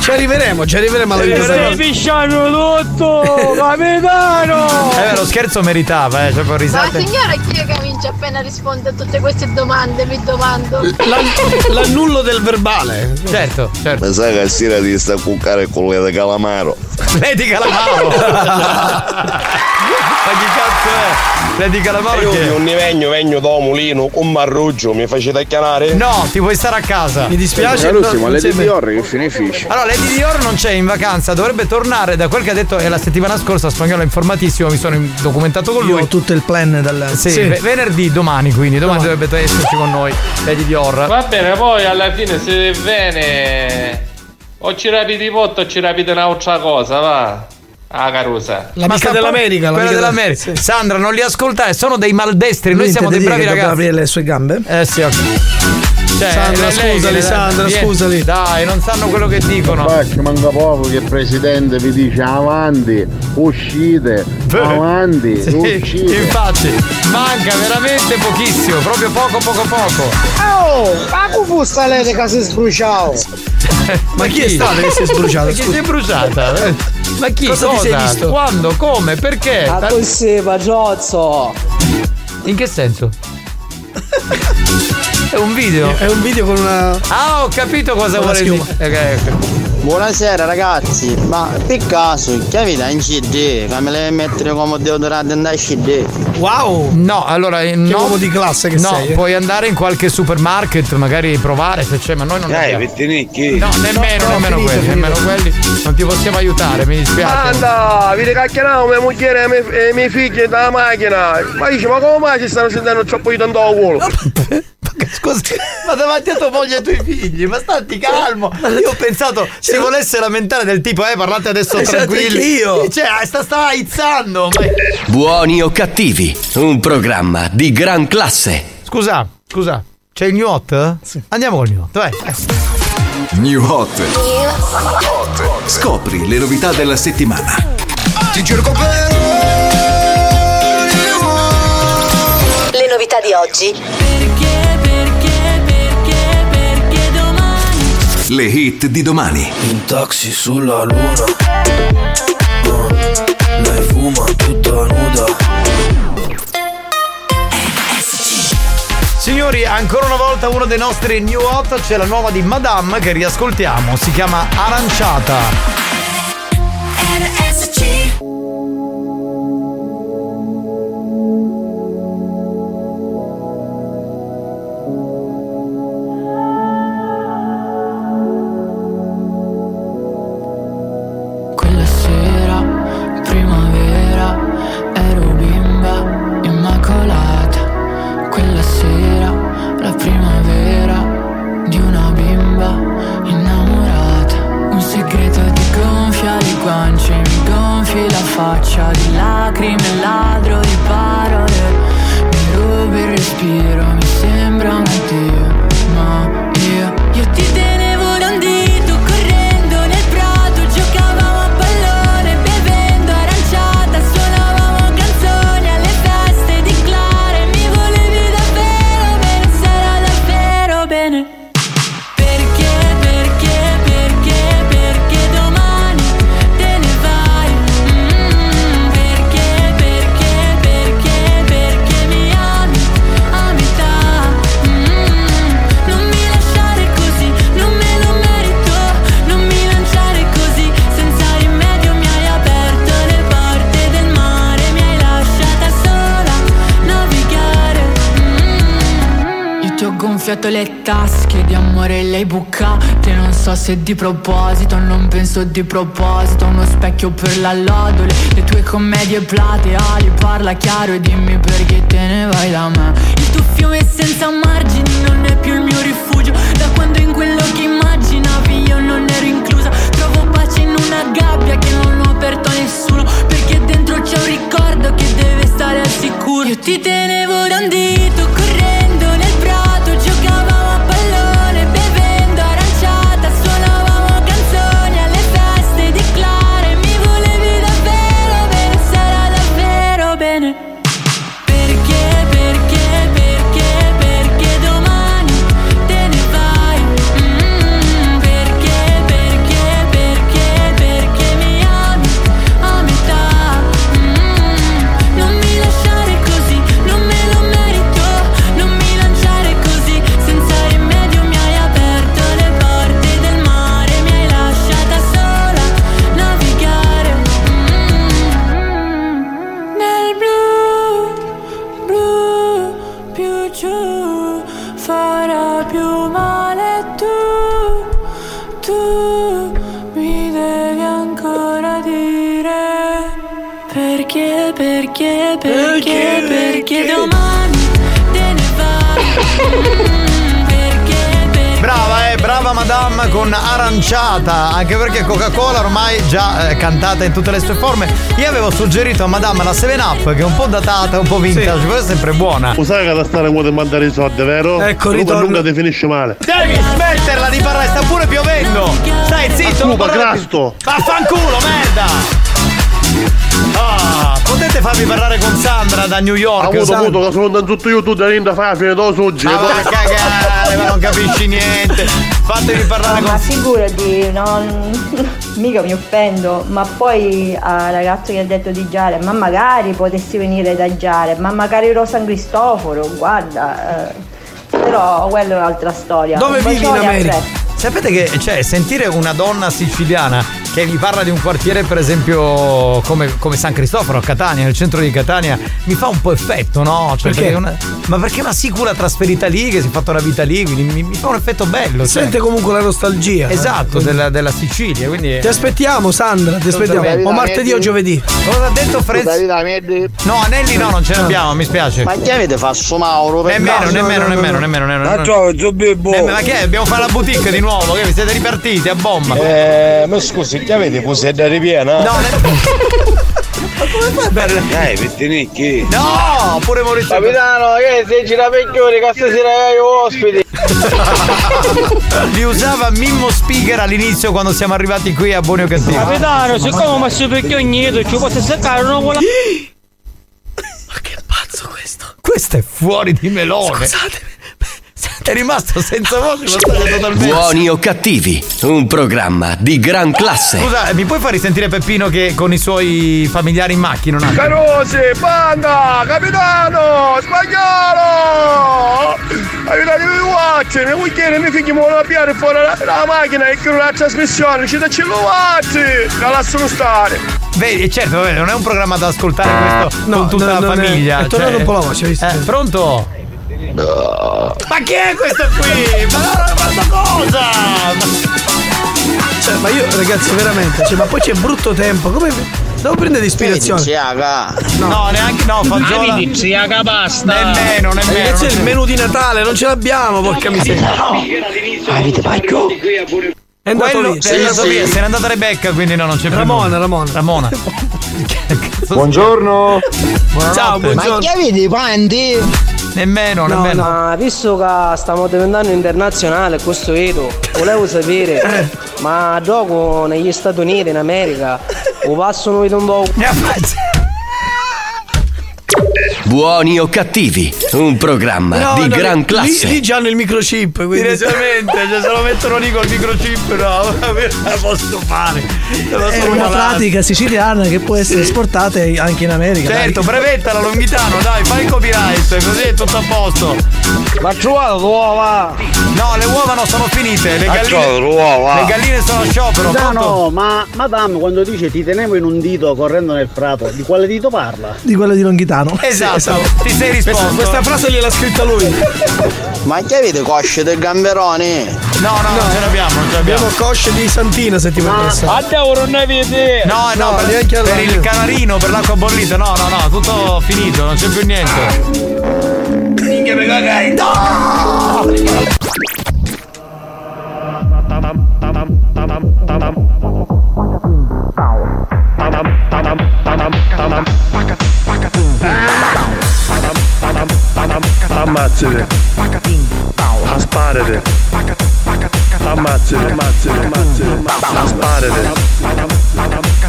Ci arriveremo, ci arriveremo alla
Eh,
vita.
pisciano tutto, capitano! Eh, lo scherzo meritava, eh, cioè con
Ma
risate.
signora chi è che vince appena risponde a tutte queste domande, mi domando.
L'annullo del verbale.
Certo, certo.
Ma sai che sera ti sta a cuccare con le da calamaro.
Lady Calamaro. Ma chi cazzo è? Lady Calamaro
io
chi è?
un vegno, vegno da mulino, un marruggio, mi facete
Eh.
chiamare?
No, ti puoi stare a casa. Mi dispiace, no,
Carissimo,
non
le
sei
Lady
ben-
Dior che finisce.
Allora, Lady Dior non c'è in vacanza, dovrebbe tornare da quel che ha detto eh, la settimana scorsa. Spagnolo è informatissimo, mi sono in- documentato con
Io
lui.
ho tutto il plan dal.
Sì, ve- venerdì, domani quindi, domani, dovrebbe esserci con noi Lady Dior.
Va bene, poi alla fine se bene. O ci rapidi potto o ci rapidi un'altra cosa, va. Ah, carosa.
L'amica
dell'America,
quella
l'amica
dell'America. Sandra, non li ascoltare, sono dei maldestri, noi siamo dei bravi
Deve
ragazzi.
aprire le sue gambe?
Eh sì, ok. Cioè,
Sandra,
lei-
scusali,
lei-
Sandra,
vieni.
scusali.
Dai, non sanno quello che dicono.
Faccio manca poco che il presidente vi dice avanti, uscite, avanti,
Sì,
uscite.
infatti, manca veramente pochissimo, proprio poco, poco, poco.
Oh, ma come fu sta lei che si sbruciava?
Ma chi
è
stato
stata che si è bruciata,
Chi
scusa?
si è bruciata? Ma chi?
Cosa ti sei visto?
Quando? Come? Perché?
Ah,
così, Giozzo! In che senso? è un video?
È un video con una.
Ah, ho capito cosa
Con la
vuole dire. Ok, ok.
Buonasera ragazzi, ma per caso che avete un CD? Che me le mettere come deodorante in CD?
Wow! No, allora eh, no.
uomo di classe che
no,
sei, eh.
puoi andare in qualche supermarket, magari provare se c'è, ma noi non
Dai,
abbiamo.
vettinicchi.
No, nemmeno, nemmeno quelli, nemmeno quelli. Non ti possiamo aiutare, mi dispiace.
Anda, vi cacchiano mia moglie e mie- e miei figli dalla macchina. Ma dici, ma come mai ci stanno sentendo troppo di tanto volo?
Scusa, ma davanti a tua moglie e ai tuoi figli, ma stati calmo. Io ho pensato, se volesse lamentare del tipo, eh, parlate adesso
Esatto,
tranquilli.
anch'io.
Cioè, sta, stava aizzando. ma-
Buoni o cattivi, un programma di gran classe.
Scusa, scusa, c'è il new hot? Andiamo col new hot, vai.
New Hot. Scopri le novità della settimana.
Ti cerco però
Le novità di oggi. Perché, perché, perché, perché domani?
Le hit di domani.
In taxi sulla luna Ah, Lei fuma tutta nuda
Signori, ancora una volta uno dei nostri new hot, c'è la nuova di Madame che riascoltiamo, si chiama Aranciata.
Quella sera, primavera, ero bimba immacolata. Quella sera, la primavera di una bimba innamorata. Un segreto ti gonfia le guance, mi gonfi la faccia di lacrime, ladro di parole. Mi rubi il respiro, mi sembra un addio, ma io, io ti tenevo un dito correndo nel prato, giocavamo a pallone, bevendo aranciata, suonavamo canzoni alle feste di Clara, e mi volevi davvero bene, sarà davvero bene. Perché, perché, perché, perché domani te ne vai? Mm, Perché, perché, perché, perché mi ami a metà? Mm, Non mi lasciare così, non me lo merito, non mi lanciare così, senza rimedio mi hai aperto le porte del mare, mi hai lasciata sola navigare. Io ti ho gonfiato le tasche di amore e le hai bucate Non so se di proposito, non penso di proposito Uno specchio per la lodole Le tue commedie plateali Parla chiaro e dimmi perché te ne vai da me Il tuo fiume senza margini non è più il mio rifugio Da quando in quello che immaginavi io non ero inclusa Trovo pace in una gabbia che non ho aperto a nessuno Perché dentro c'è un ricordo che deve stare al sicuro Io ti tenevo da un dito correndo nel prato Giocavamo a pallone bevendo aranciata Suonavamo canzoni alle feste di Clara E mi volevi davvero bene, sarà davvero bene Perché, perché, perché, perché domani te
Mm, Mm,
Mm-hmm. perché, perché, perché, perché
perché?
domani te ne vai. perché, perché?
Brava, eh, brava madame con aranciata, anche perché Coca-Cola ormai già eh, cantata in tutte le sue forme. Io avevo suggerito a madame la 7 Up che è un po' datata, un po' vintage, però è sempre buona.
Usai che la stare muoio e mandare i soldi, vero?
Ecco,
Luca
ritorno.
Lunga ti finisce male.
Devi smetterla di parlare, sta pure piovendo. Stai zitto, non
Cuba,
parlare più.
Grasto!
Vaffanculo, merda! Ah, potete farmi parlare con Sandra da New York?
Ha avuto
Sandra?
avuto che sono andato tutto YouTube da Linda fa fine da suggi.
Ma va a cagare, ma non capisci niente. Fatemi parlare
ma
con
figurati, non... mica mi offendo, ma poi al ragazzo che ha detto di Giare, ma magari potessi venire da Giare, ma magari ero San Cristoforo, guarda. eh, Però quella è un'altra storia.
Dove
Un
vivi in
bacione a
America?
presto.
Sapete che, cioè, sentire una donna siciliana che vi parla di un quartiere, per esempio, come, come San Cristoforo, a Catania, nel centro di Catania, mi fa un po' effetto, no? Cioè,
Perché?
una- ma perché una sicula trasferita lì, che si è fatta una vita lì, quindi mi, mi fa un effetto bello. cioè.
Sente comunque la nostalgia.
Esatto, della, della Sicilia, quindi...
Ti aspettiamo, Sandra, ti aspettiamo. O martedì o giovedì.
Cosa ha detto Fred? No, Anelli no, non ce ne abbiamo, mi spiace.
Ma che avete fatto su Mauro? Per
Nemmeno,
caso?
nemmeno, nemmeno, nemmeno, nemmeno.
Ma ciao,
Boh.
Eh, ma che è? Dobbiamo fare la boutique di nuovo, che vi siete ripartiti a bomba.
Eh, ma scusi, che avete posetta ripiena?
No,
Dai, pettinicchi.
No, pure Maurizio.
Capitano, che sei gira peggiore, che stasera hai ospiti.
Li usava Mimmo Speaker all'inizio quando siamo arrivati qui a Bonio Cattivo.
Capitano, siccome mi si perché ogni ci posso seccare una vola.
Pazzo questo. Questo è fuori di melone. Scusatemi. È rimasto senza voce, ma stai totalmente.
Buoni o cattivi, un programma di gran classe.
Scusa, mi puoi far risentire Peppino che con i suoi familiari in macchina un attimo?
Carosi, banda, capitano, spagnolo! Aiutatemi guacci, mio cucchiere, miei figli mi vogliono piare fuori la, la macchina e che una trasmissione, ci da guacci! La lasciano stare!
Vedi, e certo, vabbè, non è un programma da ascoltare questo con tutta la
non è-
famiglia.
è tornata un po' la voce, hai visto?
Eh, pronto?
Ma chi è questo qui? Ma allora questa cosa?
Cioè, ma io, ragazzi, veramente. Cioè, ma poi c'è brutto tempo. Come. Devo prendere ispirazione.
Vedi,
No. neanche no,
faggiola.
Vedi, ziaga basta.
Nemmeno,
Ragazzi, c'è Eh, il menù di Natale, non ce l'abbiamo, porca miseria.
Avete pacco?
È andato via.
Sì, è andato via, se n'è andata Rebecca, quindi no, non c'è più.
Ramona,
nulla.
Ramona.
Ramona.
Buongiorno.
Ciao,
Ma che avete i panti?
Nemmeno,
No,
nemmeno.
ma visto che stiamo diventando internazionale questo vedo, volevo sapere, ma dopo negli Stati Uniti, in America, o passano i tombo?
Buoni o cattivi, un programma
No,
di
no,
gran
lì-
classe.
Lì, lì già hanno il microchip, quindi.
Direttamente, cioè se lo mettono lì col microchip, no, la posso fare. Te la
È
sono
una
calata.
pratica siciliana che può essere esportata anche in America.
Certo,
dai.
brevettala Longhitano, dai, fai il copyright, così è tutto a posto. Ma trovato l'uova! No, le uova non sono finite,
Ah,
le
Ma
galline.
trovato l'uova.
Le galline sono a sciopero,
No,
pronto?
no, ma madame quando dice ti tenevo in un dito correndo nel prato, di quale dito parla?
Di quella di Longhitano.
Esatto, ti sei
risposto.
Questa frase gliel'ha scritta lui.
Ma che avete cosce del gamberone?
No, no, non ce l'abbiamo, non ce
Abbiamo cosce di Santina settimana prossima.
Adoro una vite!
No, no, per,
neanche alla
per il
mia.
canarino, per l'acqua bollita, no, no, no, tutto finito, non c'è più niente.
Minchia mi cagai!
Ah,
Ammazzate. Asparate. Ammazzate, ammazzate, ammazzate. Asparate.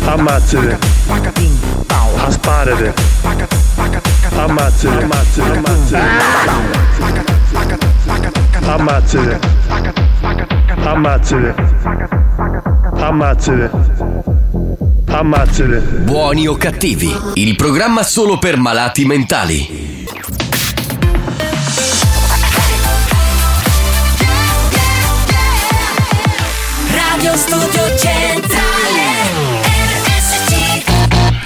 Ammazzate. Asparate. Ammazzate, ammazzate, ammazzate. Ammazzate. Ammazzate. Ammazzate. Ammazzate.
Buoni o cattivi, il programma solo per malati mentali.
Radio Studio Centrale RSC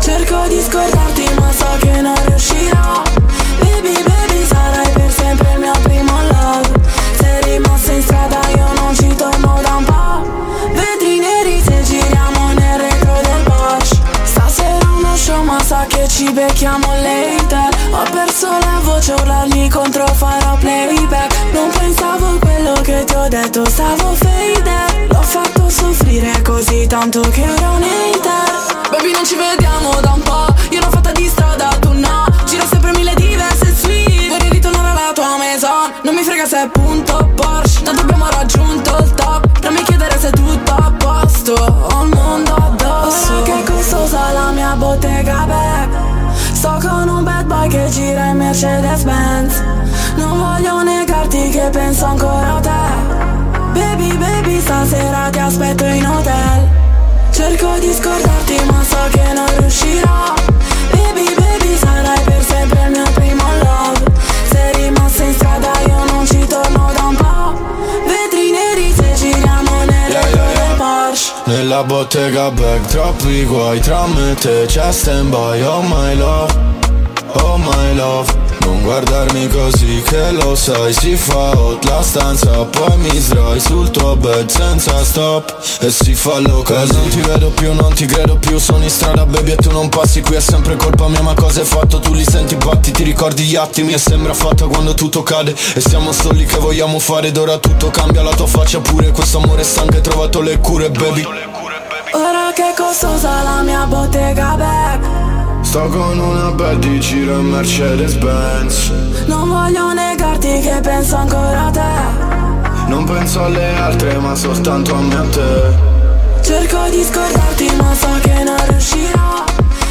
Cerco di scordarti ma so che non riuscirò Baby baby sarai per sempre il mio primo love Sei rimasto in strada io non ci torno da un po' Vetri neri se giriamo nel retro del Bosch Stasera uno show ma so che ci becchiamo later Ho perso la voce urlarmi contro farò playback Non pensavo a quello che ti ho detto stavo faded L'ho fatto soffrire così tanto che ero un hater Baby non ci vediamo da un po', io l'ho fatta di strada, tu no Giro sempre mille diverse suite, vorrei ritornare alla tua maison Non mi frega se è punto Porsche, tanto abbiamo raggiunto il top Non mi chiedere se è tutto a posto, ho il mondo addosso Ora Eh, che è costosa la mia bottega, babe Sto con un bad boy che gira in Mercedes-Benz Non voglio negarti che penso ancora a te Baby, baby, stasera ti aspetto in hotel Cerco di scordarti ma so che non riuscirò Baby, baby, sarai per sempre il mio primo love Sei rimasto in strada, io non ci torno da un po' Vetri neri se giriamo nel retro del Porsche
Nella bottega back troppi guai Tra me e te c'è stand by Oh my love, oh my love Non guardarmi così che lo sai Si fa hot la stanza Poi mi sdrai sul tuo bed senza stop E si fa loca Non ti vedo più, non ti credo più Sono in strada baby e tu non passi qui È sempre colpa mia ma cosa hai fatto? Tu li senti i batti, ti ricordi gli attimi E sembra fatta quando tutto cade E siamo soli che vogliamo fare Ed ora tutto cambia la tua faccia pure Questo amore stanco hai trovato le cure baby
Ora che è costosa la mia bottega, babe
Sto con una bad di giro in Mercedes-Benz
Non voglio negarti che penso ancora a te
Non penso alle altre ma soltanto a me e a te
Cerco di scordarti ma so che non riuscirò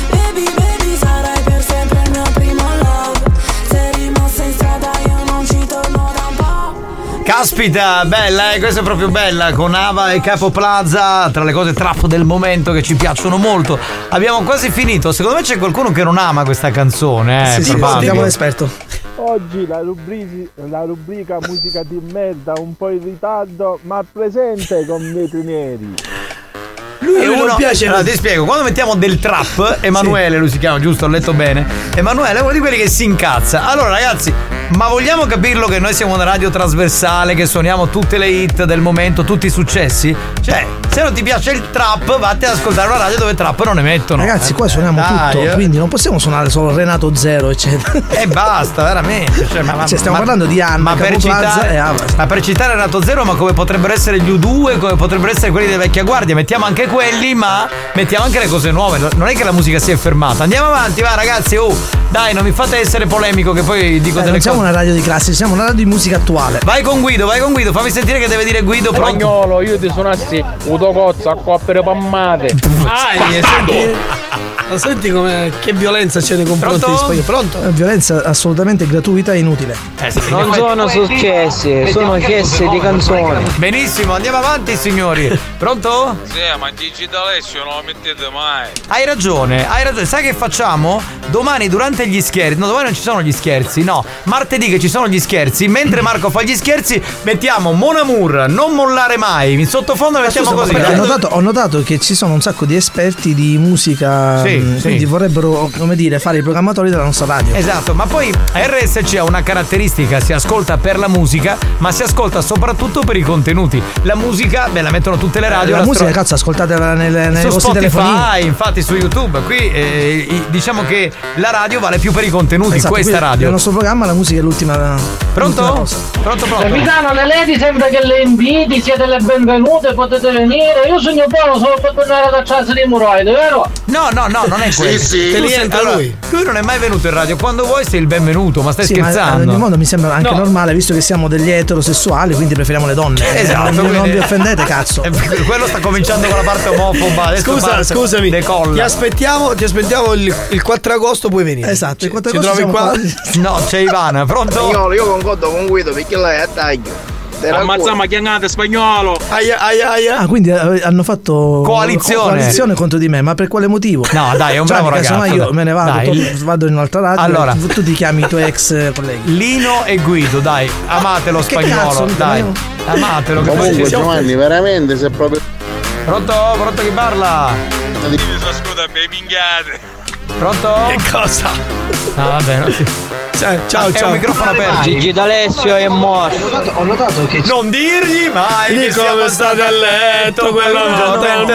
Baby baby sarai per sempre il mio primo love Sei rimasto in strada io non ci torno da un po'
Caspita, bella, eh? questa è proprio bella con Ava e Capo Plaza, tra le cose trap del momento che ci piacciono molto. Abbiamo quasi finito, secondo me c'è qualcuno che non ama questa canzone, eh,
Sì, sì,
probabile.
sentiamo l'esperto.
Oggi la, rubrici- la rubrica musica di merda un po' in ritardo, ma presente con vetri neri.
Lui è uno, allora, ti spiego, quando mettiamo del trap, Emanuele, lui si chiama, giusto? Ho letto bene. Emanuele è uno di quelli che si incazza. Allora, ragazzi, ma vogliamo capirlo che noi siamo una radio trasversale, che suoniamo tutte le hit del momento, tutti i successi? Cioè, se non ti piace il trap, vatti ad ascoltare una radio dove trap non ne mettono.
Ragazzi, qua suoniamo
dai,
tutto,
eh.
quindi non possiamo suonare solo Renato Zero, eccetera.
E basta, veramente. Cioè, ma- ma-
Cioè, stiamo
ma-
parlando di Anna,
ma per,
Capoplaza e
citare,
Ava.
ma per citare Renato Zero, ma come potrebbero essere gli U2, come potrebbero essere quelli della vecchia guardia. Mettiamo anche quelli, ma mettiamo anche le cose nuove. Non è che la musica si è fermata. Andiamo avanti, va ragazzi. Oh, dai, non mi fate essere polemico, che poi dico
Dai,
delle
non
cose.
siamo una radio di classe, siamo una radio di musica attuale.
Vai con Guido, vai con Guido, fammi sentire che deve dire Guido pronto.
Spagnolo, Eh, io ti suonassi Udocozza a coppere pammate.
Ai, senti, ma senti come, che violenza c'è nei confronti di Spagna. Pronto?
È Eh, Violenza assolutamente gratuita e inutile.
Non sono successi, sono chiesse di canzoni
Benissimo, andiamo avanti, signori. Pronto?
Sì, ma Gigi D'Alessio non lo mettete mai.
Hai ragione, hai ragione. Sai che facciamo? Domani durante gli scherzi. No, domani non ci sono gli scherzi, no. Martedì che ci sono gli scherzi. Mentre Marco fa gli scherzi, mettiamo Mon Amour, non mollare mai. In sottofondo la mettiamo
Scusa,
così.
perché
dai.
ho, notato, ho notato che ci sono un sacco di esperti di musica,
Sì,
mh,
sì.
quindi vorrebbero, come dire, fare i programmatori della nostra radio.
Esatto, ma poi RSC ha una caratteristica, si ascolta per la musica, ma si ascolta soprattutto per i contenuti. La musica, beh, la mettono tutte le radio.
Eh, la musica,
stro-
cazzo, ascoltatela nelle, nei
su
vostri telefonini.
Spotify, infatti su YouTube, qui eh, i- diciamo che la radio vale più per i contenuti,
Esatto,
questa
quindi
radio.
Nel nostro programma la musica è l'ultima. l'ultima
Pronto?
cosa.
Pronto, pronto?
Capitano, Eh, le lady sembra che le inviti, siete le benvenute, potete venire. Io sono buono solo per tornare ad cacciarsi di muroide, vero?
No, no, no, non è
Sì,
questo.
sì.
Te li-
Lo senta
allora,
lui.
Lui non è mai venuto in radio. Quando vuoi sei il benvenuto, ma stai
Sì, ma, eh,
scherzando.
nel mondo mi sembra anche
No.
normale, visto che siamo degli eterosessuali, quindi preferiamo le donne. Eh,
Esatto,
non, non
quindi-
vi offendete, cazzo.
Quello sta cominciando con la parte omofoba. Adesso
Scusa,
parte-
scusami. Ti
Decolla.
aspettiamo, ti aspettiamo il, il 4 agosto, puoi venire. Esatto, il 4
agosto No, c'è Ivana, pronto?
Spagnolo, io concordo con Guido perché lei è a taglio. Te la
Ammazza,
culo.
ma chiamate spagnolo!
Aia, aia, aia!
Ah, quindi eh, hanno fatto
Coalizione.
coalizione contro di me, ma per quale motivo?
No, dai, è un bravo
casomai
ragazzo,
io
dai.
me ne vado,
Dai,
to-
il-
vado in un'altra radio.
Allora.
tu, tu ti chiami i tuoi ex eh, colleghi.
Lino e Guido, dai, amate lo
Che
spagnolo,
cazzo,
dai.
Lino?
Amatelo che poi
Comunque
ci siamo-
Giovanni, veramente se proprio.
Pronto? Pronto chi parla?
Scusa, mi minghiate!
Pronto? Che
cosa?
No, vabbè, no.
Eh, Ciao,
ciao, ciao. Gigi
D'Alessio è morto. Ho notato che.
Non dirgli mai
di come state a letto quella notte al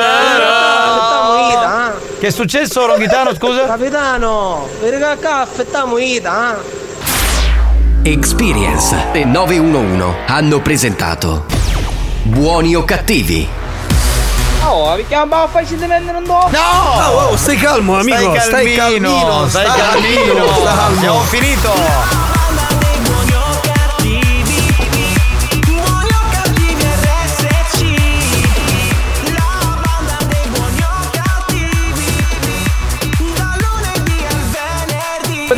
Che è successo Longhitano, scusa?
Capitano, vedi che caffè sta morita, eh?
Experience e 911 hanno presentato Buoni o cattivi?
Oh, mi chiamava facendo vendere un dopo.
No! Oh, oh, stai calmo, amico. Stai calmino.
stai calmino.
stai calmo.
Abbiamo finito.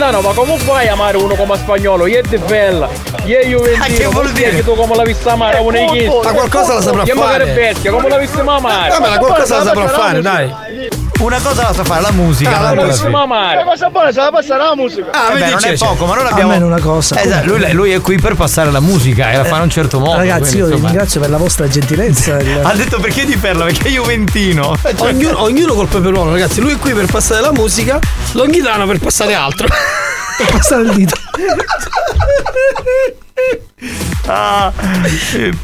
No, ma come fai a amare uno come spagnolo? Io è di bella, io è Juventino,
Ah, che vuol
tu
dire?
sai che tu come la visto
Ah,
amare,
Eh,
uno è
poco,
chiesto.
ma qualcosa la saprà
Io magari
fare.
bestia, come la visto
Ah,
amare?
Vabbè, ma qualcosa la saprà fare, dai.
Una cosa la sa fare, la
Ah,
musica.
Ah,
Come la
l'altra
visto
sì.
amare?
cosa buona, Eh, se la passerà la musica.
Ah,
Eh
vedi,
beh,
non è
c'è,
poco,
c'è.
ma noi
A
l'abbiamo.
me una cosa,
Eh, esatto, lui, lui è qui per passare la musica e la fa in un certo modo.
Ragazzi,
quindi,
io vi
insomma.
ringrazio per la vostra gentilezza. il-
Ha detto perché di perla? Perché è Juventino.
Ognuno, ognuno col proprio ruolo, ragazzi. Lui è qui per passare la musica, Longhitano per passare altro.
per passare il dito.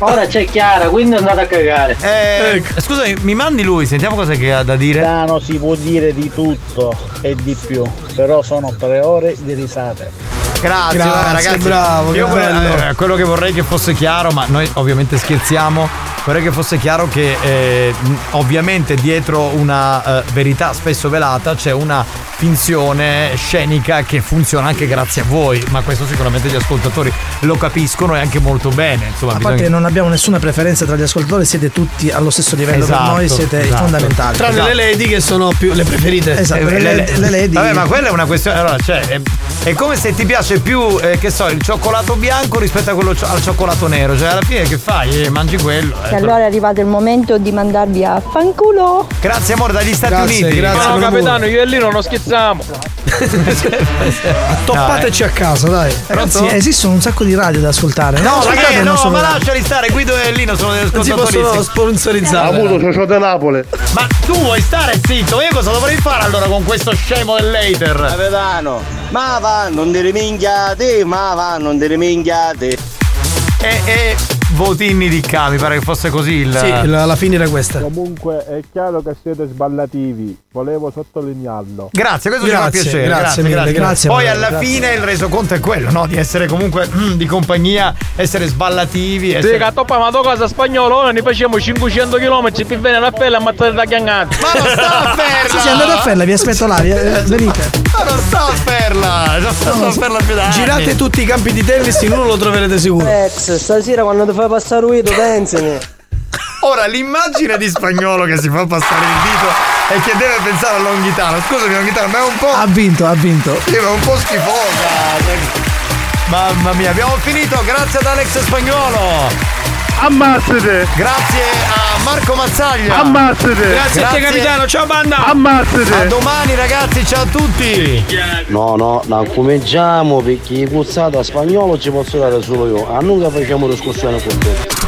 Ora c'è Chiara, quindi andate a cagare.
Eh, Scusami, mi mandi lui, sentiamo cosa che ha da dire.
Milano si può dire di tutto e di più, però sono tre ore di risate.
Grazie,
Grazie,
ragazzi.
bravo,
Io
che
quello,
bello.
eh, quello che vorrei che fosse chiaro, ma noi ovviamente scherziamo. Vorrei che fosse chiaro che eh, mh, ovviamente dietro una eh, verità spesso velata c'è una finzione scenica che funziona anche grazie a voi, ma questo sicuramente gli ascoltatori lo capiscono e anche molto bene. Insomma,
Infatti
bisogna-
non abbiamo nessuna preferenza tra gli ascoltatori, siete tutti allo stesso livello per
Esatto,
noi, siete
esatto.
fondamentali.
Tranne le
Le lady che sono più le preferite.
Esatto,
Eh,
le, le, le lady.
Vabbè, ma quella è una questione. Allora, cioè, è, è come se ti piace più, eh, che so, il cioccolato bianco rispetto a quello cio- al cioccolato nero. Cioè, alla fine che fai? Eh, mangi quello. eh.
E allora è arrivato il momento di mandarvi a fanculo.
Grazie amore dagli Stati
Grazie,
Uniti.
grazie No, per capitano, l'amore. io e Lino non scherziamo.
Toppateci a casa, dai. Eh, Ragazzi,
Pronto?
esistono un sacco di radio da ascoltare.
No,
Ascoltate
ragazzi,
il
no,
nostro
ma
programma.
lasciali stare, Guido e Lino sono degli ascoltatori. sì.
sponsorizzare.
Avuto socio da Napoli.
Ma tu vuoi stare zitto? Io cosa dovrei fare allora con questo scemo del later?
Capitano, ma va, non ti riminchiate, ma va, non ti riminchiate.
E, e votini di K, mi pare che fosse così il.
fine era questa.
Comunque è chiaro che siete sballativi, volevo sottolinearlo.
Grazie, questo ci fa piacere. Grazie, grazie. Poi alla fine il resoconto è quello, no? Di essere comunque mm, di compagnia, essere sballativi.
Sì,
Essere...
che toppa, ma tu cosa spagnolo, ora ne facciamo 500 km, ti viene la pelle a ammazzare da gangante. Ma
non sta a ferla!
Sì, sì, andate a ferla, vi aspetto là, vi- eh, venite.
Ma non sta a ferla! Non sta a ferla più da anni.
Ah,
Girate tutti i campi di tennis, in uno lo troverete sicuro.
Ex, stasera quando ti fai passare un dito, pensene.
Ora l'immagine di spagnolo che si fa passare il dito e che deve pensare a Longhitano. Scusami Longhitano, ma è un po'.
Ha vinto, ha vinto.
Sì, ma è un po' schifosa. Mamma mia, abbiamo finito, grazie ad Alex Spagnolo.
Ammazzate!
Grazie a Marco Mazzaglia.
Ammazzate! Grazie a te, capitano.
ciao banda.
Ammazzate!
A domani ragazzi, ciao a tutti.
No, no, non cominciamo perché cuzzata a spagnolo ci posso dare solo io. A noi che facciamo discussione con te.